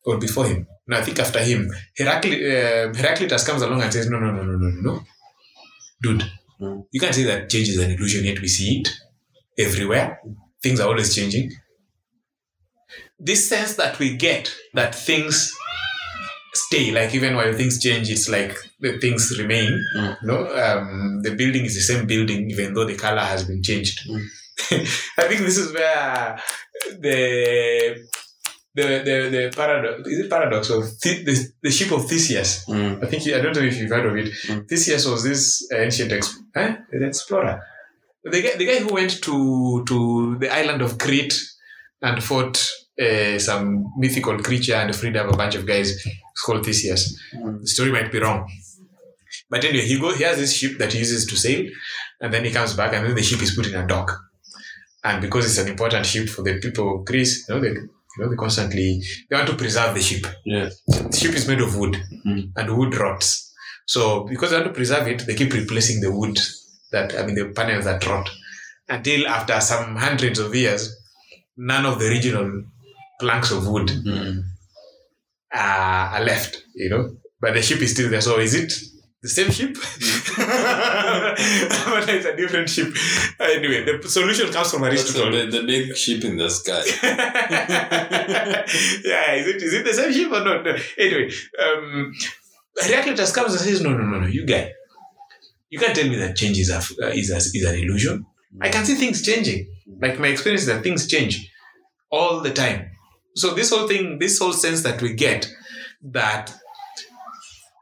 or before him, no, I think after him, Heracli- uh, Heraclitus comes along and says, no, no, no, no, no, no, no. Dude,
Mm.
you can't say that change is an illusion, yet we see it everywhere. Things are always changing. This sense that we get that things stay, like even while things change, it's like the things remain.
Mm.
No, um, the building is the same building, even though the color has been changed.
Mm.
I think this is where the the the, the paradox is it paradox of the, the, the ship of Theseus.
Mm.
Um, I think you- I don't know if you've heard of it.
Mm.
Theseus was this ancient ex- eh? an explorer, the guy, the guy who went to to the island of Crete and fought uh, some mythical creature and freed up a bunch of guys. It's called Theseus.
Mm.
The story might be wrong, but anyway, he go he has this ship that he uses to sail, and then he comes back, and then the ship is put in a dock, and because it's an important ship for the people of Greece, you know they you know they constantly they want to preserve the ship.
Yes.
The ship is made of wood
Mm.
and wood rots. So because they want to preserve it, they keep replacing the wood that I mean the panels that rot until after some hundreds of years, none of the original planks of wood
Mm.
uh, are left. You know, but the ship is still there. So is it the same ship? but it's a different ship. Anyway, the solution comes from
That's the,
Aristotle.
big- the big ship in the sky.
yeah, is it is it the same ship or not? No. Anyway, um, Heraclitus comes and says, "No, no, no, no, you guy, you can't tell me that change is a, uh, is a, is an illusion. I can see things changing. Like my experience is that things change all the time. So this whole thing, this whole sense that we get that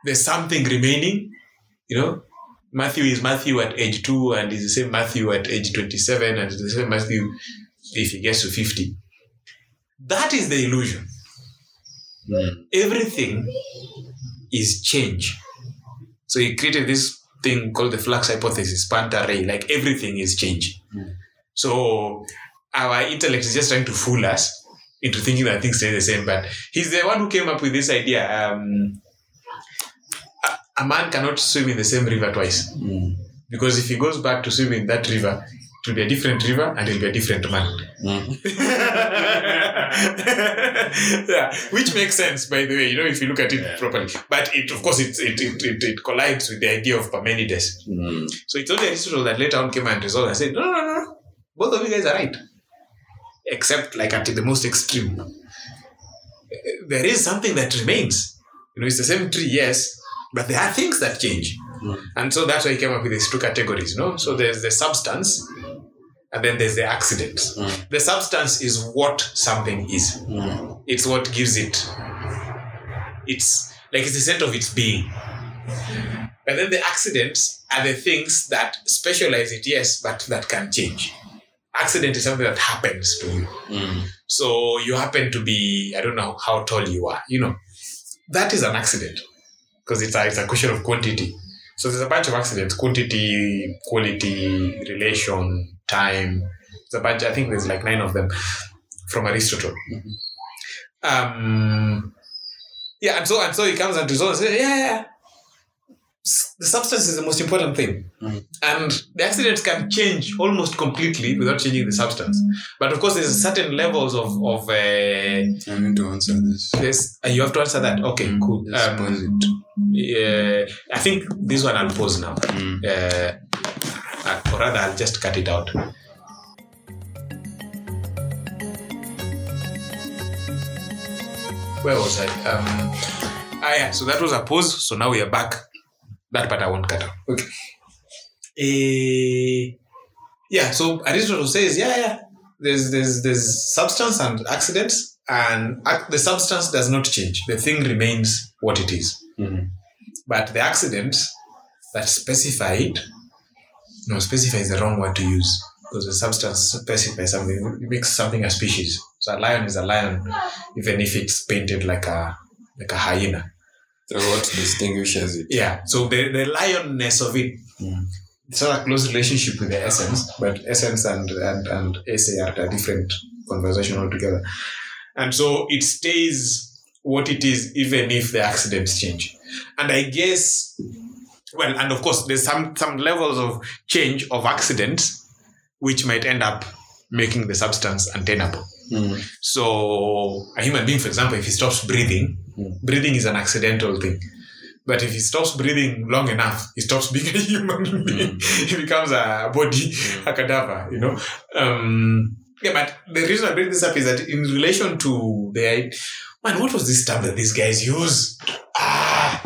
there's something remaining, you know." Matthew is Matthew at age two, and is the same Matthew at age twenty-seven, and is the same Matthew if he gets to fifty. That is the illusion.
Mm.
Everything is change. So he created this thing called the flux hypothesis, Panta Ray, like everything is change.
Mm.
So our intellect is just trying to fool us into thinking that things stay the same. But he's the one who came up with this idea. Um, a, a man cannot swim in the same river twice
Mm.
because if he goes back to swim in that river, it will be a different river and it will be a different man.
Mm.
yeah, which makes sense, by the way. You know, if you look at it
Yeah.
properly, but it, of course, it it, it, it it collides with the idea of Parmenides.
Mm.
So it's only Aristotle that later on came and resolved and said, no, no, no, no, both of you guys are right, except like at the most extreme. Eh, There is something that remains. You know, it's the same tree, yes, but there are things that change,
Mm.
and so that's why he came up with these two categories. No, so there's the substance, and then there's the accident.
Mm.
The substance is what something is.
Mm.
It's what gives it. It's like it's the center of its being. And then the accidents are the things that specialize it, yes, but that can change. Accident is something that happens to you.
Mm.
So you happen to be, I don't know how tall you are, you know. That is an accident because it's a, it's a question of quantity. So there's a bunch of accidents: quantity, quality, relation, time. There's a bunch. I think there's like nine of them from Aristotle. Um, yeah, and so and so he comes and resolves. Yeah, yeah, yeah. S- The substance is the most important thing,
Mhm.
and the accidents can change almost completely without changing the substance. But of course, there's certain levels of of uh,
I need to answer this.
Yes, uh, you have to answer that. Okay,
Mm,
cool.
let's
Um,
pause it.
yeah, I think this one I'll pause now.
Mm.
Uh, uh, or rather, I'll just cut it out. Where was I? Um, ah, yeah, so that was a pause. So now we are back. That part I won't cut out. Okay. Eh, yeah, so Aristotle says, yeah, yeah, there's, there's, there's substance and accidents, and ac- the substance does not change. The thing remains what it is
Mhm.
but the accidents that specified no specify is the wrong word to use because the substance specifies something it makes something a species so a lion is a lion even if it's painted like a like a hyena
So what distinguishes it?
yeah so the, the lionness of it
Mm.
it's not a close relationship with the essence but essence and and and essay are a different conversation altogether and so it stays what it is even if the accidents change and i guess well and of course there's some some levels of change of accidents which might end up making the substance untenable
Mm.
so a human being, for example, if he stops breathing,
Mm.
breathing is an accidental thing. But if he stops breathing long enough, he stops being a human being. he becomes a body, a cadaver, you know. Um, yeah, but the reason I bring this up is that in relation to the man, what was this term that these guys use? Ah,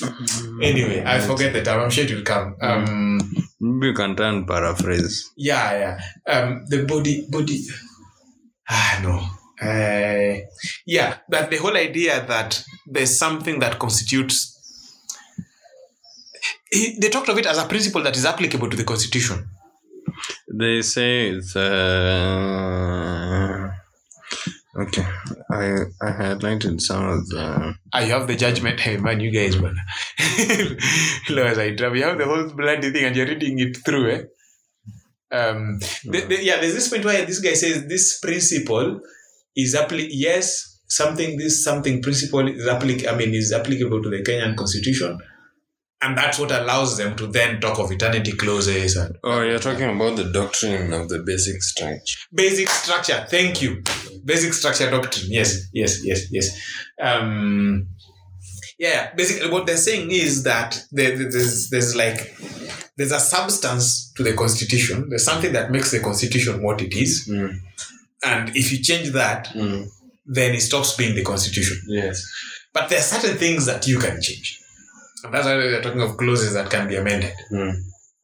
Hmm.
anyway, I forget the term. I'm sure it will come. Um,
Maybe you can try and paraphrase.
yeah, yeah. Um, the body, body. Ah, no. Uh, yeah, but the whole idea that there's something that constitutes. He- They talked of it as a principle that is applicable to the constitution.
They say it's uh, okay. I I highlighted some of the
Ah, you have the judgment. Hey, man, you guys, man. Otherwise, I drive. You have the whole bloody thing and you're reading it through, eh? Um, the, the, yeah, there's this point where this guy says this principle is appli- yes, something, this something principle is applic- I mean, is applicable to the Kenyan constitution. And that's what allows them to then talk of eternity clauses and
Oh, you're talking about the doctrine of the basic structure.
basic structure thank you basic structure doctrine yes yes yes yes um yeah basically what they're saying is that there, there- there's there's like there's a substance to the constitution there's something that makes the constitution what it is
Mm.
and if you change that
Mm.
then it stops being the constitution
Yes.
but there are certain things that you can change and that's why they're talking of clauses that can be amended
Mm.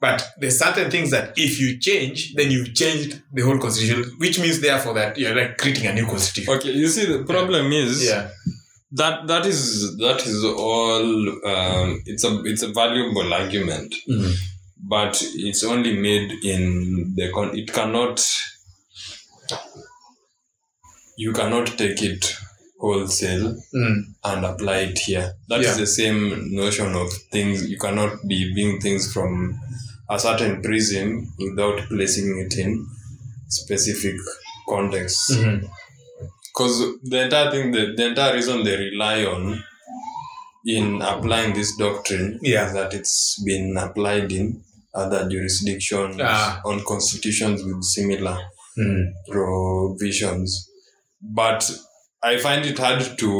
but there's certain things that if you change, then you've changed the whole constitution, which means therefore that you're like creating a new constitution.
Okay. You see, the problem is
Yeah.
that that is that is all. Um, it's a it's a valuable argument.
Mm-hmm.
but it's only made in the con- it cannot you cannot take it wholesale
Mm.
and apply it here That is
Yeah.
the same notion of things you cannot be viewing things from a certain prism without placing it in specific context
Mhm.
because the entire thing the, the entire reason they rely on in applying this doctrine
Yeah.
is that it's been applied in other jurisdictions
Ah.
on constitutions with similar
Mm.
provisions but i find it hard to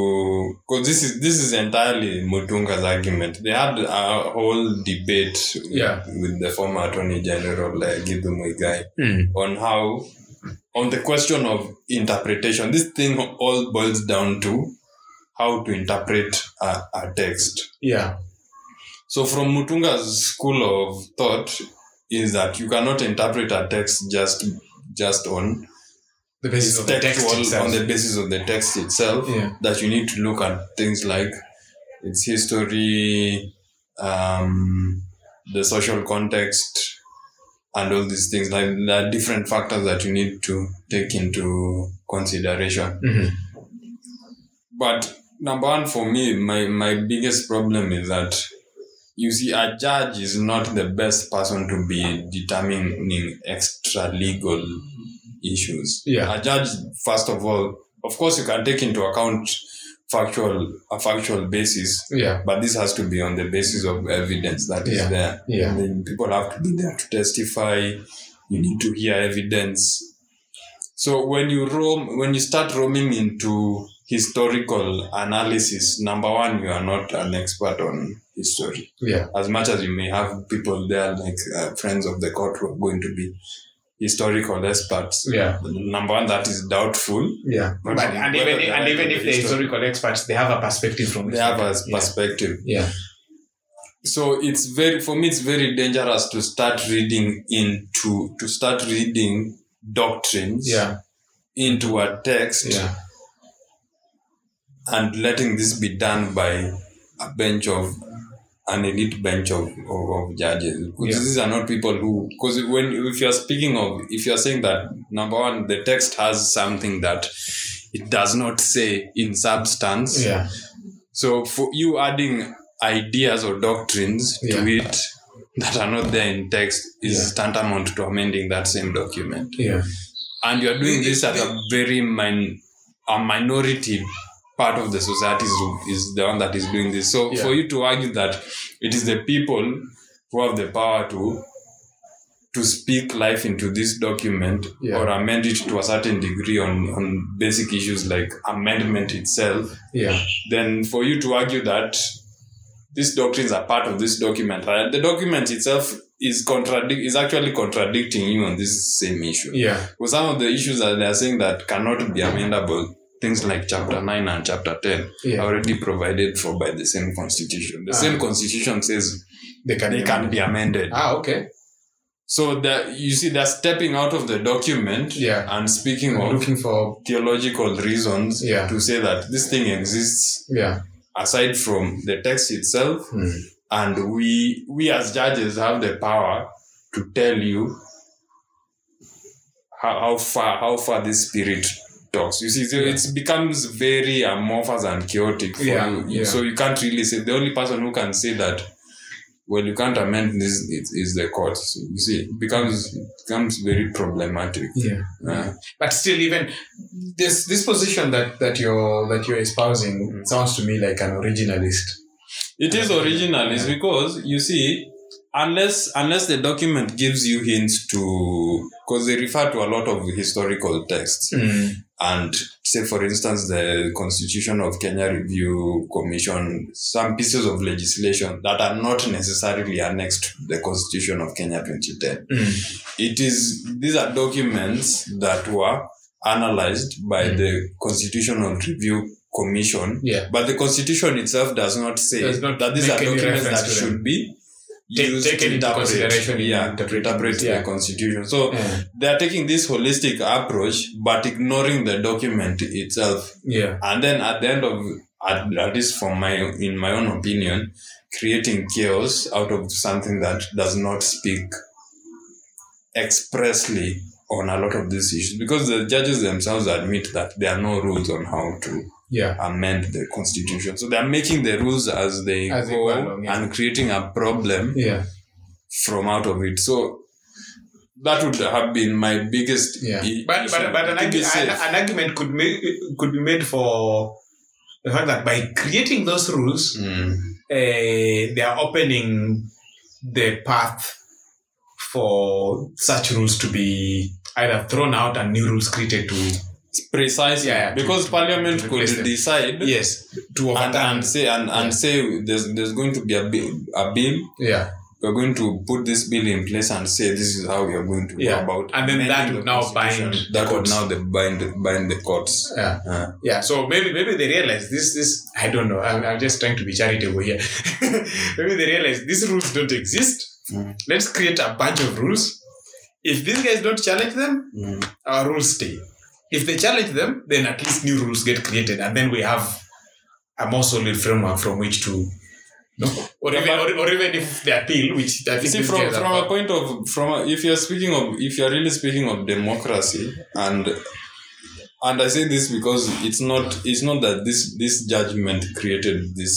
because this is this is entirely mutunga's argument they had a whole debate with,
Yeah.
with the former attorney general like Githu Muigai
Mm.
on how on the question of interpretation this thing all boils down to how to interpret a, a text
Yeah.
so from mutunga's school of thought is that you cannot interpret a text just just on
The basis
its
of the text
textual-
itself.
on the basis of the text itself
Yeah.
that you need to look at things like its history um, the social context and all these things like there are different factors that you need to take into consideration
Mhm.
but number one for me my, my biggest problem is that you see, a judge is not the best person to be determining extra legal issues.
Yeah.
A judge, first of all, of course, you can take into account factual a factual basis,
Yeah.
but this has to be on the basis of evidence that is
Yeah.
there.
Yeah.
And then people have to be there to testify. You need to hear evidence. So when you roam, when you start roaming into historical analysis, number one, you are not an expert on history.
Yeah.
As much as you may have people there, like uh, friends of the court, who are going to be historical experts.
Yeah.
Number one, that is doubtful.
Yeah.
But
But, and
whether
even
they
and
are
even
to
if
the
they're
history-
historical experts, they have a perspective from
They
history.
have a perspective.
Yeah.
so it's very for me it's very dangerous to start reading into to start reading doctrines
Yeah.
into a text
Yeah.
and letting this be done by a bench of an elite bench of, of, of judges because
Yeah.
these are not people who because when if you're speaking of if you're saying that number one the text has something that it does not say in substance
Yeah.
so for you adding ideas or doctrines
Yeah.
to it that are not there in text is tantamount to amending that same document.
Yeah.
And you are doing this at a very min- a minority part of the society is, is the one that is doing this. So
Yeah.
for you to argue that it is the people who have the power to to speak life into this document
Yeah.
or amend it to a certain degree on, on basic issues like amendment itself
Yeah.
then for you to argue that these doctrines are part of this document, right? the document itself is contradict is actually contradicting you on this same issue.
Yeah.
Because some of the issues that they are saying that cannot be amendable, things like chapter nine and chapter ten, are
Yeah.
already provided for by the same constitution. The
Ah.
same constitution says
They can.
they can be amended.
Ah. Okay.
So that you see, they're stepping out of the document
Yeah.
and speaking
We're
of
looking for.
theological reasons
Yeah.
to say that this thing exists
Yeah.
aside from the text itself
Hmm.
and we we as judges have the power to tell you how, how far how far this spirit talks you see so
Yeah.
it becomes very amorphous and chaotic for
Yeah,
you
yeah.
so you can't really say the only person who can say that well you can't amend this is, is the court so you see it becomes becomes very problematic
Yeah.
Uh,
But still, even this this position that that you're that you're espousing
Mm.
sounds to me like an originalist.
It is original, is because you see, unless unless the document gives you hints to, because they refer to a lot of historical texts,
Mm-hmm.
and say for instance the Constitution of Kenya Review Commission, some pieces of legislation that are not necessarily annexed to the Constitution of Kenya 2010.
Mm.
It is these are documents that were analyzed by
Mm.
the Constitutional Review Commission
Yeah.
but the constitution itself does not say
Does not
that these
make
are
any
documents
reference
that
to them.
should be
Ta-
used
taken into
to interpret,
consideration in
yeah, to
interpreting
interpret
this, yeah.
the constitution. So
Yeah.
they are taking this holistic approach, but ignoring the document itself.
Yeah.
And then at the end of, at, at least for my, in my own opinion, creating chaos out of something that does not speak expressly on a lot of these issues because the judges themselves admit that there are no rules on how to
Yeah.
amend the constitution. So they are making the rules as they
As they
go
go along, yeah.
and creating a problem
Yeah.
from out of it. So that would have been my biggest.
Yeah.
i-
But
issue.
but, but an,
To be
argu- an,
safe.
an argument could make could be made for the fact that by creating those rules,
Mm.
uh, they are opening the path for such rules to be either thrown out and new rules created to
Precisely,
Yeah, yeah, to-
because
to-
Parliament
to
could
replace them.
decide
yes to
and,
overturn
and say and, and say there's there's going to be a bill, a bill.
yeah
We're going to put this bill in place and say this is how we are going to
Yeah.
go about.
And then that
amending
would
the
now
constitution.
bind
that
the
would
courts.
now the bind bind the courts.
yeah
Uh,
yeah so maybe maybe they realize this this I don't know I'm, I'm just trying to be charitable here maybe they realize these rules don't exist
Mm.
let's create a bunch of rules if these guys don't challenge them
mm.
our rules stay if they challenge them then at least new rules get created and then we have a more solid framework from which to no. or, even, or, or even if they appeal which I think
You see,
these
from
guys are
from a point of from a, if you're speaking of if you're really speaking of democracy and and I say this because it's not it's not that this this judgment created this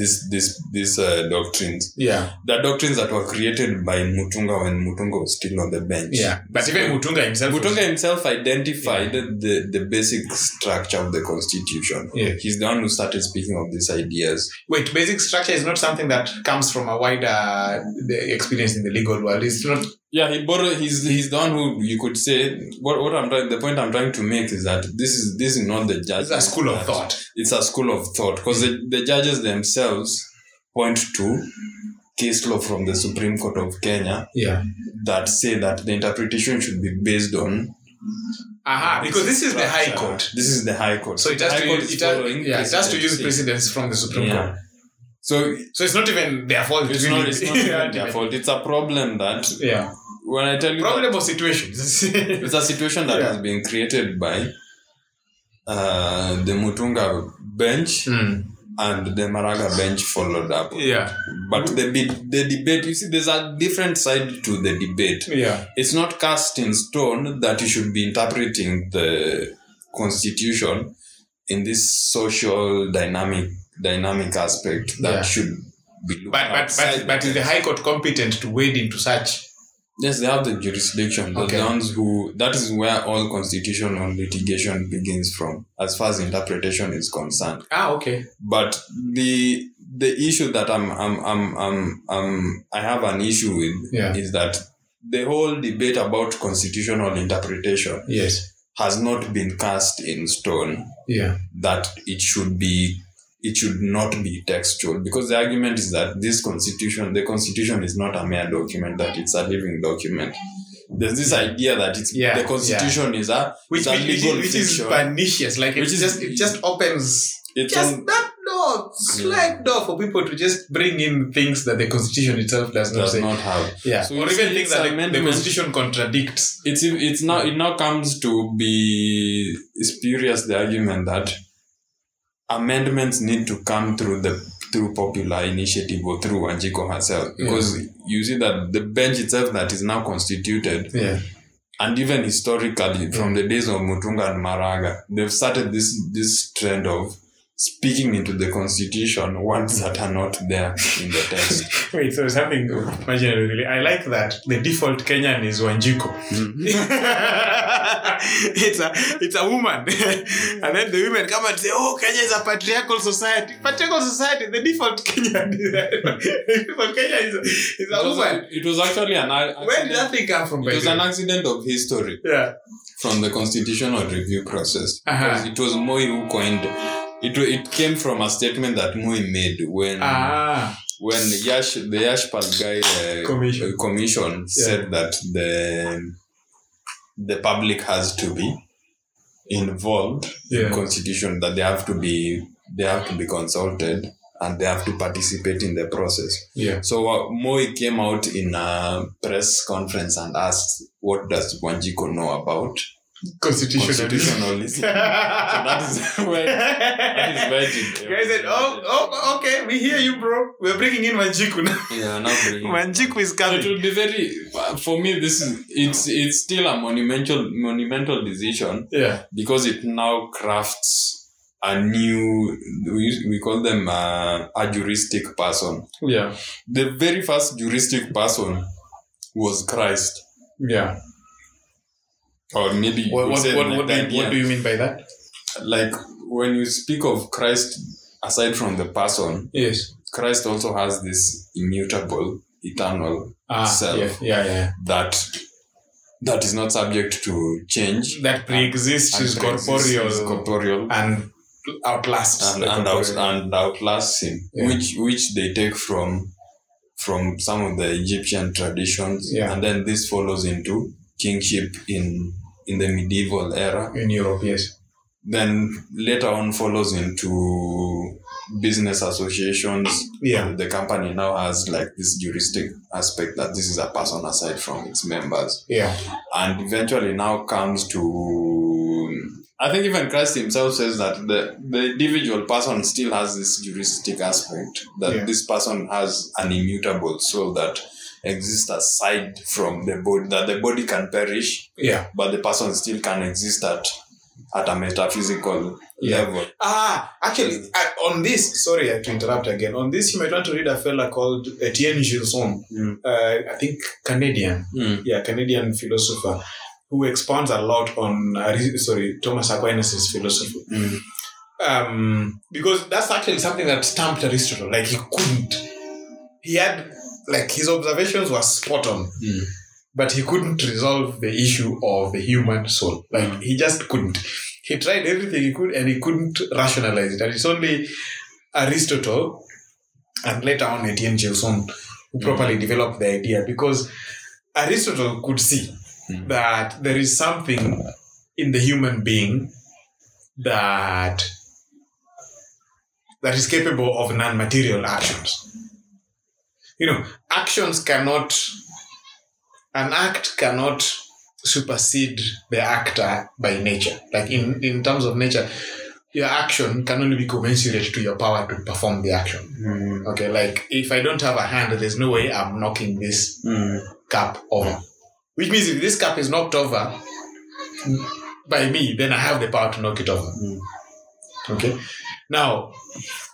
this this these uh, doctrines.
Yeah,
The doctrines that were created by Mutunga when Mutunga was still on the bench.
yeah. But even Mutunga himself. was-
Mutunga himself identified the, the basic structure of the constitution.
Yeah.
He's the one who started speaking of these ideas.
Wait, basic structure is not something that comes from a wider uh, the experience in the legal world. It's not.
Yeah, he borrowed. He's he's the one who you could say what what I'm trying. The point I'm trying to make is that this is this is not the judge.
It's a school of thought.
It's a school of thought because the, the judges themselves point to case law from the Supreme Court of Kenya
Yeah.
that say that the interpretation should be based on
Aha, Ah, because this is the High
structure.
Court.
This is the High Court.
So it has
High
to
Court
use,
is
it has,
following
yeah, it has to use
precedents.
precedents from the Supreme Court.
Yeah. So
So it's not even their fault.
it's
really.
not, it's not
Yeah,
even their fault. It's a problem that
Yeah.
when I tell you that
Problem or situations.
it's a situation that
Yeah.
has been created by uh, the Mutunga bench
Hmm.
and the Maraga bench followed up.
Yeah.
But the bit, the debate, you see, there's a different side to the debate.
Yeah.
It's not cast in stone that you should be interpreting the constitution in this social dynamic dynamic aspect that
Yeah.
should be looked
But but but,
outside
but is the High Court competent to wade into such?
Yes, they have the jurisdiction. They're
Okay.
The ones who that is where all constitutional litigation begins from, as far as interpretation is concerned.
Ah, okay.
But the the issue that I'm I'm I'm I'm, I'm I have an issue with
Yeah.
is that the whole debate about constitutional interpretation
Yes.
has not been cast in stone
Yeah.
that it should be it should not be textual because the argument is that this constitution the constitution is not a mere document that it's a living document there's this idea that it's
Yeah,
the constitution is a
Which,
it's a
which, which,
legal
is- which is
fiction
pernicious. Like it
Which is-
just it just opens
it's
just
an-
that door, slight door for people to just bring in things that the constitution itself does not
does
say.
not have
Yeah.
So
or
you
even
see,
things
it's
that the- the
amendment-
constitution contradicts.
it's it's now it now comes to be spurious the argument that amendments need to come through the through popular initiative or through Wanjiko herself because you see that the bench itself that is now constituted
Yeah.
and even historically from the days of Mutunga and Maraga, they've started this this trend of speaking into the constitution words that are not there in the text.
Wait, so something marginally really. I like that the default Kenyan is Wanjiko.
Mm-hmm.
it's a it's a woman. and then the women come and say, Oh, Kenya is a patriarchal society. Patriarchal society, the default Kenyan is the default Kenya is a, is
It
a
was,
woman.
it was actually an a-
Where did that
accident,
thing come from? by
it was
the
an
way?
accident of history
yeah.
from the constitutional review process.
Uh-huh.
Because It was Moi who coined it. wa- It came from a statement that Moi made when
Ah.
when Yash the Yashpal guy uh,
Commission.
uh, commission said that the the public has to be involved in
Yeah.
constitution that they have to be they have to be consulted and they have to participate in the process
Yeah.
so uh, moi came out in a press conference and asked what does wanjiko know about
Constitutionalism.
constitutionalism so that
that
is where that is where it-
Guys said, Oh, oh okay, we hear you, bro. We're bringing in Wanjiku now.
yeah now bring it.
Wanjiku is
So it
coming.
will be very for me this is it's it's still a monumental monumental decision
Yeah.
because it now crafts a new we, we call them uh, a juristic person
Yeah.
the very first juristic person was christ
Yeah.
or maybe you
What,
could
what,
say
what,
like
what, do
the
you, what do
idea-
you mean by that?
like when you speak of christ aside from the person
Yes.
christ also has this immutable eternal
Ah,
Self.
yeah, yeah, yeah.
that that is not subject to change
that pre-exists
and
is
practices
corporeal
is corporeal
and outlasts
and,
the
and, out,
corporeal.
and outlasts him,
Yeah.
which which they take from from some of the Egyptian traditions,
Yeah.
and then this follows into kingship in in the medieval era.
in Europe, yes.
Then later on follows into business associations.
Yeah.
The company now has like this juristic aspect that this is a person aside from its members
Yeah.
and eventually now comes to I think even Christ himself says that the, the individual person still has this juristic aspect that
Yeah.
this person has an immutable soul that exists aside from the body that the body can perish
Yeah.
but the person still can exist at at a metaphysical
Yeah.
level.
Ah, actually, I, on this, sorry I have to interrupt again. On this, you might want to read a fella called Etienne Gilson,
Mm.
uh, I think Canadian,
Mm.
yeah, Canadian philosopher, who expounds a lot on, uh, re- sorry, Thomas Aquinas' philosophy.
Mm.
Um, because that's actually something that stamped Aristotle. Like, he couldn't. He had, like, his observations were spot on.
Mm.
but he couldn't resolve the issue of the human soul. Like
Mm.
he just couldn't. He tried everything he could and he couldn't rationalize it. And it's only Aristotle and later on Etienne Gilson who
Mm.
properly developed the idea because Aristotle could see
Mm.
that there is something in the human being that that is capable of non-material actions. You know, actions cannot an act cannot supersede the actor by nature. Like in, in terms of nature, your action can only be commensurate to your power to perform the action.
Mm.
Okay, like if I don't have a hand, there's no way I'm knocking this
Mm.
cup over. Which means if this cup is knocked over by me, then I have the power to knock it over.
Mm.
Okay. Now,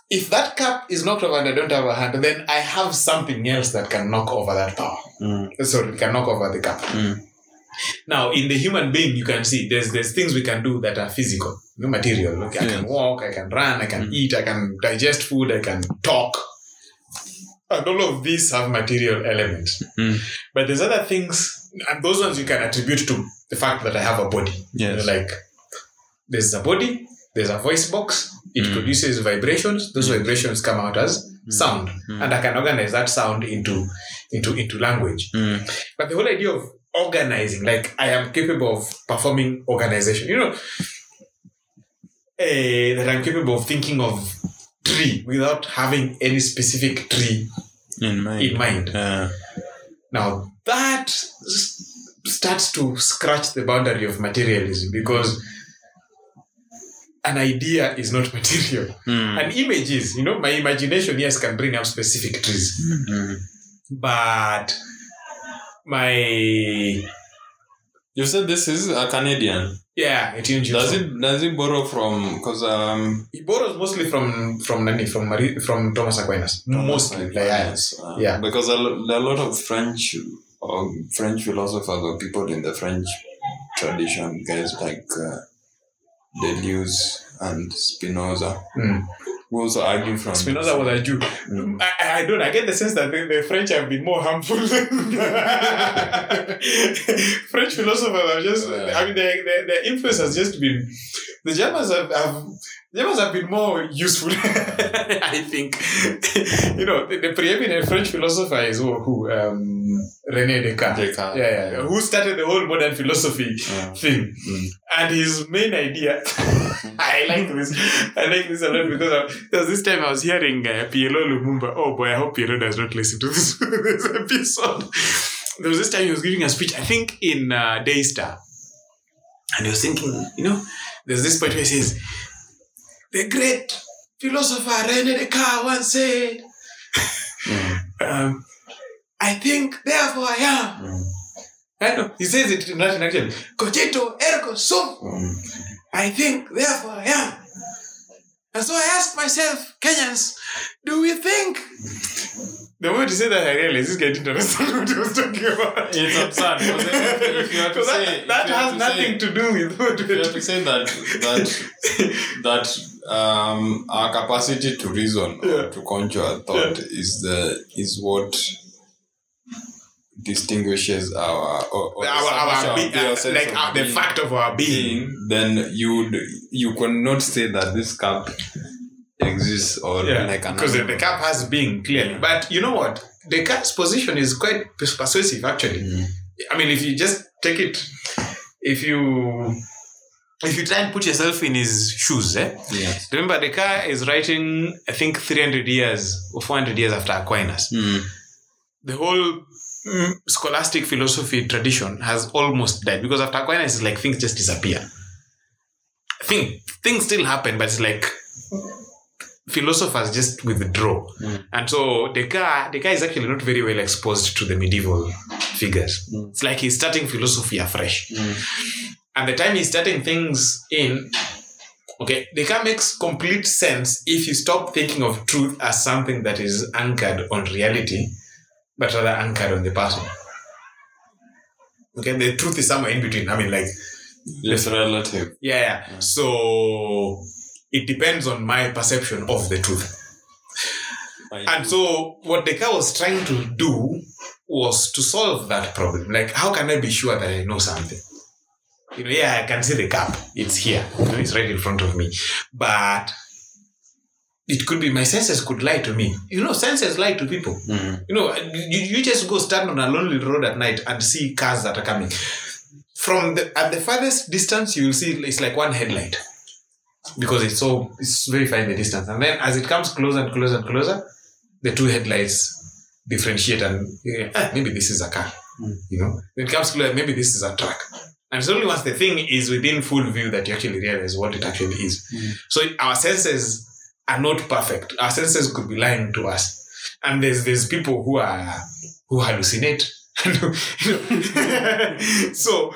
if that cup is knocked over and I don't have a hand, then I have something else that can knock over that power.
Mm.
Sorry, can knock over the cup.
Mm.
Now, in the human being, you can see there's there's things we can do that are physical, no material. Like I can
Yes.
walk, I can run, I can
Mm.
eat, I can digest food, I can talk. And all of these have material elements.
Mm.
But there's other things, and those ones you can attribute to the fact that I have a body. You know,
Yes.
like there's a body, there's a voice box, it
Mm.
produces vibrations, those
Mm.
vibrations come out as
Mm.
sound.
Mm.
And I can organize that sound into into into language.
Mm.
But the whole idea of organizing, like I am capable of performing organization, you know, eh, that I'm capable of thinking of tree without having any specific tree
In mind.
in mind.
Yeah.
Now that s- starts to scratch the boundary of materialism because an idea is not material.
Mm.
An image is, you know, my imagination, yes, can bring up specific trees.
Mm.
But my
You said this is a Canadian.
yeah, it
Does it does it borrow from because um
he borrows mostly from from Nani, from Marie, from Thomas Aquinas. mostly, like, yeah.
Yes, uh,
Yeah.
Because a lo- there are a lot of French um, French philosophers or people in the French tradition, guys like uh, Deleuze and Spinoza,
Mm.
who also argue from
Spinoza was a Jew.
Mm.
I, I- I don't. I get the sense that the, the French have been more harmful. French philosophers have just. I mean, their, their, their influence has just been. The Germans have. have the Germans have been more useful, I think. you know, the, the preeminent French philosopher is who, who um, René Descartes.
Descartes.
Yeah, yeah, who started the whole modern philosophy
Yeah.
thing.
Mm.
And his main idea, I like this. I like this a lot because I, there was this time I was hearing uh, PLO Lumumba. Oh boy, I hope PLO does not listen to this, this episode. There was this time he was giving a speech, I think in uh, Daystar. And he was thinking, you know, there's this point where he says, The great philosopher René Descartes once said,
Mm.
um, I think, therefore I am.
Mm.
I know. He says it in Latin actually. Cogito ergo sum.
Mm.
I think, therefore I am. And so I asked myself, Kenyans, do we think? The moment you say that, I realized this guy didn't understand what he was talking about.
It's absurd, 'cause if- if you have to
'Cause
say-
that,
if
that
you have
has
to
nothing
say-
to do with what
You
we're
have to say that that that um, our capacity to reason
Yeah.
or to conjure a thought is the is what distinguishes our or, or
our,
establishes
our, be-
pure
uh,
sense
like
of
uh, the
being.
fact of our being.
being, then you would you could not say that this cup exists or like an
because the cap has being clearly. But you know what? The cap's position is quite pers- persuasive actually.
Mm.
I mean, if you just take it, if you if you try and put yourself in his shoes, eh?
Yeah.
Remember, Descartes is writing, I think, 300 years or 400 years after Aquinas.
Mm.
The whole mm, scholastic philosophy tradition has almost died because after Aquinas, it's like things just disappear. Think things still happen, but it's like philosophers just withdraw,
Mm.
and so Descartes, Descartes is actually not very well exposed to the medieval figures.
Mm.
It's like he's starting philosophy afresh.
Mm.
and the time he's starting things in okay they can make complete sense if you stop thinking of truth as something that is anchored on reality but rather anchored on the person okay the truth is somewhere in between i mean like
It's relative.
yeah, yeah.
Yeah.
so it depends on my perception of the truth
I-
and so what Descartes was trying to do was to solve that problem. Like, how can I be sure that I know something? You know, yeah, I can see the cup. It's here. You know, it's right in front of me. But it could be my senses could lie to me. You know, senses lie to people.
Mm.
You know, you, you just go stand on a lonely road at night and see cars that are coming. From the at the farthest distance, you will see it's like one headlight because it's so it's very far in the distance. And then as it comes closer and closer and closer, the two headlights differentiate and eh, ah, maybe this is a car.
Mm.
You know, when it comes closer, maybe this is a truck. And it's only once the thing is within full view that you actually realize what it actually is.
Mm.
So our senses are not perfect. Our senses could be lying to us. And there's there's people who are who hallucinate. You know? so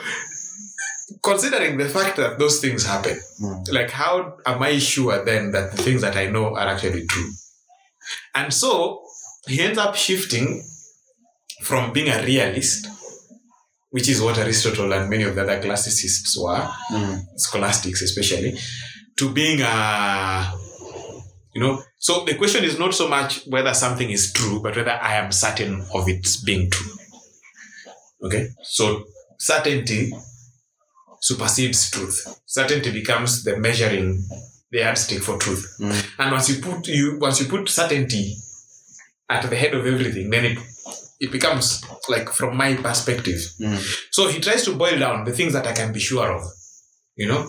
considering the fact that those things happen,
Mm.
like how am i sure then that the things that i know are actually true and so he ends up shifting from being a realist which is what aristotle and many of the other classicists were
Mm.
scholastics especially to being a you know so the question is not so much whether something is true but whether i am certain of its being true okay so certainty supersedes truth certainty becomes the measuring the yardstick for truth
Mm.
and once you put you once you put certainty at the head of everything then it it becomes like from my perspective
Mm.
so he tries to boil down the things that I can be sure of. You know,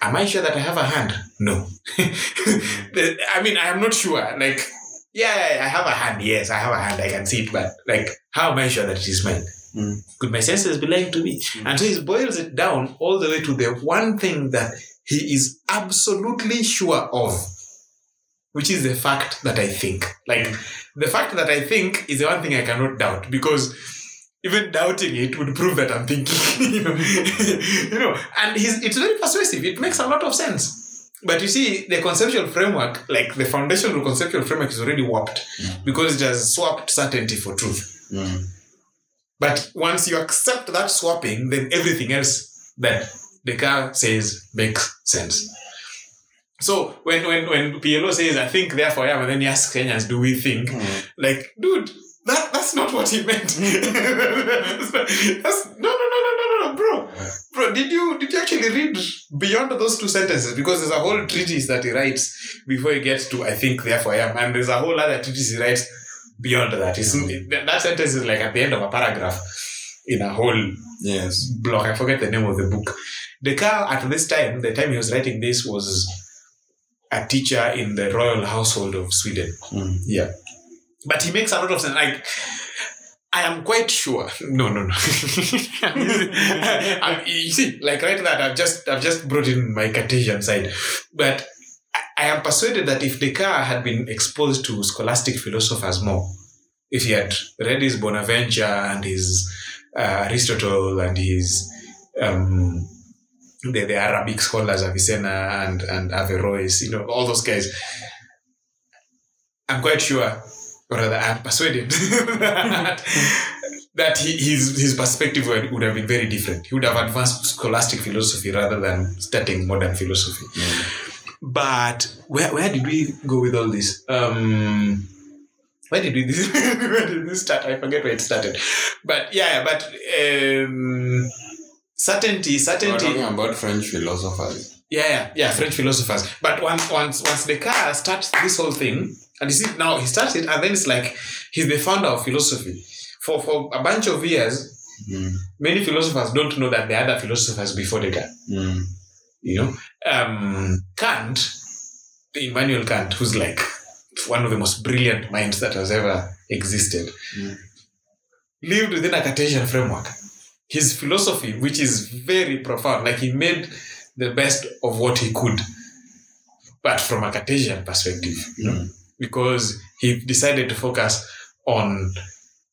am I sure that I have a hand? No. The- I mean, I am not sure. Like, yeah, yeah, I have a hand. Yes, I have a hand. I can see it, but like, how am I sure that it is mine?
Mm.
Could my senses be lying to me?
Mm.
And so he boils it down all the way to the one thing that he is absolutely sure of, which is the fact that I think. Like, the fact that I think is the one thing I cannot doubt because even doubting it would prove that I'm thinking. you, know? You know, and he's, it's very persuasive. It makes a lot of sense. But you see, the conceptual framework, like the foundational conceptual framework, is already warped
Mm.
because it has swapped certainty for truth.
Mm.
But once you accept that swapping, then everything else that Descartes says makes sense. So when, when, when PLO says, I think, therefore I am, and then he asks Kenyans, do we think?
Mm.
like, dude, that, that's not what he meant. that's, no, no, no, no, no, no, no, bro, bro. Did you did you actually read beyond those two sentences? Because there's a whole treatise that he writes before he gets to I think therefore I am, and there's a whole other treatise he writes beyond that. It's, that that sentence is like at the end of a paragraph in a whole
Yes.
block. I forget the name of the book. Descartes, at this time, the time he was writing this, was a teacher in the royal household of Sweden.
Mm.
Yeah. But he makes a lot of sense. Like, I am quite sure. No, no, no. I'm, you see, like right that I've just I've just brought in my Cartesian side, but I- I am persuaded that if Descartes had been exposed to scholastic philosophers more, if he had read his Bonaventure and his uh, Aristotle and his um, the, the Arabic scholars Avicenna and and Averroes, you know, all those guys, I'm quite sure, or rather, I'm persuaded that, that he, his his perspective would, would have been very different. He would have advanced scholastic philosophy rather than studying modern philosophy.
Mm.
But where where did we go with all this? Um, where did we this where did this start? I forget where it started. But yeah, but um, certainty,
We're
certainty.
talking about French philosophers.
Yeah, yeah, yeah, French philosophers. But once once once Descartes starts this whole thing, and you see now he starts it, and then it's like he's the founder of philosophy. For for a bunch of years,
Mm.
many philosophers don't know that there are other philosophers before Descartes.
Mm.
You know, um, Kant, Immanuel Kant, who's like one of the most brilliant minds that has ever existed,
Mm.
lived within a Cartesian framework. His philosophy, which is very profound, like he made the best of what he could, but from a Cartesian perspective, you know,
Mm.
because he decided to focus on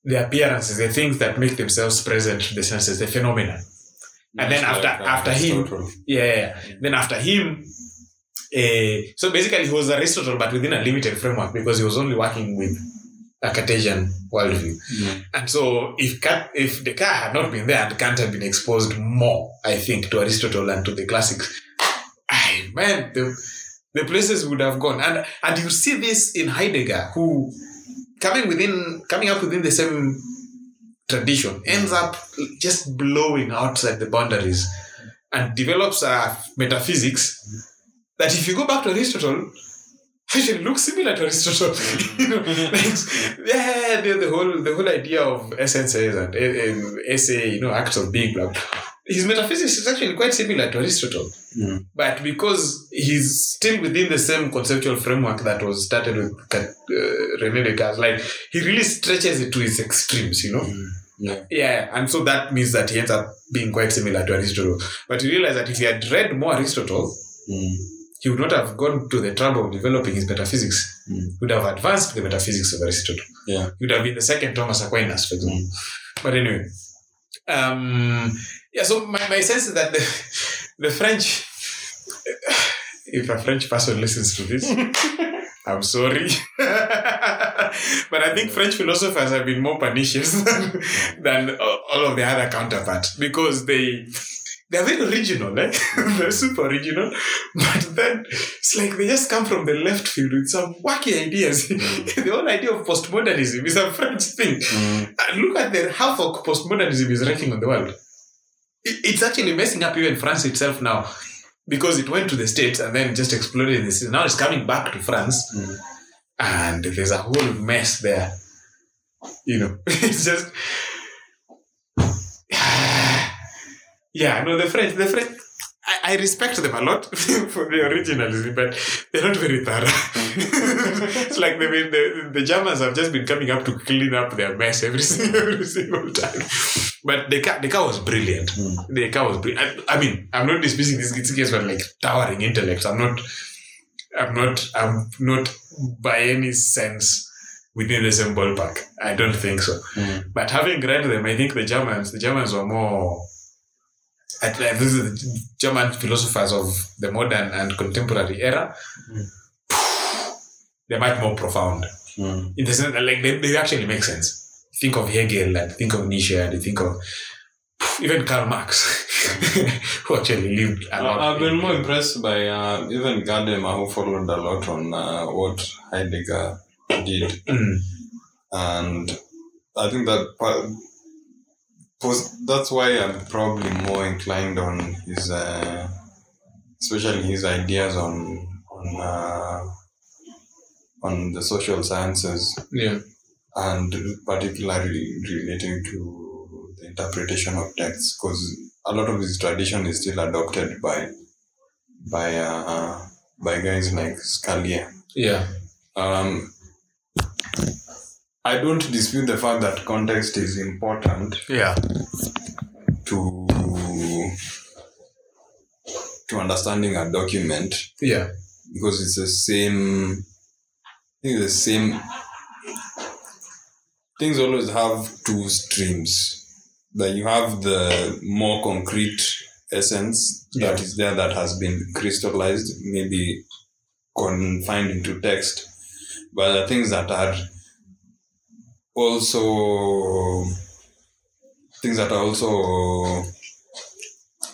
the appearances, the things that make themselves present to the senses, the phenomena. and then
Much
after
like, uh,
after him,
Aristotle.
yeah, yeah, yeah. Then after him, uh, so basically he was Aristotle, but within a limited framework because he was only working with a Cartesian worldview.
Mm.
And so if Cat, if Descartes had not been there, and Kant had been exposed more, I think, to Aristotle and to the classics, I man, the, the places would have gone. And and you see this in Heidegger, who coming within coming up within the same tradition ends up just blowing outside the boundaries and develops a metaphysics that if you go back to Aristotle, actually looks similar to Aristotle. you know, like, yeah, the, the whole the whole idea of essences and eh, eh, essay, you know, acts of being, blah. blah. His metaphysics is actually quite similar to Aristotle,
Mm.
but because he's still within the same conceptual framework that was started with Cat- uh, René Descartes, like he really stretches it to its extremes, you know.
Mm. Yeah.
Yeah, and so that means that he ends up being quite similar to Aristotle. But you realize that if he had read more Aristotle,
Mm.
he would not have gone to the trouble of developing his metaphysics.
Mm.
He would have advanced the metaphysics of Aristotle.
Yeah.
He would have been the second Thomas Aquinas, for example. But anyway. Um, yeah, so my, my sense is that the, the French, if a French person listens to this, I'm sorry. but I think French philosophers have been more pernicious than, than a- all of the other counterparts because they they're very original, eh? they're super original. But then it's like they just come from the left field with some wacky ideas. the whole idea of postmodernism is a French thing.
Mm.
And look at the havoc postmodernism is wreaking on the world. I- It's actually messing up even France itself now because it went to the States and then just exploded in the States. Now it's coming back to France
Mm.
and there's a whole mess there. You know, it's just. yeah, no, the French, the French. I, I respect them a lot for the originalism, but they're not very thorough. it's like the, the the Germans have just been coming up to clean up their mess every, single- every single time. But the car, the car was brilliant.
Mm.
The car was brilliant. I, I mean, I'm not dismissing these these guys were like towering intellects. I'm not I'm not I'm not by any sense within the same ballpark. I don't think so.
Mm.
But having read them, I think the Germans the Germans were more at least this is the German philosophers of the modern and contemporary era.
Mm.
They're much more profound.
Mm.
In the sense that like they, they actually make sense. Think of Hegel and think of Nietzsche and think of even Karl Marx, who actually lived a lot.
I- I've been more impressed by uh, even Gadamer, who followed a lot on uh, what Heidegger did,
Mm,
and I think that pa- pos- that's why I'm probably more inclined on his, uh, especially his ideas on on uh, on the social sciences
yeah.
and particularly relating to the interpretation of texts, because a lot of this tradition is still adopted by by uh, by guys like Scalia.
Yeah.
Um, I don't dispute the fact that context is important
Yeah.
to to understanding a document,
Yeah.
because it's the same I think the same things always have two streams that you have the more concrete essence that is there that has been crystallized maybe confined into text but the things that are also things that are also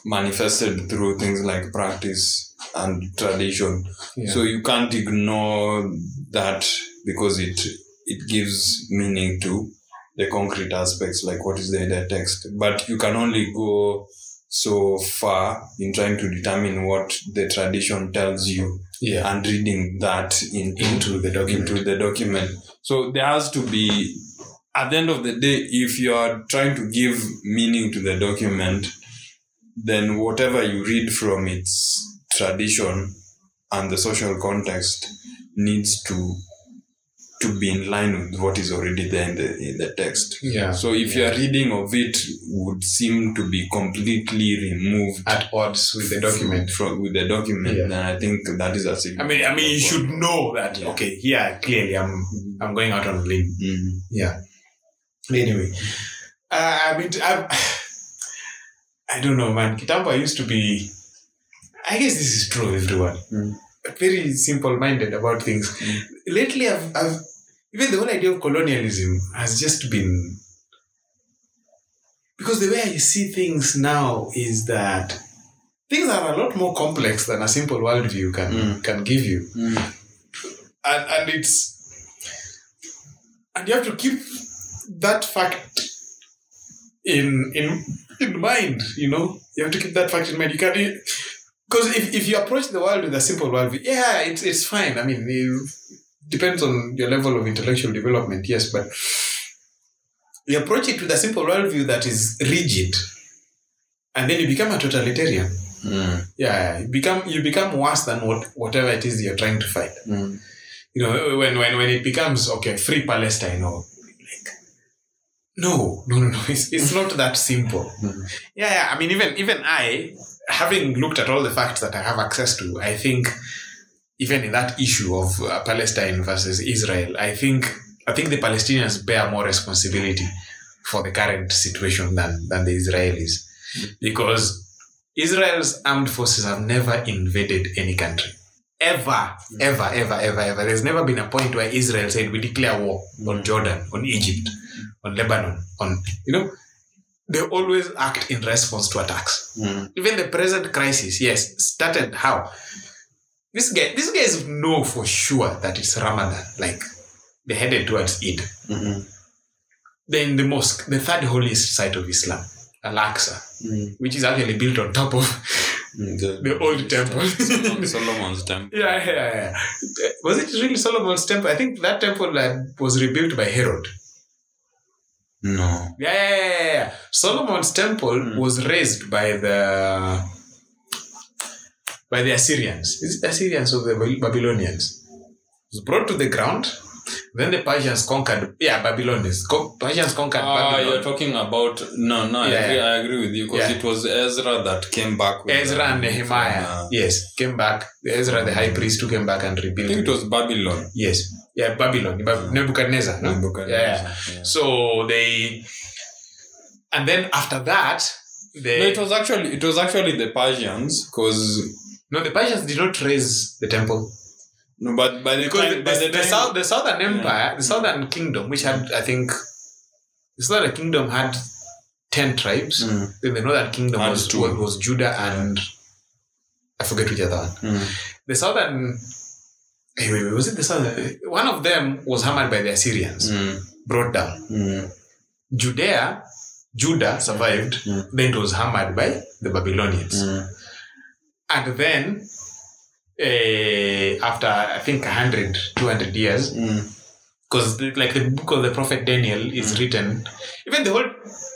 manifested through things like practice and tradition
Yeah.
so you can't ignore that because it it gives meaning to the concrete aspects like what is there in the text but you can only go so far in trying to determine what the tradition tells you
yeah.
and reading that into
Into the document.
into the document. So there has to be, at the end of the day, if you are trying to give meaning to the document, then whatever you read from its tradition and the social context needs to to be in line with what is already there in the in the text.
Yeah.
So if your reading of it would seem to be completely removed
At odds with the document.
from with the document,
Yeah.
then I think that is a
I mean, I mean, you should know that.
Yeah.
Okay. Yeah. Clearly, I'm I'm going out on a limb.
Mm.
Yeah. Anyway, uh, I mean, I'm, I don't know, man. Kitamba used to be. I guess this is true of everyone.
Mm.
But Very simple-minded about things.
Mm.
Lately, I've, I've even the whole idea of colonialism has just been because the way I see things now is that things are a lot more complex than a simple worldview can
Mm.
can give you,
Mm.
and and it's and you have to keep that fact in in in mind. You know, you have to keep that fact in mind. You can't. Because if, if you approach the world with a simple worldview, yeah, it's, it's fine. I mean, you- depends on your level of intellectual development, yes, but you approach it with a simple worldview that is rigid, and then you become a totalitarian.
Mm.
Yeah, you become you become worse than what whatever it is you're trying to fight.
Mm.
You know, when when when it becomes okay, free Palestine or like, no, no, no, no, it's, it's not that simple.
Mm.
Yeah, yeah, I mean, even even I, having looked at all the facts that I have access to, I think even in that issue of uh, Palestine versus Israel, I think I think the Palestinians bear more responsibility for the current situation than than the Israelis, because Israel's armed forces have never invaded any country. Ever, ever, ever, ever, ever. There's never been a point where Israel said we declare war on Jordan, on Egypt, on Lebanon, on you know. They always act in response to attacks
Mm.
even the present crisis, yes, started how? This guy, these guys know for sure that it's Ramadan. Like they headed towards Eid.
Mm.
Then the mosque, the third holiest site of Islam, Al-Aqsa,
Mm.
which is actually built on top of the old temple.
Solomon- Solomon's temple.
yeah, yeah, yeah. Was it really Solomon's temple? I think that temple uh, was rebuilt by Herod.
No.
Yeah, yeah, yeah, yeah, yeah. Solomon's temple
Hmm.
was raised by the by the Assyrians. Is it Assyrians or the Baby- Babylonians? It was brought to the ground. Then the Persians conquered. Yeah, Babylonians. Co- Persians conquered
Ah, you're
Babylon.
talking about no, no. I,
Yeah.
agree, I agree with you because
Yeah.
it was Ezra that came back. With
Ezra and Nehemiah.
Uh,
Yes, came back. Ezra, the high priest, who came back and
I think
rebuilt.
it was Babylon.
Yes. Yeah, Babylon. Bab- Hmm. Nebuchadnezzar. No? Yeah.
Nebuchadnezzar, yeah.
So they. And then after that, they.
No, it was actually it was actually the Persians because
no, the Persians did not raise the temple.
no, but by the
because
time,
the,
by
the, the
time-
South, the Southern Empire,
Yeah.
the Southern Kingdom, which had, I think, the Southern Kingdom had 10 tribes.
Mm,
Then the Northern Kingdom
Had
was,
two.
was, was Judah and I forget which other one.
mm,
The Southern, eh, wait, wait, was it the Southern? One of them was hammered by the Assyrians,
mm,
brought down.
mm,
Judea, Judah survived,
Mm.
then it was hammered by the Babylonians.
mm,
And then, eh, after I think 100, 200 years,
mm.
because like the book of the prophet Daniel is written, even the whole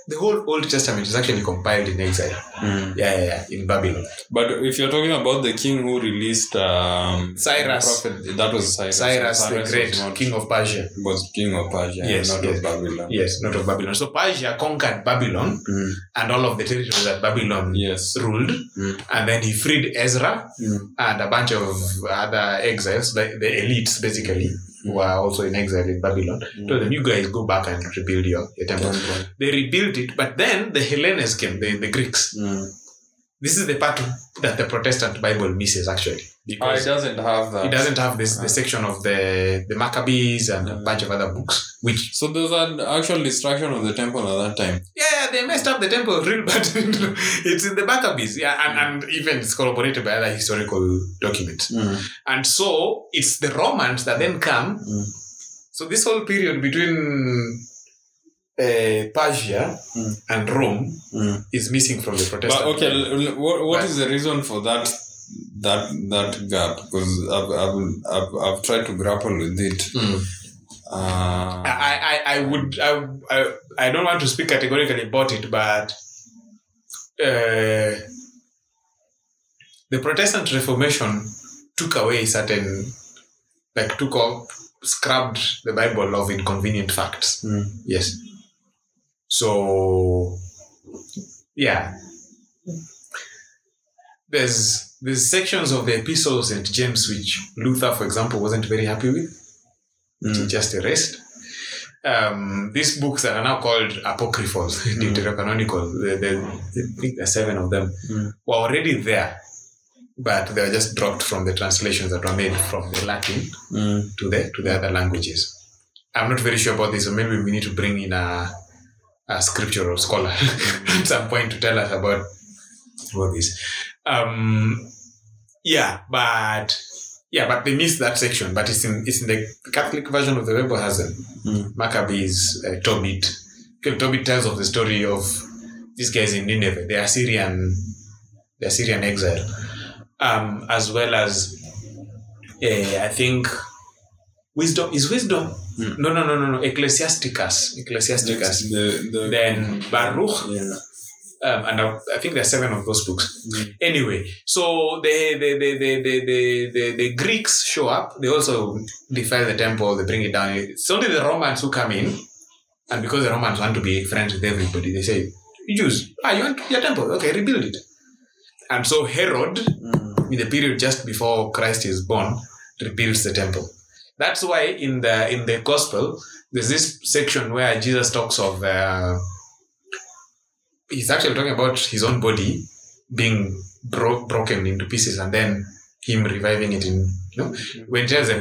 the whole Old Testament is actually compiled in exile.
Mm.
Yeah, yeah, yeah in Babylon.
But if you're talking about the king who released um,
Cyrus.
the prophet, that was Cyrus.
Cyrus, the
was
Great,
not-
king of Persia.
was king of Persia,
Yes,
not
yes.
of Babylon.
Yes, not of Babylon. So Persia conquered Babylon
Mm,
and all of the territories that Babylon
yes.
ruled,
Mm,
and then he freed Ezra
mm,
and a bunch of other exiles. The, the elites basically were also in exile in Babylon.
Mm.
So then you guys go back and rebuild your, your temple.
Temple.
They rebuilt it, but then the Hellenes came, the, the Greeks.
Mm.
this is the part that the Protestant Bible misses actually
Ah, it
because
doesn't have that.
it doesn't have this the section of the the Maccabees and a
Mm.
bunch of other books which
So there's an actual destruction of the temple at that time.
yeah they messed up the temple real bad it's in the Maccabees yeah and, and even it's corroborated by other historical documents and so it's the Romans that then come
Mm.
so this whole period between uh, Persia
Mm.
and Rome
Mm.
is missing from the Protestant
But okay,
Bible.
l- l- what, what
But-
is the reason for that that that gap? Because I've, I've, I've, I've tried to grapple with it.
Mm.
Uh,
I, I, I would I, I, I don't want to speak categorically about it, but uh, the Protestant Reformation took away certain like took off scrubbed the Bible of inconvenient facts.
mm,
Yes. So yeah. There's there's sections of the epistle of St. James which Luther, for example, wasn't very happy with
mm,
just a rest. um, these books that are now called apocryphal, deuterocanonical, the, the, I think there are seven of them,
Mm.
were already there, but they were just dropped from the translations that were made from the Latin
Mm.
to the to the other languages. I'm not very sure about this, so maybe we need to bring in a, a scriptural scholar at some point to tell us about about this. Um, yeah, but yeah, but they missed that section. But it's in it's in the Catholic version of the Bible has them.
Mm.
Maccabees, uh, Tobit. Okay, Tobit tells of the story of these guys in Nineveh, the Assyrian, the Assyrian exile, um, as well as uh, I think wisdom is wisdom.
Hmm.
No, no, no, no, no. Ecclesiasticus, Ecclesiasticus.
Next, the, the,
Then Baruch,
Yeah.
um, and I, I think there are seven of those books
Mm.
anyway so the the the the the the, the, the greeks show up they also defile the temple they bring it down it's only the romans who come in and because the romans want to be friends with everybody they say jews ah you want your temple okay rebuild it and so herod
Mm.
in the period just before christ is born rebuilds the temple that's why in the in the gospel there's this section where jesus talks of uh, he's actually talking about his own body being bro- broken into pieces and then him reviving it in you know when he tells them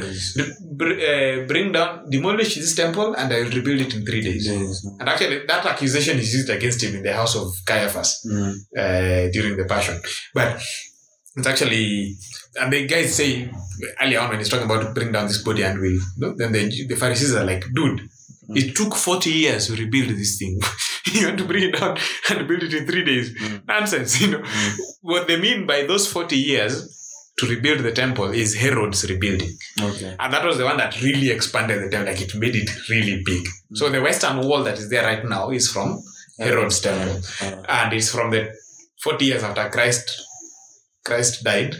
"Br- uh, bring down demolish this temple and i will rebuild it in three days
Yes.
and actually that accusation is used against him in the house of caiaphas
Mm.
uh, during the passion. But it's actually, and the guys say earlier on when he's talking about bring down this body and we'll, no? then the, the Pharisees are like, dude, it took 40 years to rebuild this thing. you want to bring it down and build it in three days.
Mm.
Nonsense, you know.
Mm.
What they mean by those 40 years to rebuild the temple is Herod's rebuilding.
Okay.
And that was the one that really expanded the temple, like it made it really big. So the western wall that is there right now is from Herod's temple
Uh,
and it's from the 40 years after Christ Christ died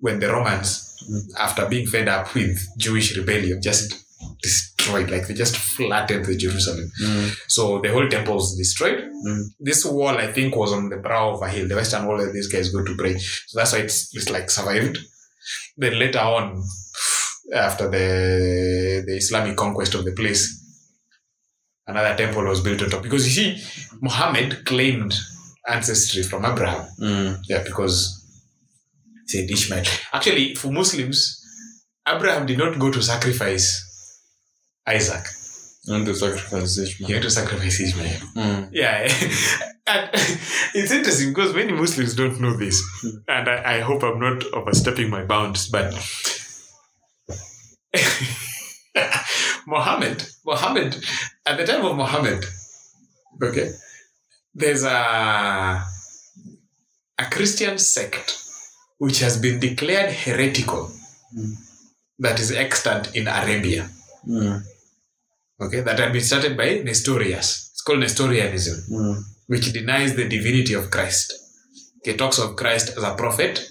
when the Romans
Mm.
after being fed up with Jewish rebellion just destroyed like they just flattened the Jerusalem
mm.
so the whole temple was destroyed
Mm.
this wall I think was on the brow of a hill the western wall that these guys go to pray so that's why it's, it's like survived then later on after the the Islamic conquest of the place another temple was built on top because you see Muhammad claimed ancestry from Abraham
Mm.
yeah, because it's a Ishmael. Actually, for Muslims, Abraham did not go to sacrifice Isaac.
And the sacrifice Ishmael.
He had to sacrifice Ishmael.
Mm.
Yeah. and it's interesting because many Muslims don't know this. And I, I hope I'm not overstepping my bounds, but Muhammad, Muhammad, at the time of Muhammad, okay, there's a a Christian sect which has been declared heretical
Mm.
that is extant in Arabia.
Mm.
Okay, that had been started by Nestorius. It's called Nestorianism
Mm.
which denies the divinity of Christ. Okay, talks of Christ as a prophet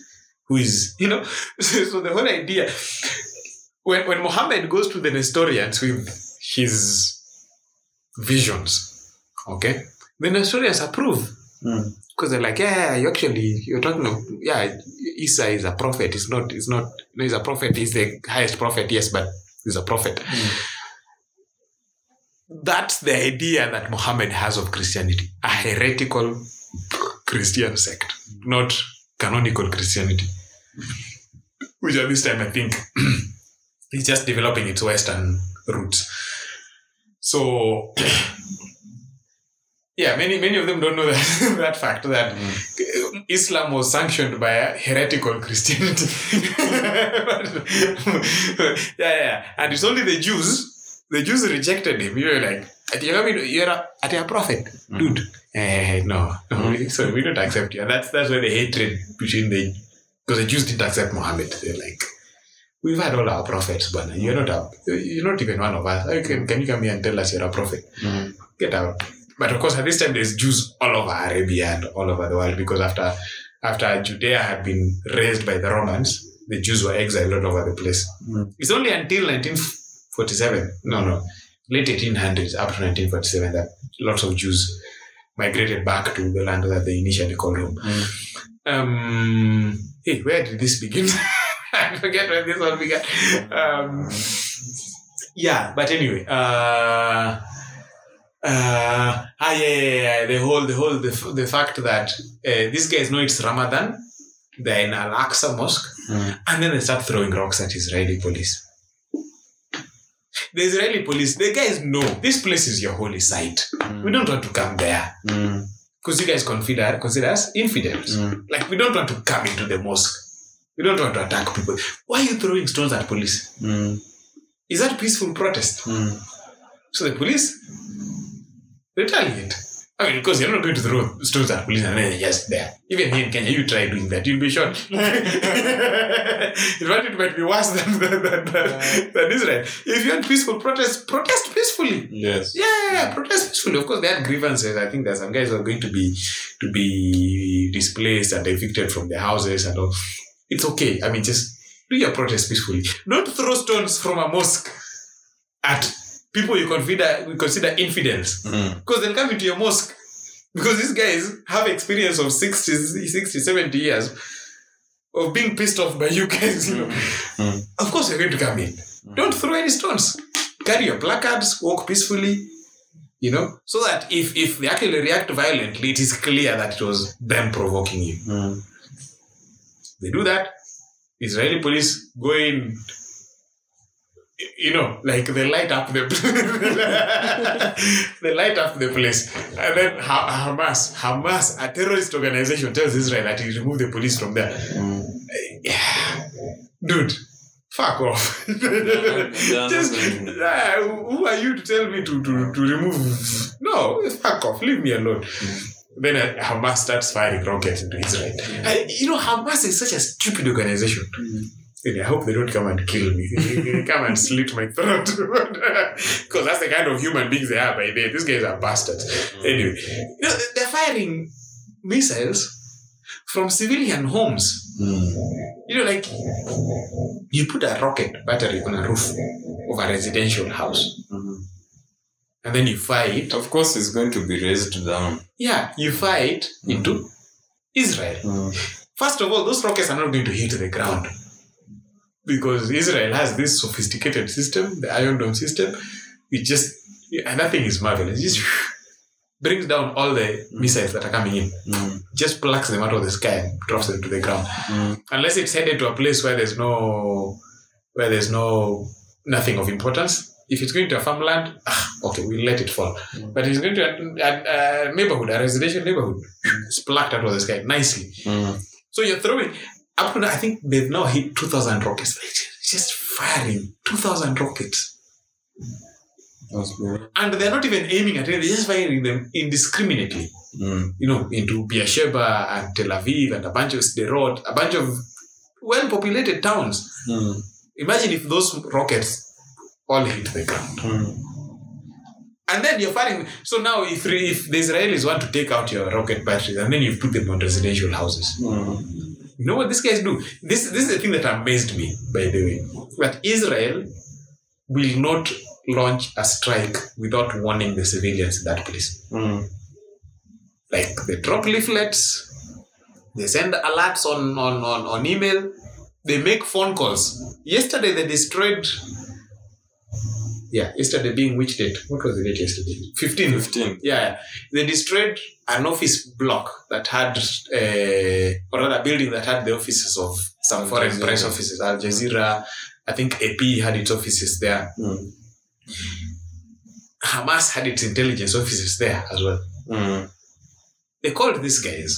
who is, you know, so, so the whole idea when, when Muhammad goes to the Nestorians with his visions, okay, the Nestorians approve
Mm.
because they're like, yeah, yeah, you actually you're talking of yeah, Isa is a prophet. It's not, it's not, no, he's a prophet. He's the highest prophet, yes, but he's a prophet. That's the idea that Muhammad has of Christianity, a heretical Christian sect, not canonical Christianity, which at this time I think is just developing its Western roots. So, yeah, many many of them don't know that, that fact that
Mm.
Islam was sanctioned by a heretical Christianity. yeah, yeah, and it's only the Jews. The Jews rejected him. You were like, "Ati, you're coming- you're a, ati a prophet,
Mm.
dude. Eh, no, no, we- sorry, we don't accept you. And that's that's where the hatred between the because the Jews didn't accept Muhammad. They're like, we've had all our prophets, but you're not a, you're not even one of us. How you Can, can you come here and tell us you're a prophet?
Mm.
get out. But of course, at this time, there's Jews all over Arabia and all over the world because after after Judea had been raised by the Romans, the Jews were exiled all over the place.
Mm.
It's only until 1947, no, no, late 1800s up to 1947 that lots of Jews migrated back to the land that they initially called home.
Mm.
Um, hey, where did this begin? I forget where this all began. Um, yeah, but anyway, uh, uh, ah, yeah, yeah, yeah, the whole, the whole, the, f- the fact that uh, these guys know it's Ramadan, they're in Al Aqsa Mosque, and then they start throwing rocks at Israeli police. The Israeli police, the guys know this place is your holy site. We don't want to come there
Mm.
because you guys consider consider us infidels.
Mm.
Like we don't want to come into the mosque. We don't want to attack people. Why are you throwing stones at police?
Mm.
Is that peaceful protest?
Mm.
So the police retaliate. I mean, because you're not going to throw stones at police and then they're just there. Even here in Kenya, you try doing that, you'll be shot. in fact, it might be worse than, than, than, than, than Israel. If you want peaceful protest, protest peacefully.
Yes.
Yeah, yeah, yeah, protest peacefully. Of course, they had grievances. I think there's some guys who are going to be to be displaced and evicted from their houses and all. It's okay. I mean, just do your protest peacefully. Don't throw stones from a mosque at people you consider we consider infidels
Mm.
because they'll come into your mosque because these guys have experience of 60, 60 70 years of being pissed off by you guys. You know.
Mm.
Of course, you're going to come in. Don't throw any stones. Carry your placards, walk peacefully, you know, so that if, if they actually react violently, it is clear that it was them provoking you.
Mm.
They do that. Israeli police go in, you know, like they light up the they light up the place, and then Ha- Hamas, Hamas, a terrorist organization, tells Israel that you remove the police from there.
Mm.
Yeah. dude, fuck off.
yeah,
Just,
nothing.
yeah, who are you to tell me to, to, to remove? No, fuck off, leave me alone. Then uh, Hamas starts firing rockets into Israel. I, you know, Hamas is such a stupid organization. And I hope they don't come and kill me. They- they come and slit my throat. Because that's the kind of human beings they are by day. These guys are bastards. Anyway, you know, they're firing missiles from civilian homes.
Mm.
You know, like you put a rocket battery on a roof of a residential house
Mm.
and then you fire it.
Of course, it's going to be raised down.
Yeah, you fire it into Israel.
Mm.
First of all, those rockets are not going to hit the ground because Israel has this sophisticated system, the Iron Dome system. It just, and that thing is marvelous. It just brings down all the missiles that are coming in,
Mm.
just plucks them out of the sky and drops them to the ground.
Mm.
unless it's headed to a place where there's no where there's no nothing of importance if it's going to a farmland ah, okay we'll let it fall
Mm.
but if it's going to a, a, a neighborhood a residential neighborhood it's plucked out of the sky nicely
Mm.
so you're throwing up to now, I think they've now hit 2000 rockets It's just firing 2000 rockets
That's good.
and they're not even aiming at it they're just firing them indiscriminately
Mm.
you know into Beersheba and Tel Aviv and a bunch of Sderot a bunch of well populated towns
Mm.
Imagine if those rockets all hit the ground.
Mm.
And then you're firing. So now, if, if the Israelis want to take out your rocket batteries and then you put them on residential houses,
Mm.
you know what these guys do? This, this is the thing that amazed me, by the way. That Israel will not launch a strike without warning the civilians in that place.
Mm.
Like they drop leaflets, they send alerts on, on, on, on email, they make phone calls. Yesterday they destroyed yeah, yesterday being which date? What was the date yesterday? 15th.
Fifteen.
Yeah, they destroyed an office block that had, uh, or rather, a building that had the offices of some
Al
foreign
Jazeera.
press offices, Al Jazeera. I think AP had its offices there.
Mm.
Hamas had its intelligence offices there as well.
Mm.
They called these guys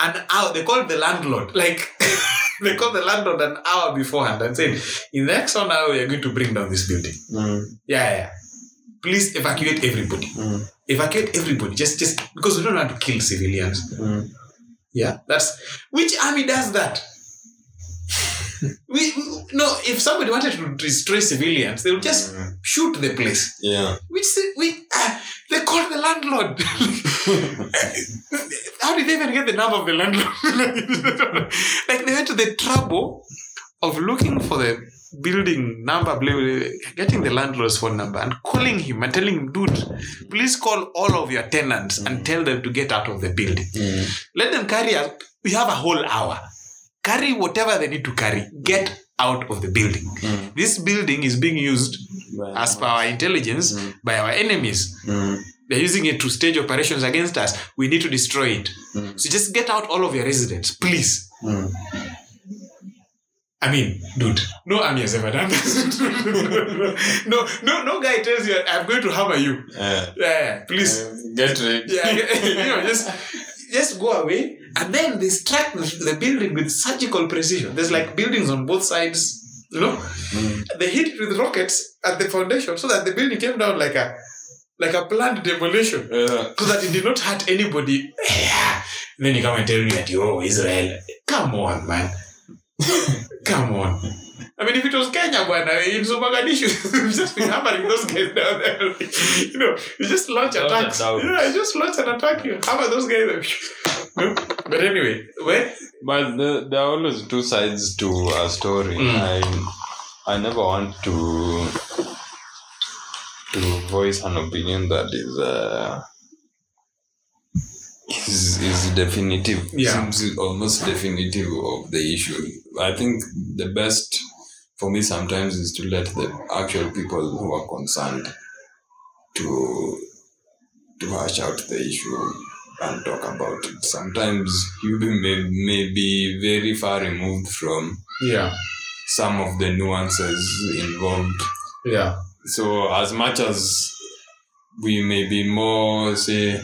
an hour. They called the landlord, like they called the landlord an hour beforehand and said, "In the next one hour, we are going to bring down this building."
Mm.
Yeah, yeah. yeah. Please evacuate everybody.
Mm.
evacuate everybody just just because we don't want to kill civilians
Mm.
yeah that's which army does that we no if somebody wanted to destroy civilians they would just
Mm.
shoot the place
Yeah.
which ci- we uh, they called the landlord how did they even get the number of the landlord like they went to the trouble of looking for the building number blah, blah, blah, getting the landlord's phone number and calling him and telling him dude please call all of your tenants and tell them to get out of the building
Mm.
let them carry us we have a whole hour carry whatever they need to carry get out of the building.
Mm.
This building is being used,
But-
as per our intelligence,
Mm.
by our enemies.
Mm.
They're using it to stage operations against us. We need to destroy it.
Mm.
So just get out all of your residents, please.
Mm.
I mean, dude, no army has ever done this. no, no, no guy tells you, I'm going to hammer you.
Yeah.
Yeah, please.
Uh, get rid.
Yeah, you know, just just go away. And then they strike the, the building with surgical precision. There's like buildings on both sides, you know.
Mm.
They hit it with rockets at the foundation so that the building came down like a like a planned demolition.
Yeah.
So that it did not hurt anybody. Yeah. And then you come and tell me that yo Israel. Come on, man. come on. I mean, if it was Kenya, man, in Zubaganishu, we've just been hammering those guys down there. you know, you just launch
Launch
attacks.
it down.
Yeah, you just launch an attack. You hammer those guys. No? but anyway, where?
But the, there are always two sides to a story.
Mm.
I I never want to to voice an opinion that is uh, is, is definitive.
Yeah.
Seems almost definitive of the issue. I think the best for me sometimes is to let the actual people who are concerned to to hash out the issue and talk about it. Sometimes you be- may, may be very far removed from
Yeah,
some of the nuances involved.
yeah,
So, as much as we may be more, say,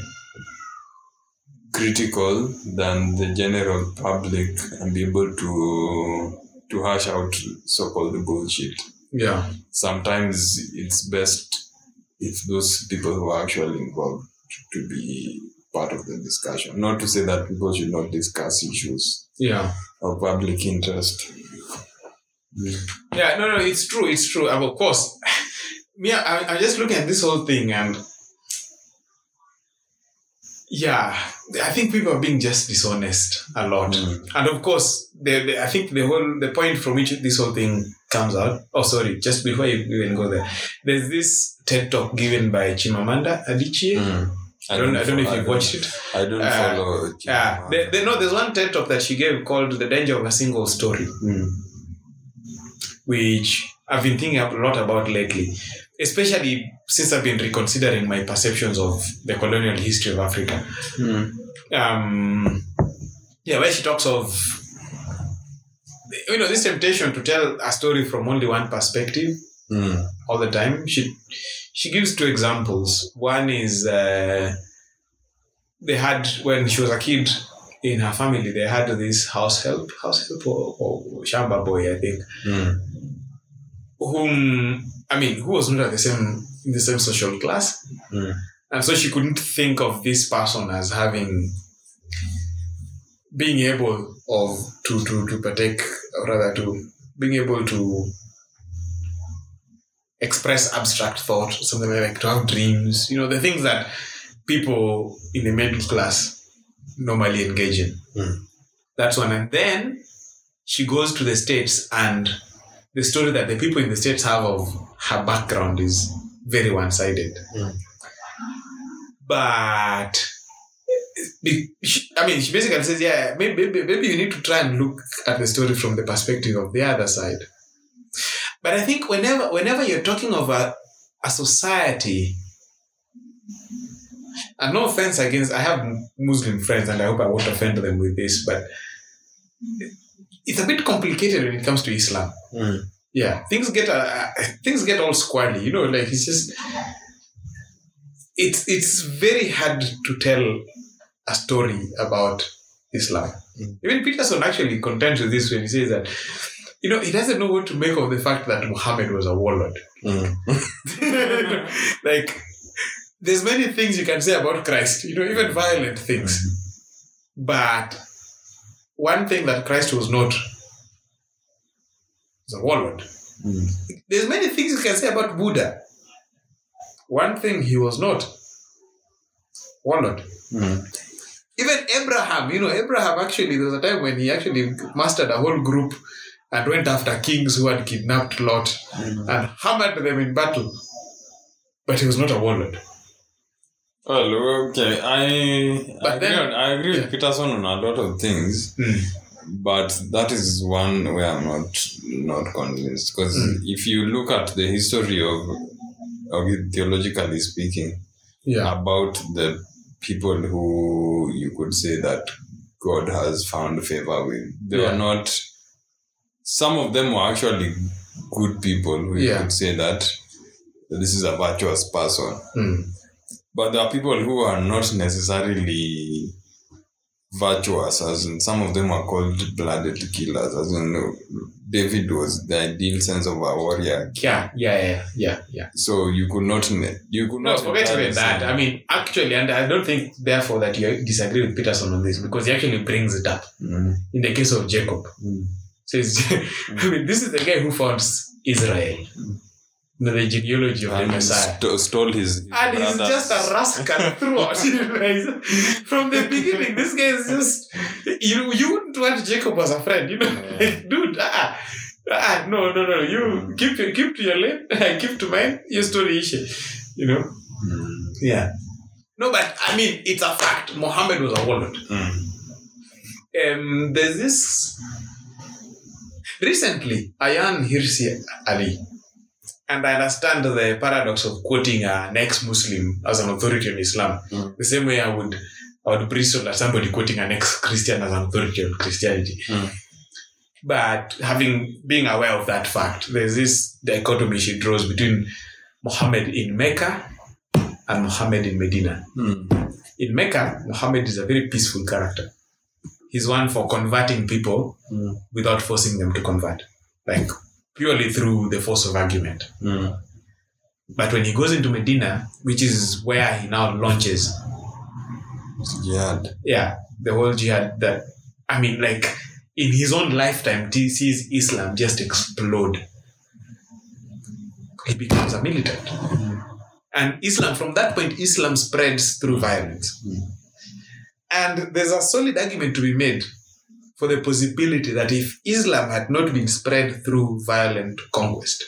critical than the general public and be able to to hash out so-called bullshit
yeah,
sometimes it's best if those people who are actually involved to be part of the discussion. Not to say that people should not discuss issues
yeah.
of public interest.
Yeah, no, no, it's true, it's true. And of course, me, I, I'm just looking at this whole thing and yeah, I think people are being just dishonest a lot.
Mm.
And of course, the, the, I think the whole the point from which this whole thing comes out. Oh, sorry, just before you even go there, there's this TED talk given by Chimamanda Adichie. Mm. I don't, I don't know if you've watched it.
I don't
Uh,
follow. Hmm.
Yeah, there, there, no, there's one TED talk that she gave called "The Danger of a Single Story."
Mm.
which I've been thinking a lot about lately, especially since I've been reconsidering my perceptions of the colonial history of Africa.
Hmm.
Um, yeah, where she talks of you know this temptation to tell a story from only one perspective
Mm.
all the time. She she gives two examples. One is uh, they had when she was a kid in her family, they had this house help, house help or, or shamba boy, I think
Mm.
whom I mean, who was not at the same in the same social class,
Mm.
and so she couldn't think of this person as having being able of to to to partake, or rather to being able to express abstract thought, something like to have dreams, you know, the things that people in the middle class normally engage in.
Mm.
That's one, and then she goes to the states and the story that the people in the states have of her background is very one-sided.
Mm.
But be- she- I mean, she basically says, yeah, maybe, maybe maybe you need to try and look at the story from the perspective of the other side. But I think whenever whenever you're talking of a, a society, and no offense against, I have Muslim friends, and I hope I won't offend them with this, but it's a bit complicated when it comes to Islam
Mm.
yeah things get uh, things get all squally you know like it's just it's it's very hard to tell a story about islam
Mm.
even peterson actually contends with this when he says that you know he doesn't know what to make of the fact that muhammad was a warlord
Mm.
like there's many things you can say about christ you know even violent things but one thing that christ was not was a warlord
Mm.
there's many things you can say about Buddha. One thing he was not. Warlord. Hmm.
Mm.
Even Abraham, you know, Abraham actually, there was a time when he actually mastered a whole group and went after kings who had kidnapped Lot
Mm.
and hammered them in battle. But he was not a warlord.
Well, okay. I, I
But
agree,
then-
on, I agree
Yeah. Hmm.
with Peterson on a lot of things. but that is one where I'm not not convinced because
Hmm.
if you look at the history of of it theologically speaking
Yeah.
about the people who you could say that God has found favor with, they
Yeah.
were not. Some of them were actually good people. We
Yeah.
could say that this is a virtuous person
Mm.
but there are people who are not necessarily virtuous as in some of them are called blooded killers as in uh, david was the ideal sense of a warrior
Yeah, yeah, yeah, yeah, yeah.
so you could not ne- you could
No,
not
forget
entirely
even that.
say-
I mean, actually, and I don't think, therefore, that you disagree with Peterson on this because he actually brings it up
Mm,
in the case of Jacob.
mm,
says, I mean, this is the guy who founds Israel, No, the genealogy of the
Mm. and
Messiah.
st- stole his
And he's just a rascal throughout. From the beginning, this guy is just, you, you wouldn't want Jacob as a friend, you know?
Yeah. Mm.
Dude, ah, ah. Ah, no, no, no. You keep your, keep to your lane. I keep to mine. Your story is, you know.
Mm,
Yeah. No, but I mean, it's a fact. Mohammed was a warlord
mm,
um, there's this recently Ayan Hirsi Ali, and I understand the paradox of quoting an ex-Muslim as an authority on Islam.
Mm.
The same way I would I would bristle at somebody quoting an ex-Christian as an authority on Christianity.
Mm.
But having being aware of that fact, there's this dichotomy she draws between Muhammad in Mecca and Muhammad in Medina.
mm,
In Mecca, Muhammad is a very peaceful character. He's one for converting people
mm,
without forcing them to convert, like purely through the force of argument.
mm,
But when he goes into Medina, which is where he now launches,
jihad
yeah, the whole jihad that, I mean, like in his own lifetime, he sees Islam just explode. He becomes a militant. And Islam, from that point, Islam spreads through violence.
Mm.
And there's a solid argument to be made for the possibility that if Islam had not been spread through violent conquest,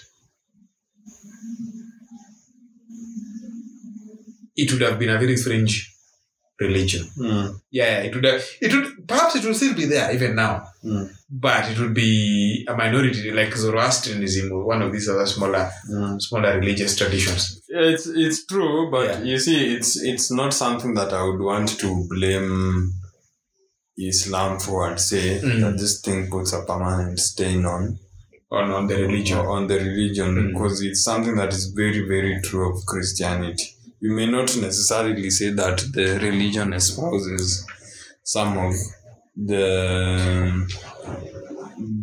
it would have been a very fringe religion.
Mm,
Yeah, yeah, it would have, it would perhaps it would still be there even now,
mm,
but it would be a minority like Zoroastrianism or one of these other smaller
mm.
smaller religious traditions.
It's it's true, but
Yeah.
you see, it's it's not something that I would want to blame Islam for and say
Mm.
that this thing puts a permanent stain on
on, on the religion.
on the religion
Mm.
because it's something that is very very true of Christianity. You may not necessarily say that the religion espouses some of the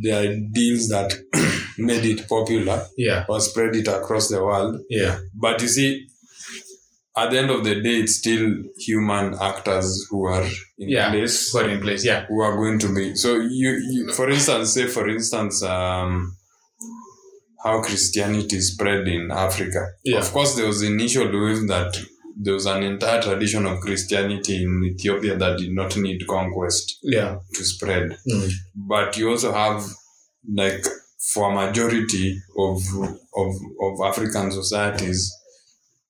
the ideals that made it popular
Yeah,
or spread it across the world.
yeah,
But you see, at the end of the day, it's still human actors who are in
Yeah.
place
got in place. Yeah,
who are going to be. So you, you for instance, say for instance, um, how Christianity spread in Africa.
Yeah.
Of course, there was initial wave that there was an entire tradition of Christianity in Ethiopia that did not need conquest
yeah,
to spread
Hmm.
but you also have like for a majority of of of African societies,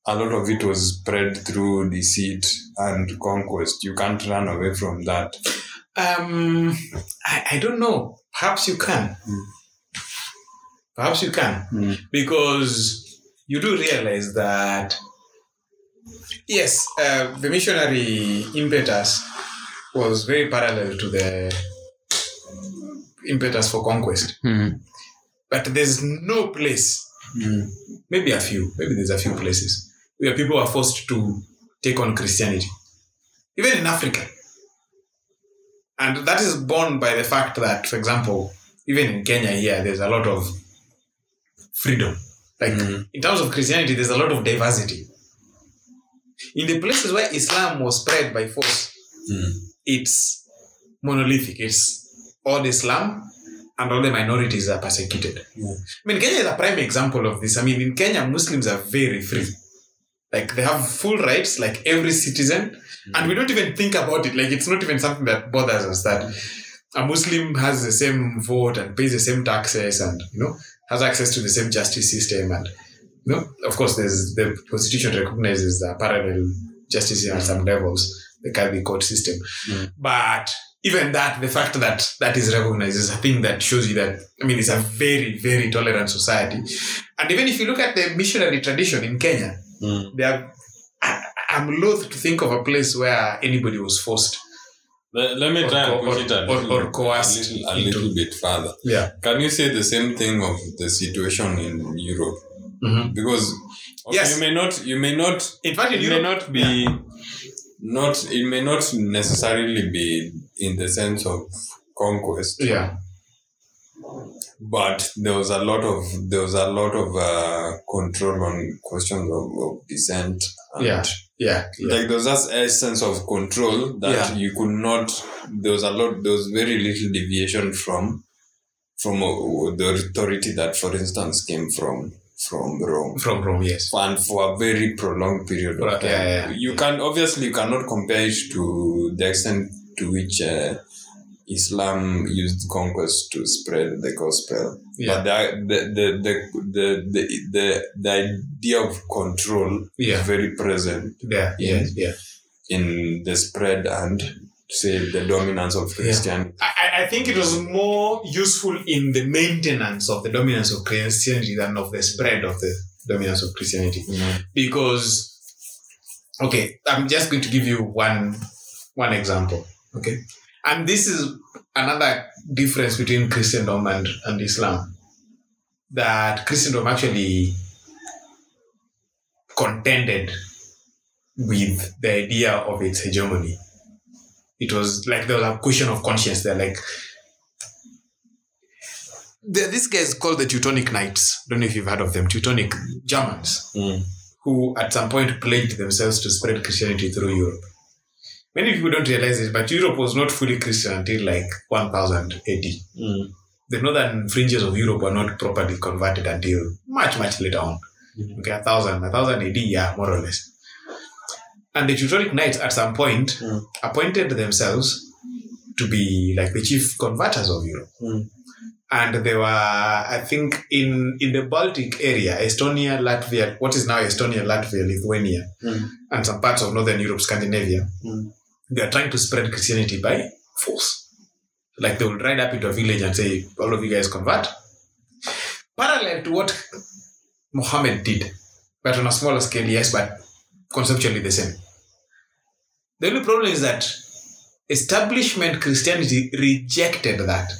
a lot of it was spread through deceit and conquest. You can't run away from that.
Um, I, I don't know. Perhaps you can.
Mm.
Perhaps you can because you do realize that yes, uh, the missionary impetus was very parallel to the impetus for conquest, but there's no place maybe a few, maybe there's a few places where people are forced to take on Christianity, even in Africa. And that is borne by the fact that, for example, even in Kenya here, there's a lot of freedom. Like
Mhm.
in terms of Christianity, there's a lot of diversity. In the places where Islam was spread by force,
Hmm.
it's monolithic. It's all Islam and all the minorities are persecuted.
Yeah.
I mean, Kenya is a prime example of this. I mean, in Kenya, Muslims are very free. Like, they have full rights, like every citizen. And we don't even think about it. Like, it's not even something that bothers us that a Muslim has the same vote and pays the same taxes and, you know, has access to the same justice system. And, you know, of course, there's the constitution recognizes the parallel justice at some levels, the Calvi court system. But even that, the fact that that is recognized is a thing that shows you that, I mean, it's a very, very tolerant society. And even if you look at the missionary tradition in Kenya,
Mm.
they are, I, I'm loath to think of a place where anybody was forced.
Let, let me
Or
try and
co-
push
or-
it a
or-
little,
or
bit-
coerced
a, little, a
into-
little bit further.
Yeah.
Can you say the same thing of the situation in Europe?
Mhm.
Because okay,
Yes.
you may not, you may not
In fact, in
it
Europe,
may not be not it may not necessarily be in the sense of conquest
yeah,
but there was a lot of there was a lot of uh, control on questions of, of descent and
Yeah. yeah, yeah.
like there was that essence of control that
Yeah.
you could not there was a lot there was very little deviation from from uh, the authority that for instance came from from rome
from Rome, yes.
and for a very prolonged period of
Right,
time.
yeah, yeah, yeah.
You can obviously you cannot compare it to the extent to which uh, Islam used conquest to spread the gospel.
Yeah,
But the the the the the, the, the idea of control
yeah,
is very present
yeah, yeah, yeah.
in the spread and say the dominance of Christianity.
I, I- I think it was more useful in the maintenance of the dominance of Christianity than of the spread of the dominance of Christianity.
Mm,
Because, okay, I'm just going to give you one one example. Okay, and this is another difference between Christendom and, and Islam. That Christendom actually contended with the idea of its hegemony it was like there was a question of conscience there like the, this guy is called the teutonic knights don't know if you've heard of them teutonic germans
Mm.
who at some point pledged themselves to spread christianity through europe many people don't realize it but europe was not fully christian until like 1000 ad
Mm.
the northern fringes of Europe were not properly converted until much, much later on.
Mhm.
Okay, a thousand, a thousand AD, yeah, more or less. And the Teutonic Knights at some point
Mm.
appointed themselves to be like the chief converters of Europe.
Mm.
And they were, I think, in, in the Baltic area, Estonia, Latvia, what is now Estonia, Latvia, Lithuania,
Mm.
and some parts of northern Europe, Scandinavia,
Mm.
they are trying to spread Christianity by force like they will ride up into a village and say, all of you guys convert. Parallel to what Muhammad did, but on a smaller scale, yes, but conceptually the same. The only problem is that establishment Christianity rejected that.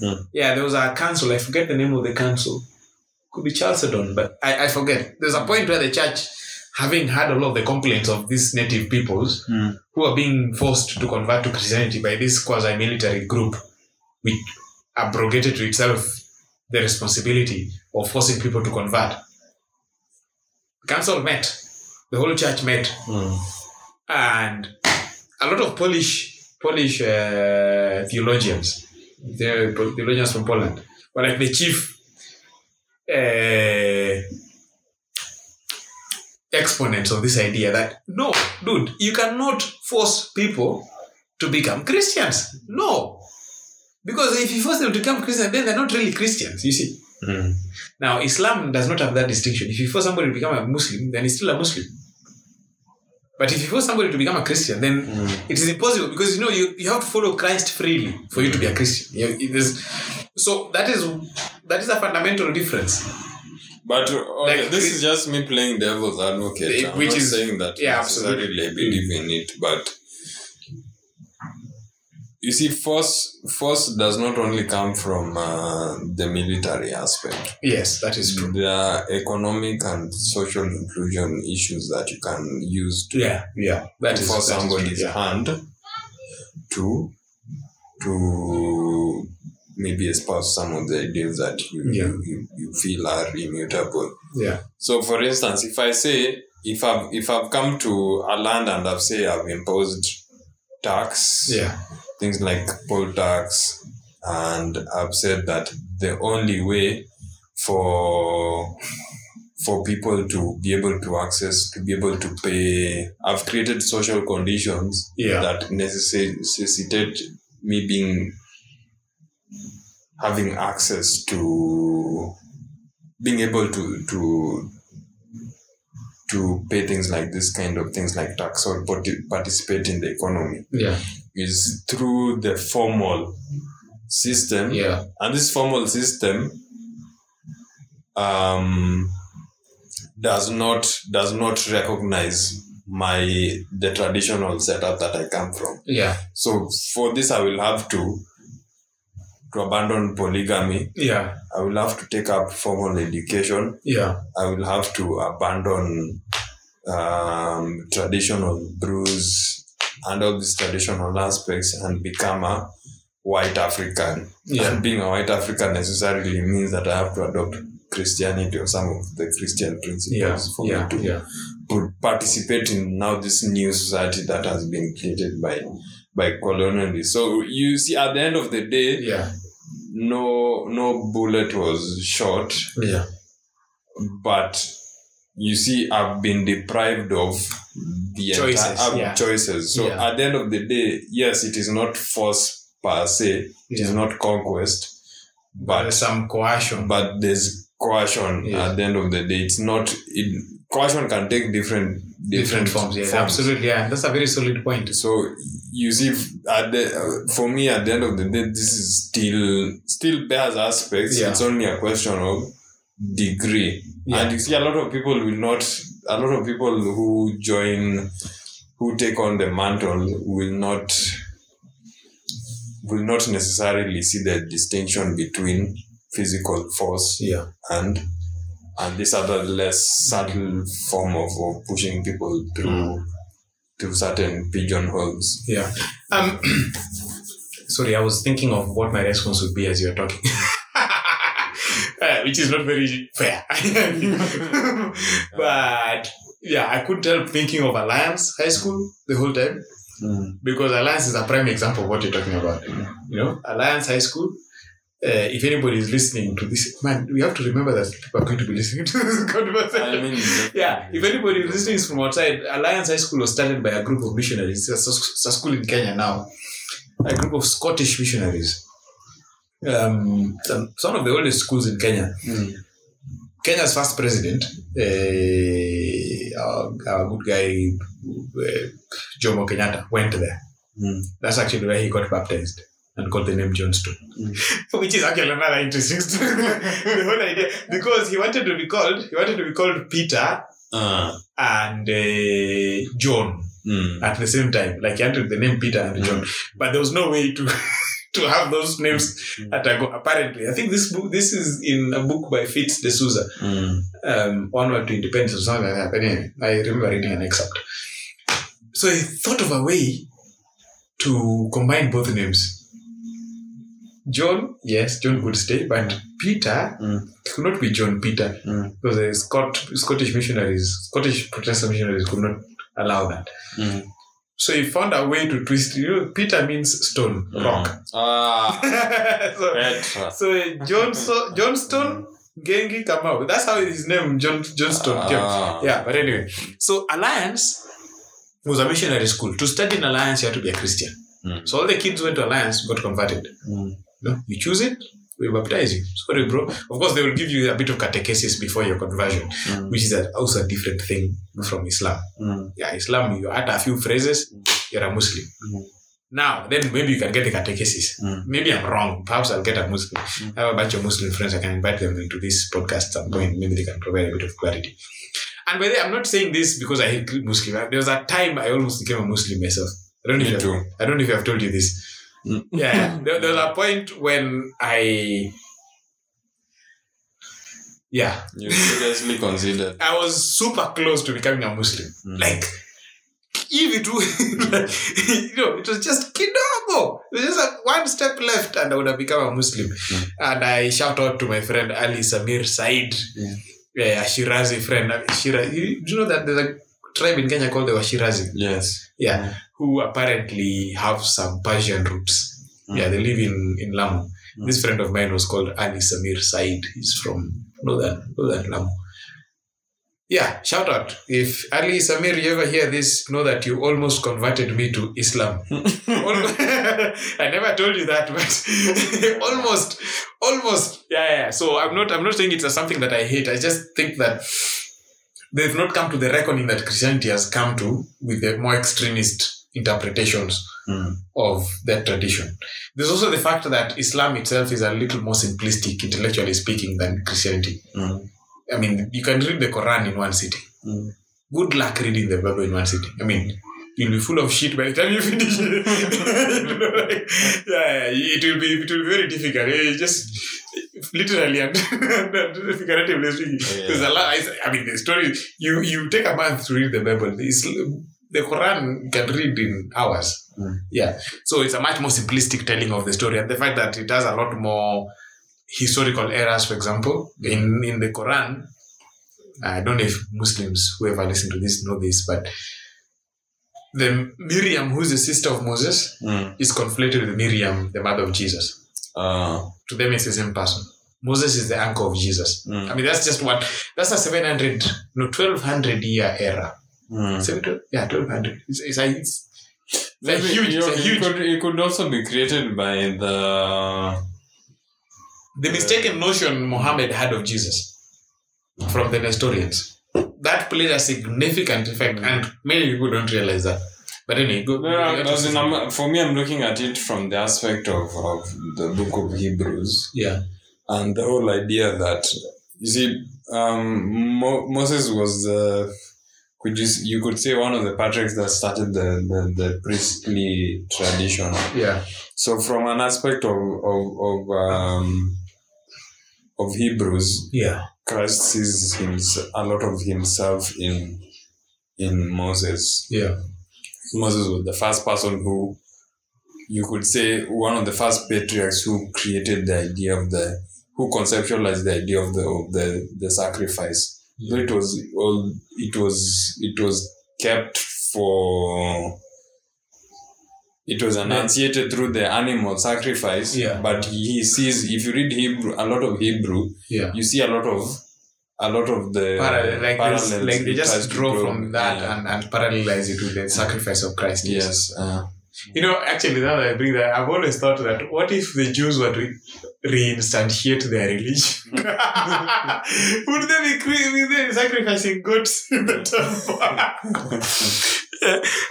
Hmm.
Yeah, there was a council, I forget the name of the council. Could be Chalcedon, but I, I forget. There's a point where the church, having had a lot of the complaints of these native peoples,
mm,
who are being forced to convert to Christianity by this quasi military group, which abrogated to itself the responsibility of forcing people to convert. The council met, the whole church met,
Mm.
and a lot of Polish Polish uh, theologians, the theologians from Poland, were like the chief uh, exponents of this idea that no, dude, you cannot force people to become Christians. No. Because if you force them to become Christians, then they're not really Christians, you see.
Mm.
Now, Islam does not have that distinction. If you force somebody to become a Muslim, then he's still a Muslim. But if you force somebody to become a Christian, then
Mm.
it is impossible because you know you, you have to follow Christ freely for you to be a Christian. You- it is- so that is that is a fundamental difference.
But uh, okay,
Like,
this
it-
is just me playing devil's advocate.
It-
I'm
which
not
is-
saying that
yeah,
necessarily I believe in it, but you see, force force does not only come from uh, the military aspect.
Yes, that is true.
There are economic and social inclusion issues that you can use to,
Yeah, yeah. That
to
is
force
that is true,
somebody's
yeah.
hand to to maybe espouse some of the ideas that you,
Yeah.
you, you, you feel are immutable.
Yeah,
So, for instance, if I say if I've if I've come to a land and I've say I've imposed tax,
yeah,
things like poll tax, and I've said that the only way for for people to be able to access to be able to pay, I've created social conditions
yeah,
that necessi- necessitate me being having access to being able to to to pay things like this kind of things like tax or parti- participate in the economy
Yeah.
is through the formal system
Yeah.
and this formal system um, does not does not recognize my the traditional setup that I come from.
Yeah.
So for this, I will have to to abandon polygamy.
Yeah.
I will have to take up formal education.
Yeah.
I will have to abandon um, traditional brews and all these traditional aspects and become a white African.
Yeah.
And being a white African necessarily means that I have to adopt Christianity or some of the Christian
Yeah.
principles for
Yeah.
me to
Yeah.
put- participate in now this new society that has been created by by colonialism. So you see, at the end of the day,
Yeah.
no no bullet was shot,
Yeah.
but you see, I've been deprived of the entire-
Choices,
I've
yeah.
choices. So
Yeah.
at the end of the day, yes, it is not force per se. It is
Yeah.
not conquest, but
There's some coercion.
but there's coercion
Yeah.
at the end of the day. It's not it, coercion can take different
different forms. Yeah. Absolutely. Yeah. That's a very solid point.
So you see, f- at the, uh, for me, at the end of the day, this is still still bears aspects.
Yeah.
It's only a question of degree,
Yeah.
and you see, a lot of people will not. A lot of people who join, who take on the mantle, will not will not necessarily see the distinction between physical force
Yeah.
and and this other less subtle form of, of pushing people through to certain pigeonholes.
Yeah. Um. sorry, I was thinking of what my response would be as you were talking. Uh, which is not very fair. but yeah, I couldn't help thinking of Alliance High School the whole time. because Alliance is a prime example of what you're talking about. You know, Alliance High School. Uh, if anybody is listening to this, man, we have to remember that people are going to be listening to this conversation.
I mean, Hmm.
yeah, if anybody is listening is from outside, Alliance High School was started by a group of missionaries. It's a, it's a school in Kenya now. A group of Scottish missionaries. Um, some, some of the oldest schools in Kenya. Kenya's first president, uh, our, our good guy uh, Jomo Kenyatta, went there.
Mm.
That's actually where he got baptized and got the name Johnstone,
Mm.
which is actually another interesting story. the whole idea because he wanted to be called he wanted to be called Peter
Uh,
and uh, John
mm.
at the same time. Like he wanted the name Peter and John, but there was no way to to have those names. At a go- apparently, I think this book this is in a book by Fitz de Souza
Mm.
um, onward to independence or something like that. But anyway, I remember reading an excerpt. So he thought of a way to combine both names. John, yes, John could stay, but Peter
Mm.
could not be John Peter
Mm.
because the Scot- Scottish missionaries, Scottish Protestant missionaries could not allow that.
Mm.
So he found a way to twist. You know, Peter means stone,
Mm-hmm.
rock.
Ah,
so,
Petra.
so John, so, Johnstone, Gengi Kamau. That's how his name John Johnstone came.
Ah.
Yeah, but anyway. So Alliance was a missionary school. To study in Alliance, you had to be a Christian.
Mm.
So all the kids went to Alliance, got converted.
Mm.
You, know, you choose it, we baptize you. Sorry, bro. Of course, they will give you a bit of catechesis before your conversion,
Mm.
which is a- also a different thing from Islam.
Mm.
Yeah, Islam, you add a few phrases, you're a Muslim.
Mm.
Now, then maybe you can get the catechesis.
Mm.
Maybe I'm wrong. Perhaps I'll get a Muslim. I have a bunch of Muslim friends. I can invite them into this podcast at some point. Maybe they can provide a bit of clarity. And by the way, I'm not saying this because I hate Muslim. Uh, There was a time I almost became a Muslim myself. I don't know if
Me
you have-
too.
I don't know if I've told you this.
Mm.
Yeah, there, there was a point when I. Yeah,
You seriously considered.
I was super close to becoming a Muslim.
Mm.
Like, if it was, you know, it was just kidogo. It was just like one step left and I would have become a Muslim.
Mm.
And I shout out to my friend Ali Samir Said,
Yeah.
yeah, a Shirazi friend. Uh, Shira, you, do you know that there's a tribe in Kenya called the Washirazi?
yes.
Yeah, who apparently have some Persian roots.
Mm.
Yeah, they live in, in Lamu.
Mm.
This friend of mine was called Ali Samir Said. He's from northern, northern Lamu. Yeah, shout out. If Ali Samir, you ever hear this, know that you almost converted me to Islam. Almost- I never told you that, but almost, almost. Yeah, yeah. So I'm not, I'm not saying it's a something that I hate. I just think that they've not come to the reckoning that Christianity has come to with the more extremist interpretations
Mm.
of that tradition. There's also the fact that Islam itself is a little more simplistic, intellectually speaking, than Christianity.
Mm.
I mean, you can read the Quran in one sitting.
Mm.
Good luck reading the Bible in one sitting. I mean, you'll be full of shit by the time you finish it. You know, like, yeah, yeah, it will be it will be very difficult. Eh, just literally and, and figuratively speaking,
Yeah.
there's a lot. I- I mean, the story. You you take a month to read the Bible. The, Isl- the Quran you can read in hours.
Mm.
Yeah, so it's a much more simplistic telling of the story, and the fact that it has a lot more historical errors, for example, in, in the Quran, I don't know if Muslims who ever listen to this know this, but the Miriam, who's the sister of Moses,
Mm.
is conflated with Miriam, the mother of Jesus.
Uh,
To them, it's the same person. Moses is the uncle of Jesus.
mm.
I mean, that's just one. That's a 700, no, 1200 year era.
Mm.
Seven to- yeah, 1200. It's, it's, a, it's, it's a
Maybe
huge,
you-
it's a
you
huge.
Could, it could also be created by the.
The mistaken notion Muhammad had of Jesus from the Nestorians. That played a significant
Mm.
effect, and many people don't realize that. But anyway, go.
No, no, as in, I'm- for me, I'm looking at it from the aspect of, of the book of Hebrews
yeah.
and the whole idea that, you see, um, Mo- Moses was the, could you, s- you could say one of the patriarchs that started the, the, the priestly tradition.
Yeah.
So, from an aspect of, of, of, um, of Hebrews,
Yeah.
Christ sees himself, a lot of himself in, in Moses.
Yeah.
Moses was the first person who you could say one of the first patriarchs who created the idea of the who conceptualized the idea of the of the, the sacrifice. Though It was all it was it was kept for it was enunciated through the animal sacrifice.
Yeah.
But he sees if you read Hebrew a lot of Hebrew,
Yeah.
you see a lot of a lot of the
Parallel, like,
parallels
this, like they
it tries
just
to
draw
draw.
from that
Yeah. Mm.
and, and parallelize it with the sacrifice of Christ.
yes. Uh,
You know, actually, now that I bring that, I've always thought that what if the Jews were to reinstantiate their religion? Would they be cre- would they be sacrificing goats in the
uh,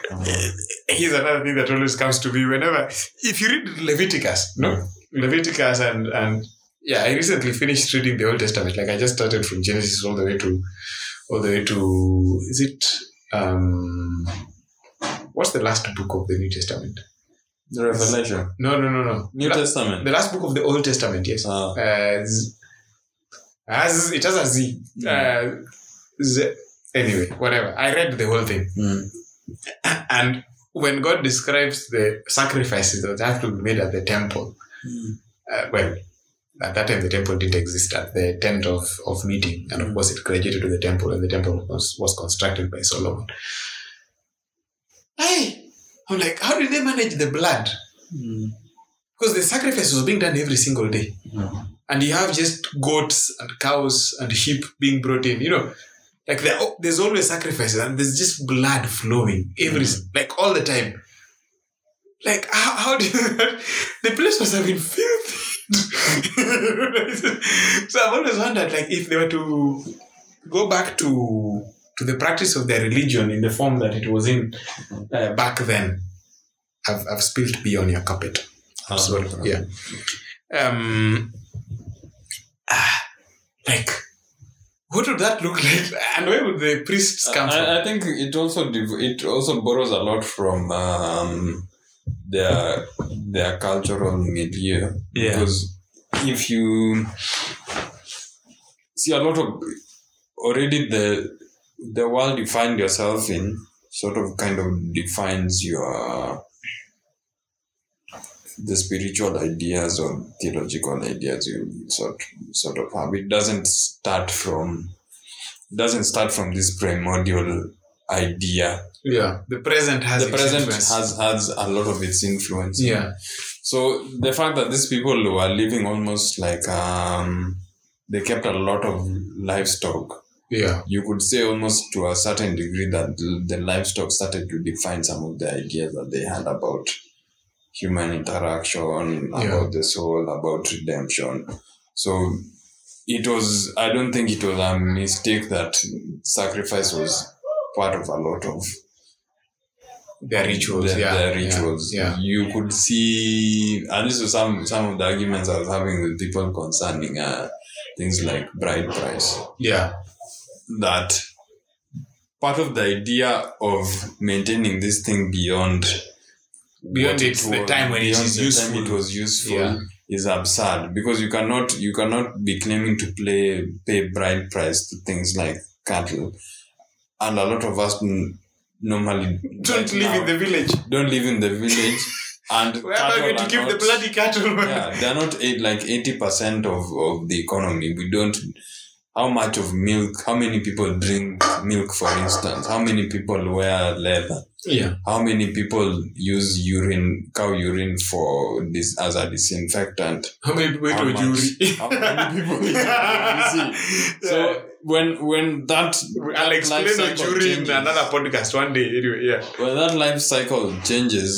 temple? Here's another thing that always comes to me whenever, if you read Leviticus, no?
Mm.
Leviticus and and yeah, I recently finished reading the Old Testament. Like I just started from Genesis all the way to all the way to is it um what's the last book of the New Testament?
The Revelation.
No, no, no, no.
New
La-
Testament.
the last book of the Old Testament, yes.
Ah.
Uh, Z- has, it has a Z.
Mm.
Uh, Z. Anyway, whatever. I read the whole thing.
Mm.
And when God describes the sacrifices that have to be made at the temple, uh, well, at that time the temple didn't exist at the tent of, of meeting, and of course it graduated to the temple, and the temple was, was constructed by Solomon. Hey, I'm like, how did they manage the blood?
Mm.
Because the sacrifice was being done every single day,
Mm.
and you have just goats and cows and sheep being brought in. You know, like there- oh, there's always sacrifices, and there's just blood flowing every
Mm.
like all the time. Like how, how do you, the place must have been filthy? so I've always wondered, like, if they were to go back to to the practice of their religion in the form that it was in uh, back then, I've I've spilled pee on your carpet.
Ah,
Sorry.
okay.
Yeah. Um. ah, like, what would that look like, and where would the priests come from?
Uh, I, I think it also div- it also borrows a lot from um, their their cultural milieu.
Yeah.
Because if you see a lot of already the the world you find yourself in sort of kind of defines your the spiritual ideas or theological ideas you sort sort of have. It doesn't start from doesn't start from this primordial idea.
yeah, the present has
the
its
present
influence.
has has a lot of its influence.
yeah,
So the fact that these people were living almost like um, they kept a lot of livestock.
yeah,
You could say almost to a certain degree that the the livestock started to define some of the ideas that they had about human interaction,
Yeah.
about the soul, about redemption. So it was i don't think it was a mistake that sacrifice was part of a lot of
their rituals.
the,
yeah,
the rituals
Yeah,
you could see and this was some some of the arguments i was having with people concerning uh, things like bride price
yeah,
that part of the idea of maintaining this thing beyond
Beyond
what
its- the time when it
beyond
is
the time
useful.
it was useful
Yeah.
is absurd because you cannot you cannot be claiming to play pay bride price to things like cattle and a lot of us n- normally right now
village.
don't live in the village and
Where am I going to
cattle
keep
are
the
not-
bloody cattle?
yeah, they're not eight, like 80% of, of the economy. We don't, how much of milk, how many people drink milk, for instance? How many people wear leather?
yeah,
How many people use urine, cow urine for this as a disinfectant?
how many wait
How
would you?
much? How many people use urine? You
So
see? So when, when that,
I'll explain
life
on
cycle
jury in
changes.
another podcast one day. Anyway, yeah,
when that life cycle changes,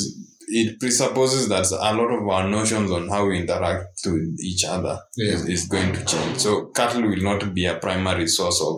it presupposes that a lot of our notions on how we interact with each other is, is going to change. So cattle will not be a primary source of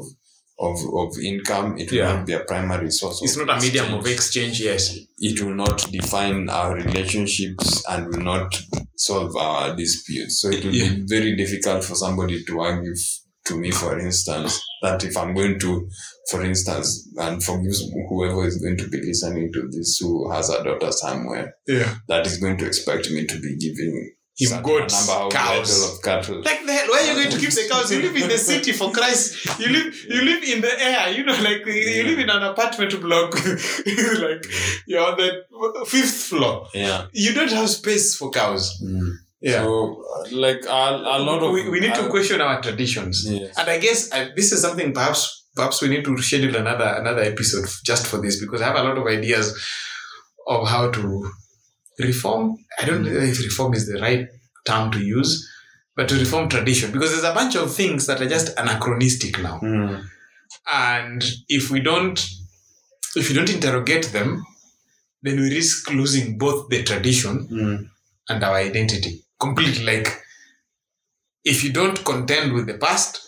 of, of income. It will
Yeah.
not be a primary source.
It's
of
not a medium of
exchange.
exchange. Yes,
It will not define our relationships and will not solve our disputes. So it will
Yeah.
be very difficult for somebody to argue f- to me, for instance, that if I'm going to, for instance, and forgive whoever is going to be listening to this who has a daughter somewhere,
yeah.
that is going to expect me to be giving
Him
certain
goats,
number of
cows.
cattle of cattle.
Like the hell, where are you going to keep the cows? You live in the city, for Christ. You live, you live in the air. You know, like you live in an apartment block. like you're on the fifth floor.
Yeah.
You don't have space for cows. Yeah.
Mm. So, uh, like a, a lot of
we, we need to
uh,
question our traditions.
Yes.
And I guess I, this is something perhaps perhaps we need to schedule another another episode f- just for this because I have a lot of ideas of how to reform. I don't know if reform is the right term to use, but to reform tradition because there's a bunch of things that are just anachronistic now.
Mm.
And if we don't if you don't interrogate them, then we risk losing both the tradition
Mm.
and our identity completely like if you don't contend with the past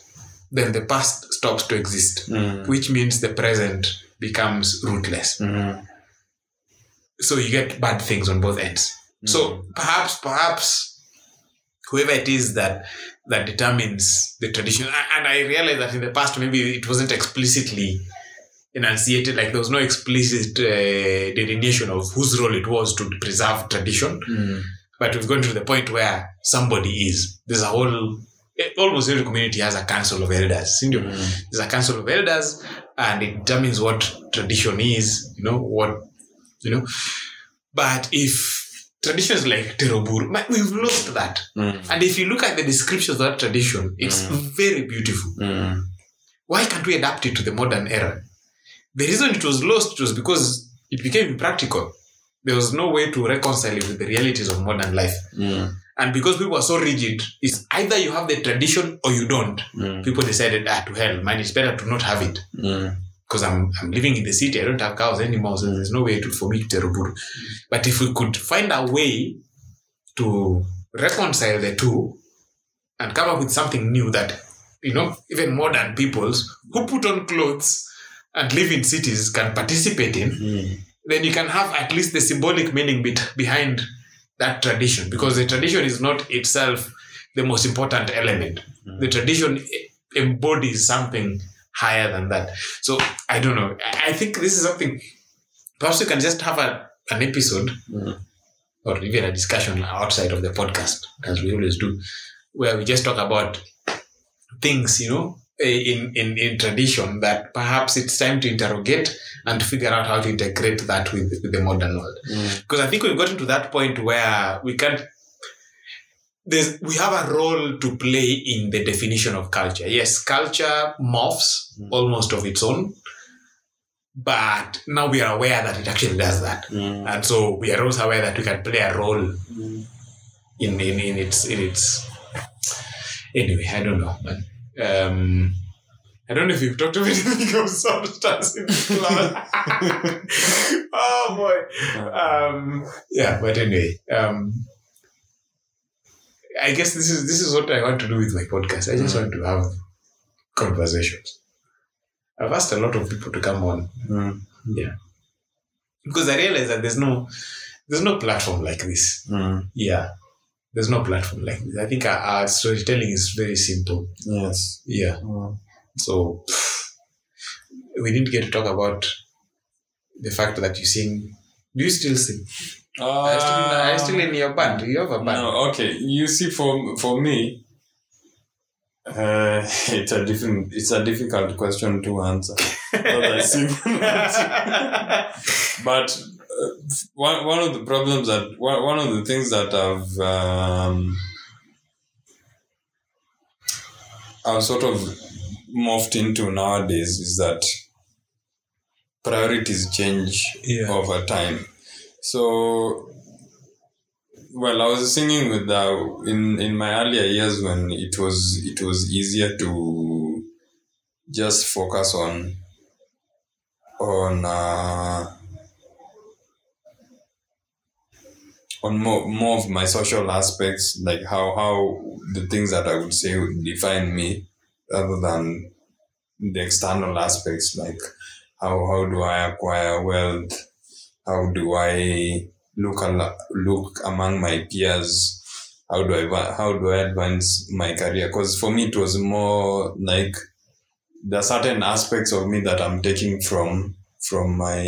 then the past stops to exist
Mm.
which means the present becomes rootless
Mm.
so you get bad things on both ends
Mm.
so perhaps perhaps whoever it is that that determines the tradition a- and i realize that in the past maybe it wasn't explicitly enunciated like there was no explicit uh, delineation of whose role it was to preserve tradition
Mm.
but we've gone to the point where somebody is. There's a whole, eh, almost every community has a council of elders. isn't it?
Mm.
There's a council of elders, and it determines what tradition is. You know what, you know. But if tradition is like terobur, ma- we've lost that.
Mm.
And if you look at the descriptions of that tradition, it's very beautiful.
Mm.
Why can't we adapt it to the modern era? The reason it was lost was because it became impractical. There was no way to reconcile it with the realities of modern life.
Mm.
And because people are so rigid, it's either you have the tradition or you don't.
Mm.
People decided, ah, to hell, man, it's better to not have it.
Mm.
Because I'm, I'm living in the city, I don't have cows anymore, so there's no way to, for me to Teruburu. But if we could find a way to reconcile the two and come up with something new that, you know, even modern peoples who put on clothes and live in cities can participate in,
Mm.
then you can have at least the symbolic meaning bet- behind that tradition because the tradition is not itself the most important element. The tradition e- embodies something higher than that. So I don't know. I I think this is something perhaps we can just have a, an episode
Mm.
or even a discussion outside of the podcast, as we always do, where we just talk about things, you know, eh, in, in, in tradition that perhaps it's time to interrogate and figure out how to integrate that with, with the modern world.
Mm.
Because I think we've gotten to that point where we can't. There's, we have a role to play in the definition of culture. Yes, culture morphs
Mm.
almost of its own, but now we are aware that it actually does that.
Mm.
And so we are also aware that we can play a role in in, in its in its anyway i don't know man um I don't know if we've talked of anything of substance in this class. oh boy. Um, yeah, but anyway, um, I guess this is this is what I want to do with my podcast. I just want to have conversations. I've asked a lot of people to come on
Mm,
because I realize that there's no there's no platform like this.
mm.
Yeah, there's no platform like this. I think our, our storytelling is very simple.
Yes.
Yeah,
Mm,
so pff, we didn't get to talk about the fact that you sing. Do you still sing? are, you still, are you still in your band? Do you have a band?
Uh, No, okay. You see, for for me, uh, it's a different. It's a difficult question to answer. Not I sing but uh, one one of the problems that one one of the things that I've um, I've sort of morphed into nowadays is that priorities change
Yeah.
over time. So, well, I was singing with the in in my earlier years when it was it was easier to just focus on on uh, on more, more of my social aspects, like how how the things that I would say would define me, rather than the external aspects, like how how do I acquire wealth, how do I look al- look among my peers. How do I va- how do I advance my career? Because for me it was more like there are certain aspects of me that I'm taking from from my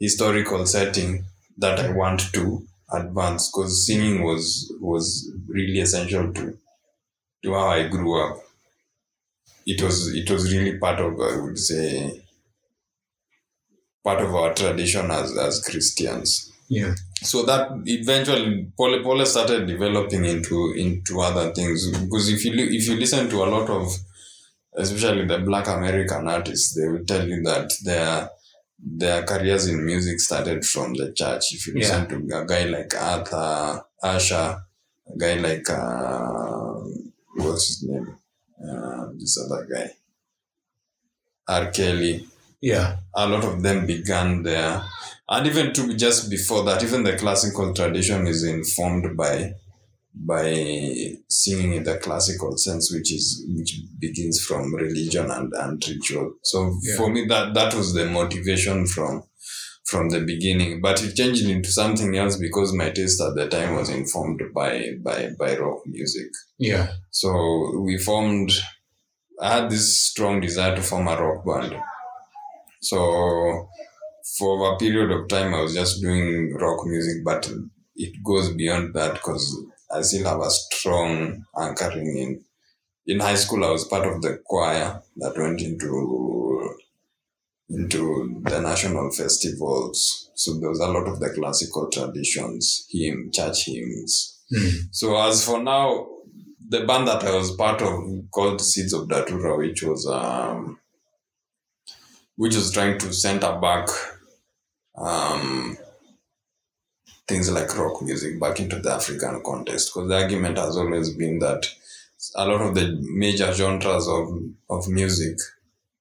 historical setting that I want to advance because singing was was really essential to to how I grew up. It was it was really part of I would say part of our tradition as as Christians
yeah.
so that eventually pole pole started developing into into other things because if you li- if you listen to a lot of especially the black american artists they will tell you that their their careers in music started from the church if you listen to a guy like arthur asha a guy like uh, what's his name uh, this other guy r kelly
Yeah.
a lot of them began there and even to just before that even the classical tradition is informed by by singing in the classical sense which is which begins from religion and, and ritual so
Yeah.
for me that that was the motivation from from the beginning but it changed into something else because my taste at the time was informed by by by rock music
Yeah.
so we formed, I had this strong desire to form a rock band. So for a period of time, I was just doing rock music, but it goes beyond that because I still have a strong anchoring in. In high school, I was part of the choir that went into into the national festivals. So there was a lot of the classical traditions, hymn, church hymns,
Mm.
so as for now, the band that I was part of called Seeds of Datura, which was um, which was trying to center back um, things like rock music back into the African context. Because the argument has always been that a lot of the major genres of of music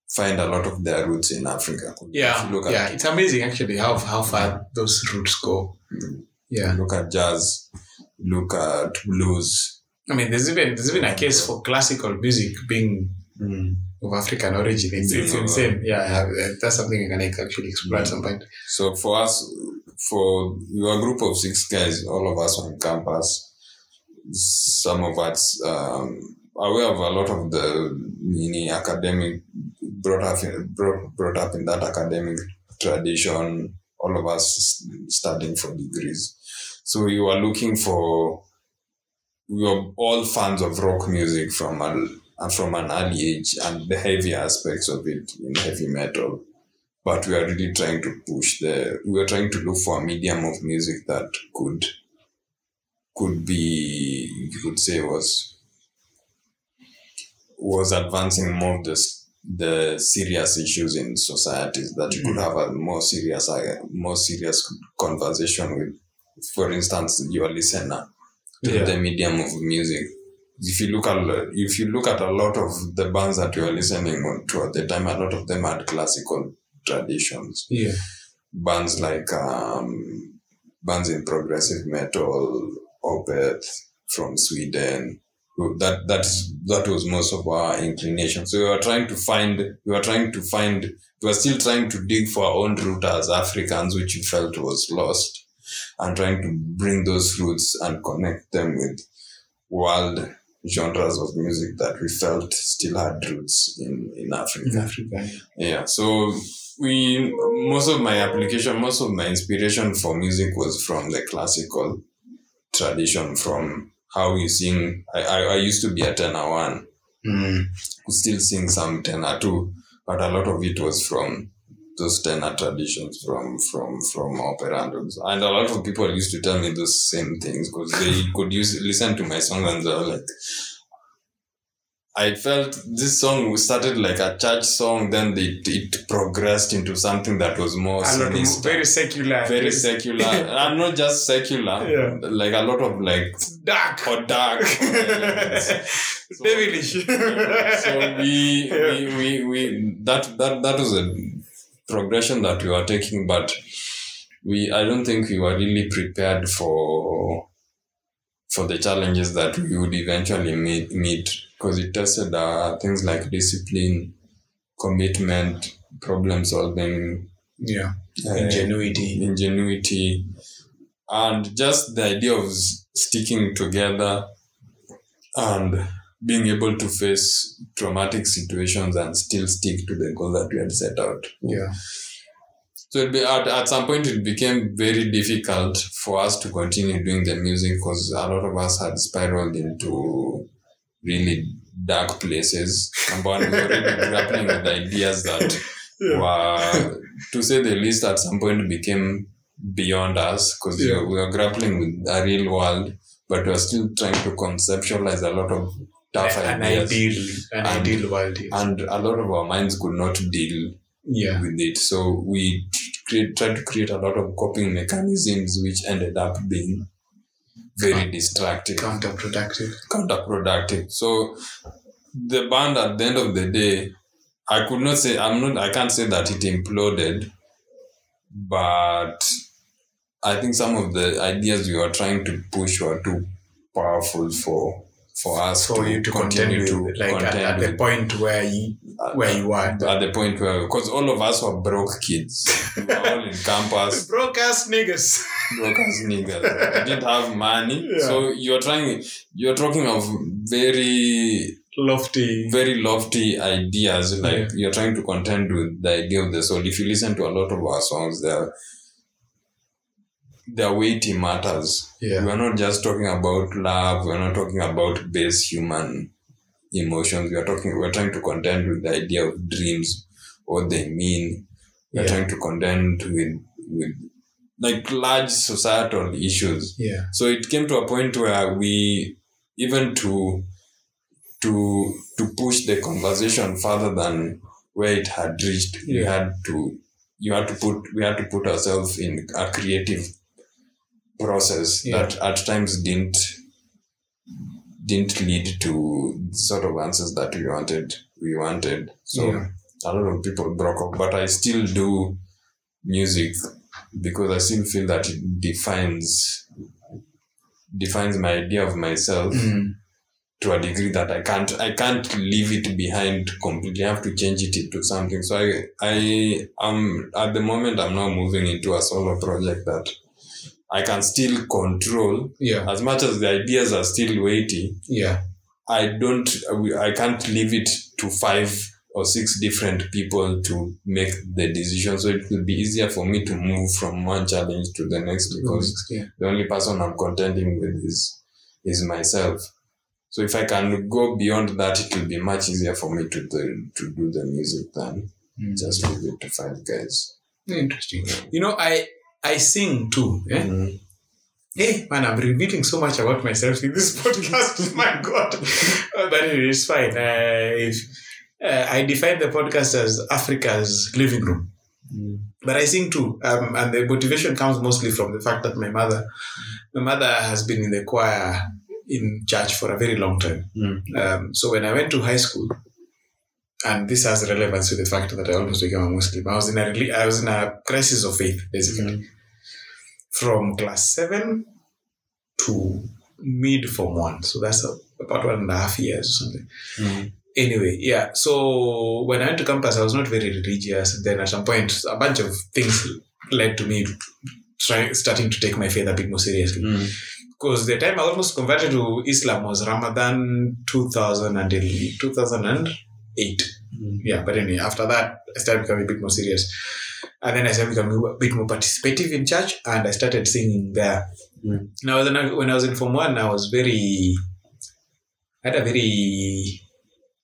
find a lot of their roots in Africa. If you
Yeah.
look at
yeah. It's amazing actually how how far those roots go.
Mm.
Yeah.
look at jazz, look at blues.
I mean, there's even there's even a case for classical music being
Mm.
of African origin. It's, it's
Yeah.
insane. Yeah, yeah, that's something you can like, actually explore at
Yeah.
some point.
So for us, for we were a group of six guys, all of us on campus. Some of us um, aware of a lot of the mini academic brought up in, brought, brought up in that academic tradition. All of us studying for degrees, so we were looking for. We were all fans of rock music from a, from an early age and the heavy aspects of it in heavy metal but we are really trying to push the we are trying to look for a medium of music that could could be you could say was was advancing more of the s- the serious issues in societies that you could have a more serious uh, more serious conversation with for instance your listener to
Yeah.
the medium of music if you look at if you look at a lot of the bands that you are listening on to at the time a lot of them had classical traditions
Yeah.
bands like um, bands in progressive metal Opeth from Sweden. Who- That that's that was most of our inclination. So we were trying to find we were trying to find we were still trying to dig for our own root as Africans, which we felt was lost, and trying to bring those roots and connect them with world genres of music that we felt still had roots in, in Africa.
in Africa.
Yeah, so we most of my application, most of my inspiration for music was from the classical tradition, from how you sing. I, I, I used to be a tenor one,
Mm.
who still sing some tenor two, but a lot of it was from those tenor traditions from from from opera and also- and a lot of people used to tell me those same things because they could use listen to my song and they were like I felt this song started like a church song, then it, it progressed into something that was
A
more
lot of,
sinister,
very secular.
very
It's
secular, and not just secular,
Yeah.
like a lot of like
Dark.
or dark. So-
Devilish.
so we,
Yeah.
we, we, we that, that that was a progression that we were taking, but we I don't think we were really prepared for for the challenges that we would eventually meet meet because it tested uh, things like discipline, commitment, problem solving,
yeah.
uh,
Ingenuity.
ingenuity, and just the idea of s- sticking together and being able to face traumatic situations and still stick to the goal that we had set out.
Yeah.
So it be, at, at some point it became very difficult for us to continue doing the music because a lot of us had spiraled into really dark places. And we were already grappling with ideas that were, to say the least, at some point became beyond us because
Yeah.
we were grappling with a real world, but we are still trying to conceptualize a lot of tough
An
ideas.
ideal, an
And-
ideal world. yes.
And a lot of our minds could not deal
yeah.
with it. So we create, tried to create a lot of coping mechanisms, which ended up being very destructive,
Counterproductive.
counterproductive. So the band, at the end of the day, I could not say I'm not. I can't say that it imploded, but I think some of the ideas we were trying to push were too powerful for for us
For you to continue, with, like at,
contend
at the
with.
point where you
Uh,
where you are.
at the point where because all of us were broke kids we were all in campus
Broke ass niggas.
broke as niggas we didn't have money
Yeah.
so you're trying you're talking of very
Lofty.
very lofty ideas like
Yeah.
you're trying to contend with the idea of the soul if you listen to a lot of our songs they're they're weighty matters
Yeah.
we're not just talking about love we're not talking about base human emotions we're talking we're trying to contend with the idea of dreams what they mean we're
Yeah.
trying to contend with with like large societal issues
Yeah.
so it came to a point where we even to to to push the conversation further than where it had reached we
Yeah.
had to you had to put we had to put ourselves in a creative process
Yeah.
that at times didn't didn't lead to the sort of answers that we wanted we wanted so
Yeah.
a lot of people broke off but i still do music because i still feel that it defines defines my idea of myself
Mm.
to a degree that I can't I can't leave it behind completely. I have to change it into something. So I I am at the moment I'm now moving into a solo project that I can still control
Yeah.
as much as the ideas are still weighty.
Yeah.
I don't I can't leave it to five or six different people to make the decision. So it will be easier for me to move from one challenge to the next because
Yeah.
the only person I'm contending with is is myself. So if I can go beyond that, it will be much easier for me to do, to do the music than
Mm.
just leave it to five guys.
Interesting. You know, I I sing too. Eh?
Mm-hmm.
Hey man, I'm revealing so much about myself in this podcast. Oh My God, Uh, but anyway, it's fine. Uh, if, uh, I define the podcast as Africa's living room, but I sing too, um, and the motivation comes mostly from the fact that my mother, my mother has been in the choir in church for a very long time. Um, so when I went to high school, and this has relevance to the fact that I almost became a Muslim, I was in a reli- I was in a crisis of faith basically from class seven to mid form one. So that's a, about one and a half years or something.
Mm.
Anyway, yeah. So when I went to campus, I was not very religious. Then at some point, a bunch of things led to me trying, starting to take my faith a bit more seriously.
Mm.
Because the time I almost converted to Islam was Ramadan 2000 and 2008.
Mm.
Yeah, but anyway, after that, I started becoming a bit more serious. And then I started becoming a bit more participative in church and I started singing there.
Mm.
Now, when I, when I was in Form 1, I was very, I had a very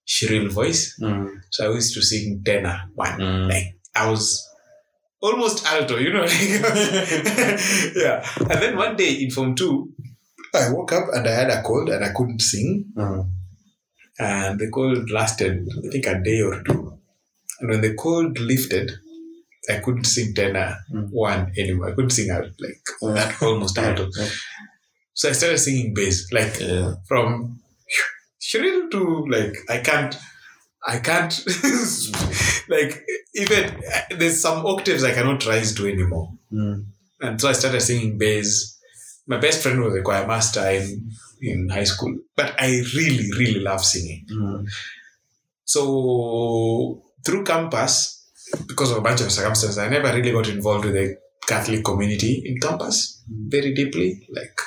shrill voice.
Mm.
So I used to sing tenor one.
Mm.
I was almost alto, you know. like- yeah. And then one day in Form 2, I woke up and I had a cold and I couldn't sing
Mm.
and Uh, the cold lasted I think a day or two. And when the cold lifted, I couldn't sing tenor
Mm.
one anymore. I couldn't sing out like
Mm.
that almost alto. So I started singing bass, like
Yeah.
from shrill to like I can't, I can't, like even uh, there's some octaves I cannot rise to anymore.
Mm.
And so I started singing bass. My best friend was a choir master in in high school, but I really really love singing.
Mm.
So through campus, because of a bunch of circumstances, I never really got involved with the Catholic community in campus very deeply, like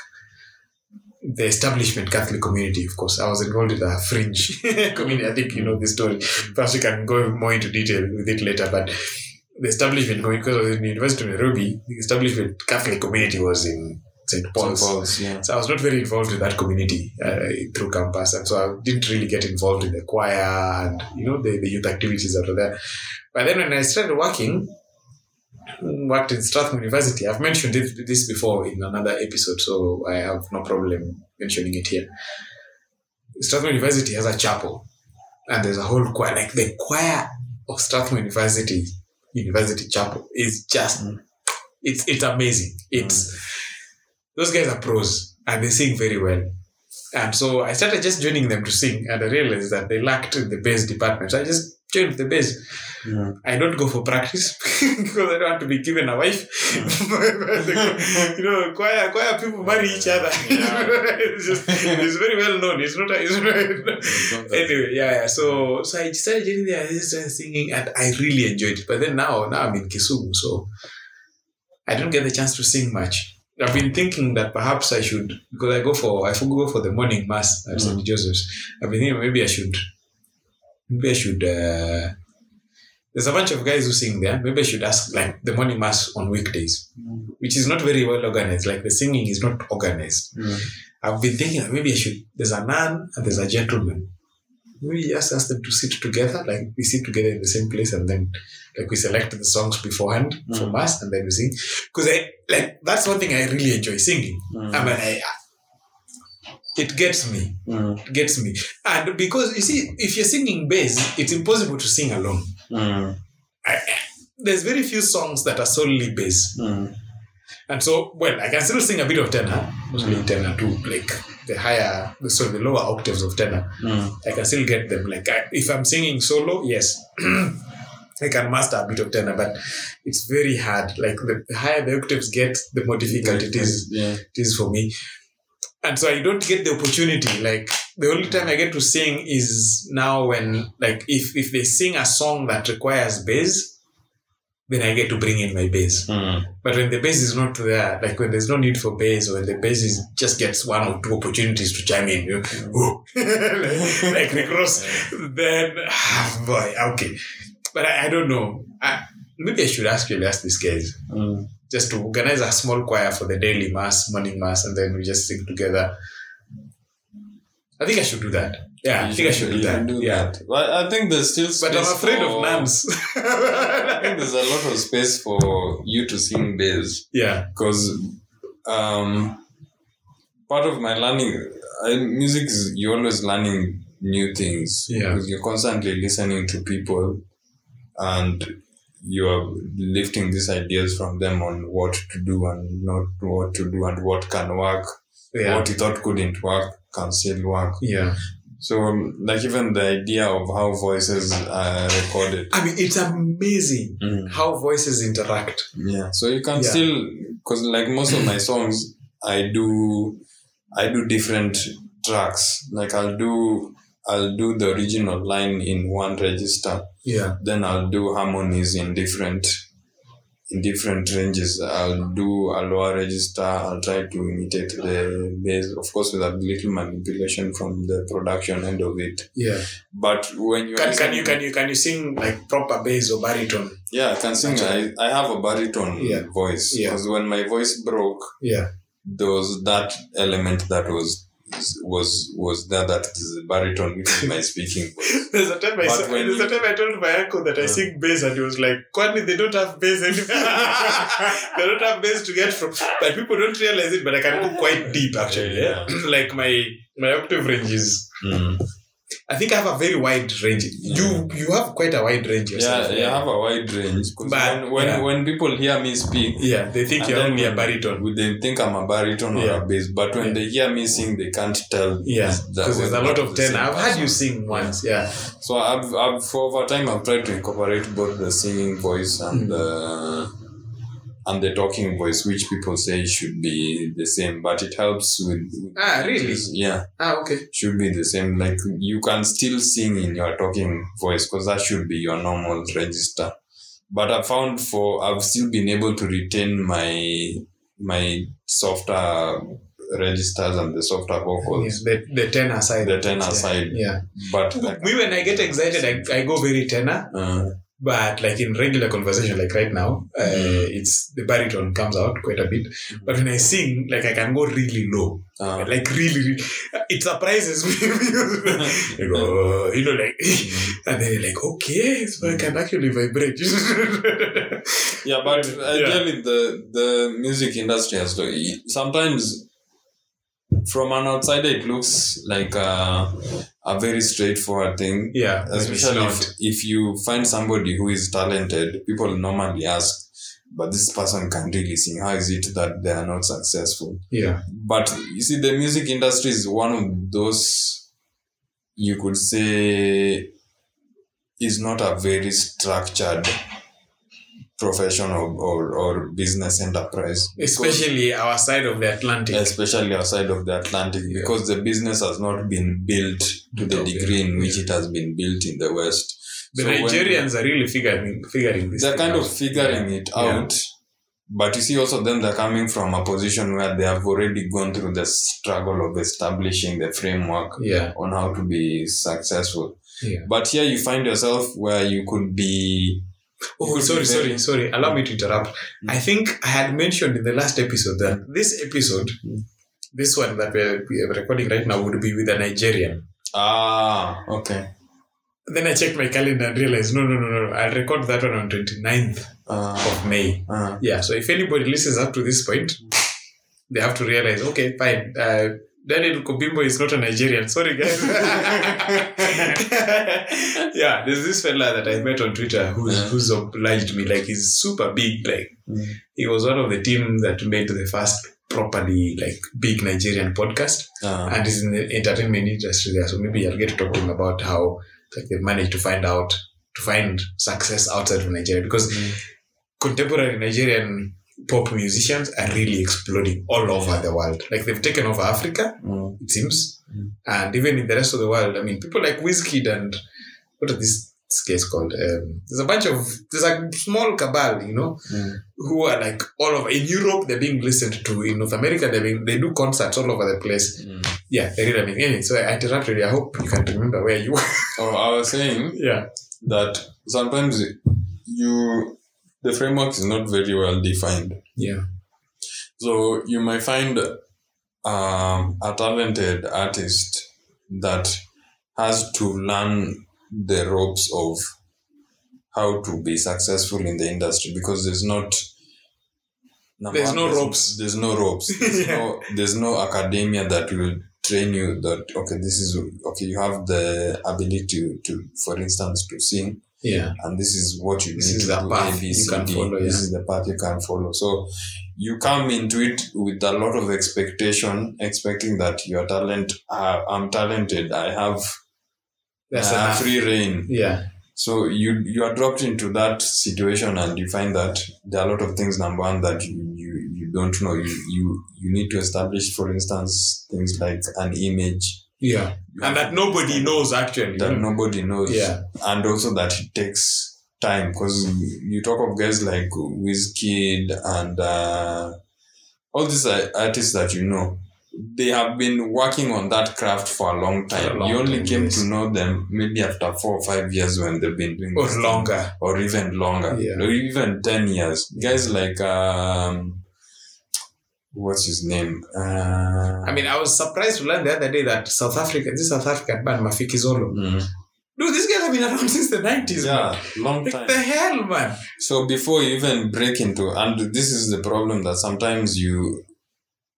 the establishment Catholic community, of course. I was involved with a fringe community. I think you know this story. Perhaps we can go more into detail with it later, but the establishment community, because I was in the University of Nairobi, the establishment Catholic community was in St. Paul's.
Balls, yeah.
So I was not very involved with that community uh, through campus, and so I didn't really get involved in the choir and you know the, the youth activities that were there. But then when I started working, mm, worked in Strathmore University. I've mentioned this, this before in another episode, so I have no problem mentioning it here. Strathmore University has a chapel, and there's a whole choir. Like the choir of Strathmore University, University Chapel is just it's it's amazing. It's those guys are pros and they sing very well. And so I started just joining them to sing, and I realized that they lacked in the bass department. So I just joined the bass.
Mm.
I don't go for practice because I don't want to be given a wife. you know, choir, choir people marry each other.
Yeah.
it's, just, it's very well known. It's not. A, it's not anyway, yeah, yeah. So, so I started getting there. I just started singing, and I really enjoyed it. But then now, now I'm in Kisumu, so I don't get the chance to sing much. I've been thinking that perhaps I should because I go for I go for the morning mass at
Mm.
St. Joseph's. I've been thinking maybe I should, maybe I should. Uh, there's a bunch of guys who sing there. Maybe I should ask like the morning mass on weekdays,
Mm.
which is not very well organized. Like the singing is not organized.
Mm.
I've been thinking that maybe I should. There's a nun and there's a gentleman. Maybe just ask them to sit together, like we sit together in the same place, and then like we select the songs beforehand
Mm.
from us, and then we sing. Because I like that's one thing I really enjoy singing.
Mm.
I mean, I, it gets me,
Mm.
it gets me, and because you see, if you're singing bass, it's impossible to sing alone.
Mm.
There's very few songs that are solely bass.
Mm.
And so, well, I can still sing a bit of tenor, mostly tenor too, like the higher, sorry, the lower octaves of tenor.
Mm.
I can still get them. Like I, if I'm singing solo, yes, I can master a bit of tenor, but it's very hard. Like the, the higher the octaves get, the more difficult it is,
Yeah.
it is for me. And so I don't get the opportunity. Like the only time I get to sing is now when, like, if if they sing a song that requires bass, then I get to bring in my bass.
Mm.
But when the base is not there, like when there's no need for base, or when the base is just gets one or two opportunities to chime in, you know, like, like Rick Ross, then ah, boy, okay. But I, I don't know. I, maybe I should actually ask these guys
Mm.
just to organize a small choir for the daily mass, morning mass, and then we just sing together. I think I should do that. Yeah, I think I should do
You
that.
should do
yeah.
that. Well, I think there's still space
But I'm afraid of
for-
nuns.
I think there's a lot of space for you to sing bass
yeah.
because um, part of my learning, I, music is you're always learning new things.
Yeah.
Because you're constantly listening to people and you're lifting these ideas from them on what to do and not what to do and what can work,
Yeah.
what you thought couldn't work, can still work.
Yeah.
So, like, even the idea of how voices are recorded.
I mean, it's amazing.
Mm.
how voices interact.
Yeah. So you can
Yeah.
still, because like most of my songs, I do I do different tracks. Like I'll do I'll do the original line in one register.
Yeah.
Then I'll do harmonies in different in different ranges. I'll do a lower register. I'll try to imitate the bass, of course, with a little manipulation from the production end of it.
Yeah.
But when you
Can,
listen-
can you can you can you sing like proper bass or baritone?
yeah, I can sing. I, I have a baritone
Yeah.
voice
Yeah.
because when my voice broke,
Yeah.
there was that element that was was was there that is the baritone which is my speaking voice.
There's a time I
But
saw,
when
there's a
you-
time I told my uncle that I
Yeah.
sing bass and he was like, Kwani they don't have bass anywhere. they don't have bass to get from but people don't realize it, but I can go quite deep actually. Yeah. like my my octave range is
Mm.
I think I have a very wide range. You you have quite a wide range
Yeah,
yourself.
I have a wide range. 'cause
But-
when when,
yeah.
when people hear me speak,
Yeah, they think
And
you're
then
only a
when-
baritone.
they think I'm a baritone
Yeah.
or a bass, but when
Yeah.
they hear me sing, they can't tell.
Yeah,
is that
because there's a
whether
lot
the
of tenor.
same
I've had you
person.
sing once. Yeah,
So I've, I've for over time I've tried to incorporate both the singing voice
Hmm.
and the and the talking voice, which people say should be the same, but it helps with. with
Ah, really?
Yeah,
Ah, okay.
should be the same. Like you can still sing in your talking voice because that should be your normal register. But I found for I've still been able to retain my my softer registers and the softer vocals,
Yes, the, the tenor side.
the tenor side.
Yeah.
But
Me, when I get excited, I, I go very tenor.
uh,
But like in regular conversation, like right now, uh,
Mm.
it's the baritone comes out quite a bit. But when I sing, like I can go really low,
uh,
like really, really it surprises me. because, like, oh, you know, like, and then you're like, okay, so I can actually vibrate.
Yeah, but
Yeah.
ideally, the the music industry has to. Sometimes, from an outsider, it looks like a, a very straightforward thing.
yeah, but it's
Especially
not.
if, if you find somebody who is talented, people normally ask, but this person can really sing. How is it that they are not successful?
yeah,
But you see, the music industry is one of those you could say is not a very structured profession or, or, or business enterprise. Because-
especially our side of the Atlantic.
especially outside of the Atlantic,
Yeah.
because the business has not been built to the
Okay.
degree in which it has been built in the West.
The
So when-
Nigerians are really figuring figuring this.
they're
thing
kind
out.
of figuring it
Yeah.
out but you see also then they're coming from a position where they have already gone through the struggle of establishing the framework
Yeah,
on how to be successful
yeah.
but here you find yourself where you could be
Oh,
could
sorry,
be
sorry,
very-
sorry. Allow me to interrupt. I think I had mentioned in the last episode that this episode,
Mm.
this one that we're, we're recording right now, would be with a Nigerian.
ah okay
Then I checked my calendar and realized, no, no, no, no. I'll record that one on 29th
uh,
of May.
uh,
Yeah. So if anybody listens up to this point, they have to realize, okay, fine. Uh, Daniel Kobimbo is not a Nigerian. Sorry, guys. yeah, there's this fella that I met on Twitter who's
Yeah.
who's obliged me. Like he's super big. Like
Mm.
he was one of the team that made the first properly like big Nigerian podcast,
uh,
and he's in the entertainment industry there. So maybe I'll get to talk to him about how like they managed to find out to find success outside of Nigeria because contemporary Nigerian pop musicians are really exploding all over the world. Like they've taken over Africa,
mm,
it seems,
Mm.
and even in the rest of the world. I mean, people like Wizkid and what are these these guys called? Um, there's a bunch of there's a small cabal, you know,
mm.
who are like all over in Europe. They're being listened to in North America. They being they do concerts all over the place.
Mm.
Yeah, they really. I mean, anyway, so I interrupted. you. I hope you can remember where you were.
oh i was saying
yeah,
that sometimes you the framework is not very well defined
yeah,
So you may find um, a talented artist that has to learn the ropes of how to be successful in the industry because there's not. number
There's no
there's-
ropes.
There's no ropes. There's, no, there's no academia that will train you that okay, this is okay. You have the ability to, to for instance, to sing
yeah,
and this is what you
This
need
is
to
the
do,
path
A, B,
you
C,
can
D.
follow,
This
yeah.
is the path you can follow. So you come into it with a lot of expectation, expecting that your talent, uh, I'm talented, I have,
that's
I have
enough.
free reign.
Yeah,
So you you are dropped into that situation and you find that there are a lot of things, number one, that you, you, you you don't know. You you you need to establish, for instance, things like an image
Yeah.
You
And
have
that nobody knows actually.
that nobody knows,
Yeah.
and also that it takes time because you talk of guys like Wizkid and uh, all these uh, artists that you know. They have been working on that craft for a long time.
a long
you only
time,
came
yes.
to know them maybe after four or five years when they've been doing
Or
this thing
longer.
or even longer,
Yeah.
or even 10 years. Guys like, um, what's his name? Uh,
I mean, I was surprised to learn the other day that South Africa, this South African band, Mafikizolo.
mm,
Dude, these guys have been around since the 90s, man.
yeah, long
What the
time.
hell, man?
So before you even break into, and this is the problem that sometimes you,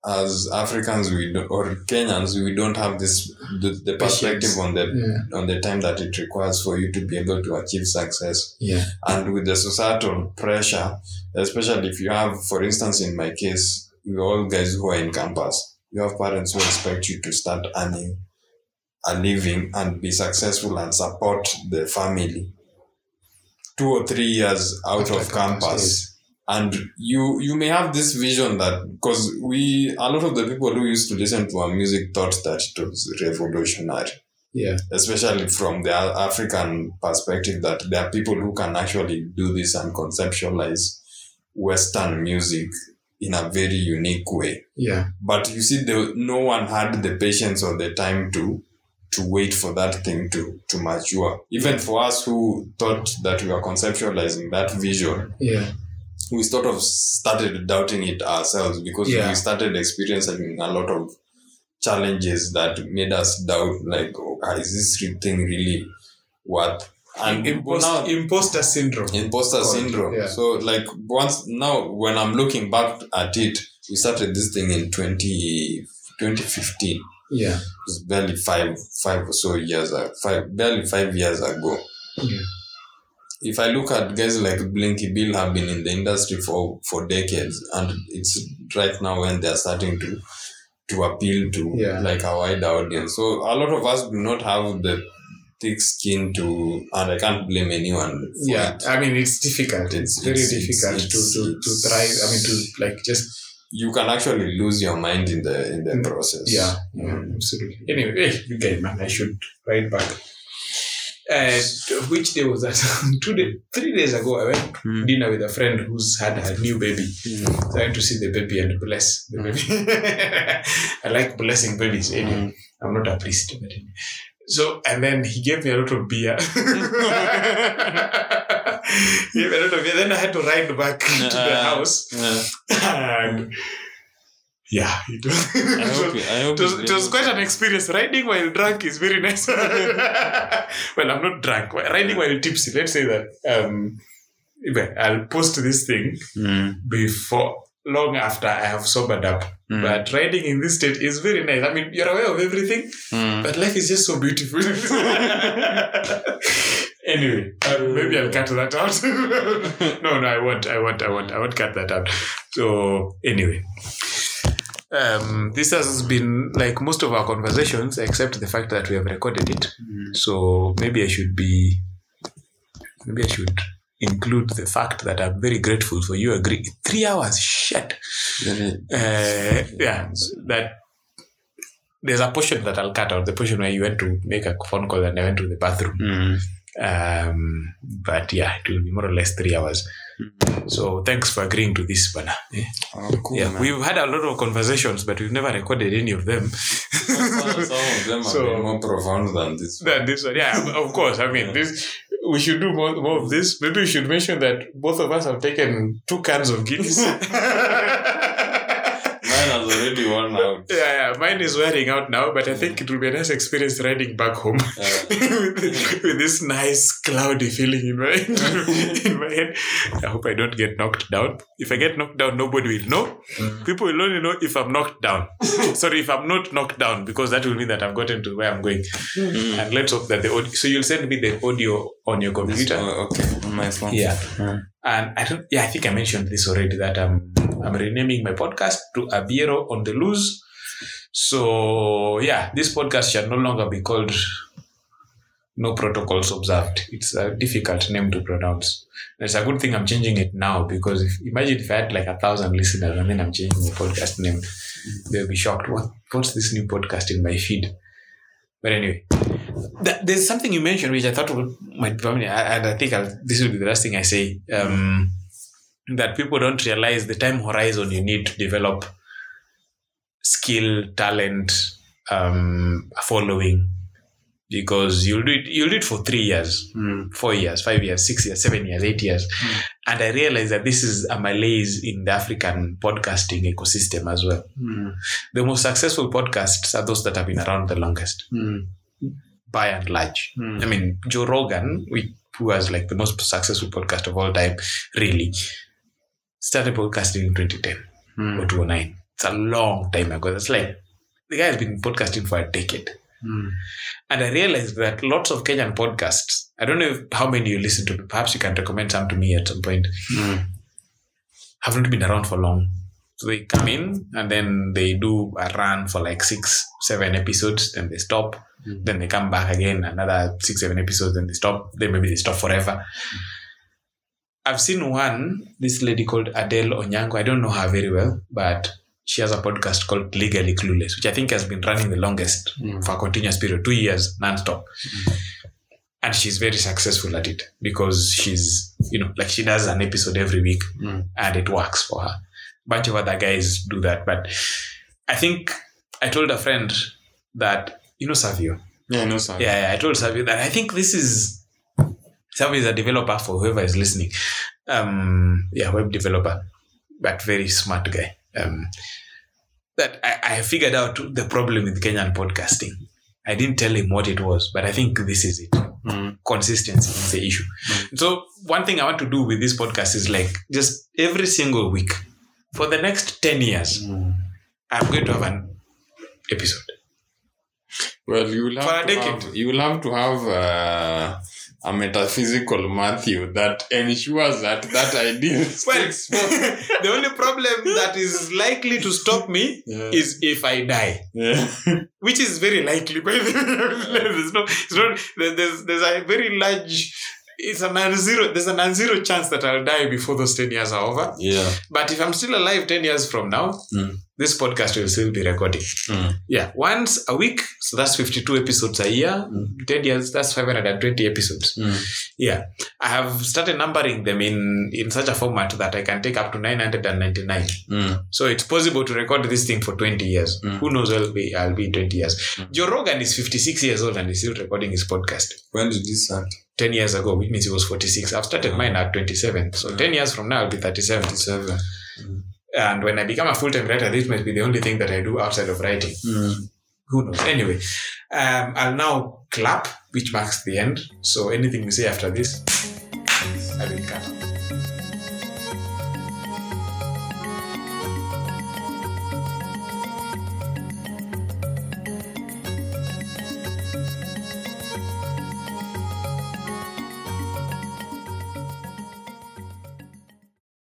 as Africans, we do, or Kenyans, we don't have this the, the perspective on the
Yeah.
on the time that it requires for you to be able to achieve success.
Yeah.
and with the societal pressure, especially if you have, for instance, in my case, we are all guys who are in campus, you have parents who expect you to start earning a living and be successful and support the family two or three years out
After
of
campus,
campus. And you you may have this vision that because we a lot of the people who used to listen to our music thought that it was revolutionary
Yeah.
especially from the Af- African perspective, that there are people who can actually do this and conceptualize Western music in a very unique way.
Yeah.
But you see, the, no one had the patience or the time to to wait for that thing to to mature. Even for us who thought that we were conceptualizing that vision,
Yeah.
we sort of started doubting it ourselves because
Yeah.
we started experiencing a lot of challenges that made us doubt like oh, ah, is this re- thing really worth and
Impost-
now
imposter syndrome.
imposter
God,
syndrome
yeah.
so like once now when i'm looking back at it we started this thing in 20 2015 it
Yeah.
was barely five five or so years a- five barely five years ago
Yeah.
if I look at guys like Blinky Bill have been in the industry for, for decades and it's right now when they're starting to to appeal to
Yeah.
like a wider audience. So a lot of us do not have the thick skin to and I can't blame anyone for
Yeah.
it.
I mean, it's difficult. It's,
It's-
very
it's-
difficult
it's-
to, to, to
it's-
thrive. I mean, to like just
You can actually lose your mind in the in the
Mm.
process. Mm.
Yeah, yeah, absolutely. Anyway, hey, you get it, man. I should write back. Uh, which day was that? Two day, three days ago, I went to
Mm.
dinner with a friend who's had her new baby.
Mm.
So I went to see the baby and bless the baby. I like blessing babies. Anyway, I'm not a priest, but anyway. So, and then he gave me a lot of beer. he gave me a lot of beer. Then I had to ride back to the
Yeah.
house.
Yeah.
And yeah, it was-
I hope, you- I hope
it was,
you-
it was quite an experience. Riding while drunk is very nice. well, I'm not drunk. Riding while tipsy, let's say that. Um, well, I'll post this thing
Mm.
before long after I have sobered up.
Mm.
But riding in this state is very nice. I mean, you're aware of everything,
Mm.
but life is just so beautiful. anyway, uh, maybe I'll cut that out. no, no, I won't. I won't. I won't. I won't cut that out. So anyway. Um, this has been like most of our conversations, except the fact that we have recorded it.
Mm.
So maybe I should be, maybe I should include the fact that I'm very grateful for you. Agree three hours, shit.
Very-
Uh, yeah, that there's a portion that I'll cut out, the portion where you went to make a phone call and I went to the bathroom.
Mm.
Um, but yeah, it will be more or less three hours. So thanks for agreeing to this, Bana. Yeah,
Oh, cool,
yeah,
man.
we've had a lot of conversations, but we've never recorded any of them.
some, some of them
So-
have been more profound than this.
than this one. Yeah, of course. I mean, this we should do more, more of this. Maybe we should mention that both of us have taken two cans of Guinness. yeah,
Mine has already worn out.
yeah, mine is wearing out now, but I think it will be a nice experience riding back home
Uh,
with, with this nice cloudy feeling in my, in my head. I hope I don't get knocked down. If I get knocked down, nobody will know. People will only know if I'm knocked down. Sorry, if I'm not knocked down, because that will mean that I've gotten to where I'm going.
Mm.
And let's hope that the audio. So you'll send me the audio on your
This-
computer.
oh, okay, on my phone.
Yeah.
Mm.
And I don't. Yeah, I think I mentioned this already that I'm I'm renaming my podcast to Abiero on the Loose. So yeah, this podcast shall no longer be called no protocols observed. It's a difficult name to pronounce. And it's a good thing I'm changing it now because if, imagine if I had like a thousand listeners and then I'm changing the podcast name, they'll be shocked. What what's this new podcast in my feed? But anyway, th- there's something you mentioned which I thought would, might be permanent, I- and I think I'll, this will be the last thing I say. Um, that people don't realize the time horizon you need to develop skill, talent, um, a following, because you'll do it. You'll do it for three years four years, five years, six years, seven years, eight years.
Mm.
And I realized that this is a malaise in the African podcasting ecosystem as well. The most successful podcasts are those that have been around the longest, by and large. I mean, Joe Rogan, we- who was like the most successful podcast of all time, really started podcasting in 2010 or 2009. It's a long time ago. It's like the guy has been podcasting for a decade. And I realized that lots of Kenyan podcasts, I don't know if, how many you listen to, but perhaps you can recommend some to me at some point, haven't been around for long. So they come in and then they do a run for like six, seven episodes, then they stop.
Mm.
Then they come back again, another six, seven episodes, then they stop. Then maybe they stop forever. I've seen one, this lady called Adele Onyango. I don't know her very well, but she has a podcast called Legally Clueless, which I think has been running the longest for a continuous period, two years non-stop. And she's very successful at it because she's, you know, like she does an episode every week and it works for her. Bunch of other guys do that. But I think I told a friend that, you know, Savio.
Yeah, no, sir.
Yeah, yeah I told Savio that I think this is, Savio is a developer for whoever is listening. Um, yeah, web developer, but very smart guy. Um, that I, I figured out the problem with Kenyan podcasting. I didn't tell him what it was, but I think this is it consistency is the issue. So one thing I want to do with this podcast is like just every single week for the next 10 years, I'm going to have an episode.
Well, you will
For a
have, to
decade.
have, you will have to have uh, a metaphysical Matthew that ensures that that idea
Well,
sticks.
the only problem that is likely to stop me
yeah.
is if I die.
yeah.
Which is very likely, by the way. there's no, it's not, there- there's, there's a very large, it's a non-zero, there's a non-zero chance that I'll die before those 10 years are over.
yeah.
But if I'm still alive 10 years from now,
Mm.
this podcast will still be recording. Yeah, once a week. So that's 52 episodes a year.
Mm.
10 years, that's 520 episodes. Yeah. I have started numbering them in, in such a format that I can take up to 999. So it's possible to record this thing for 20 years.
Mm.
Who knows where I'll be, I'll be in 20 years.
Mm.
Joe Rogan is 56 years old and he's still recording his podcast.
When did this start?
10 years ago, which means he was 46. I've started
Mm.
mine at 27. So
Mm.
10 years from now, I'll be 37.
27.
And when I become a full-time writer, this might be the only thing that I do outside of writing. who knows? Anyway, um, I'll now clap, which marks the end. So anything we say after this,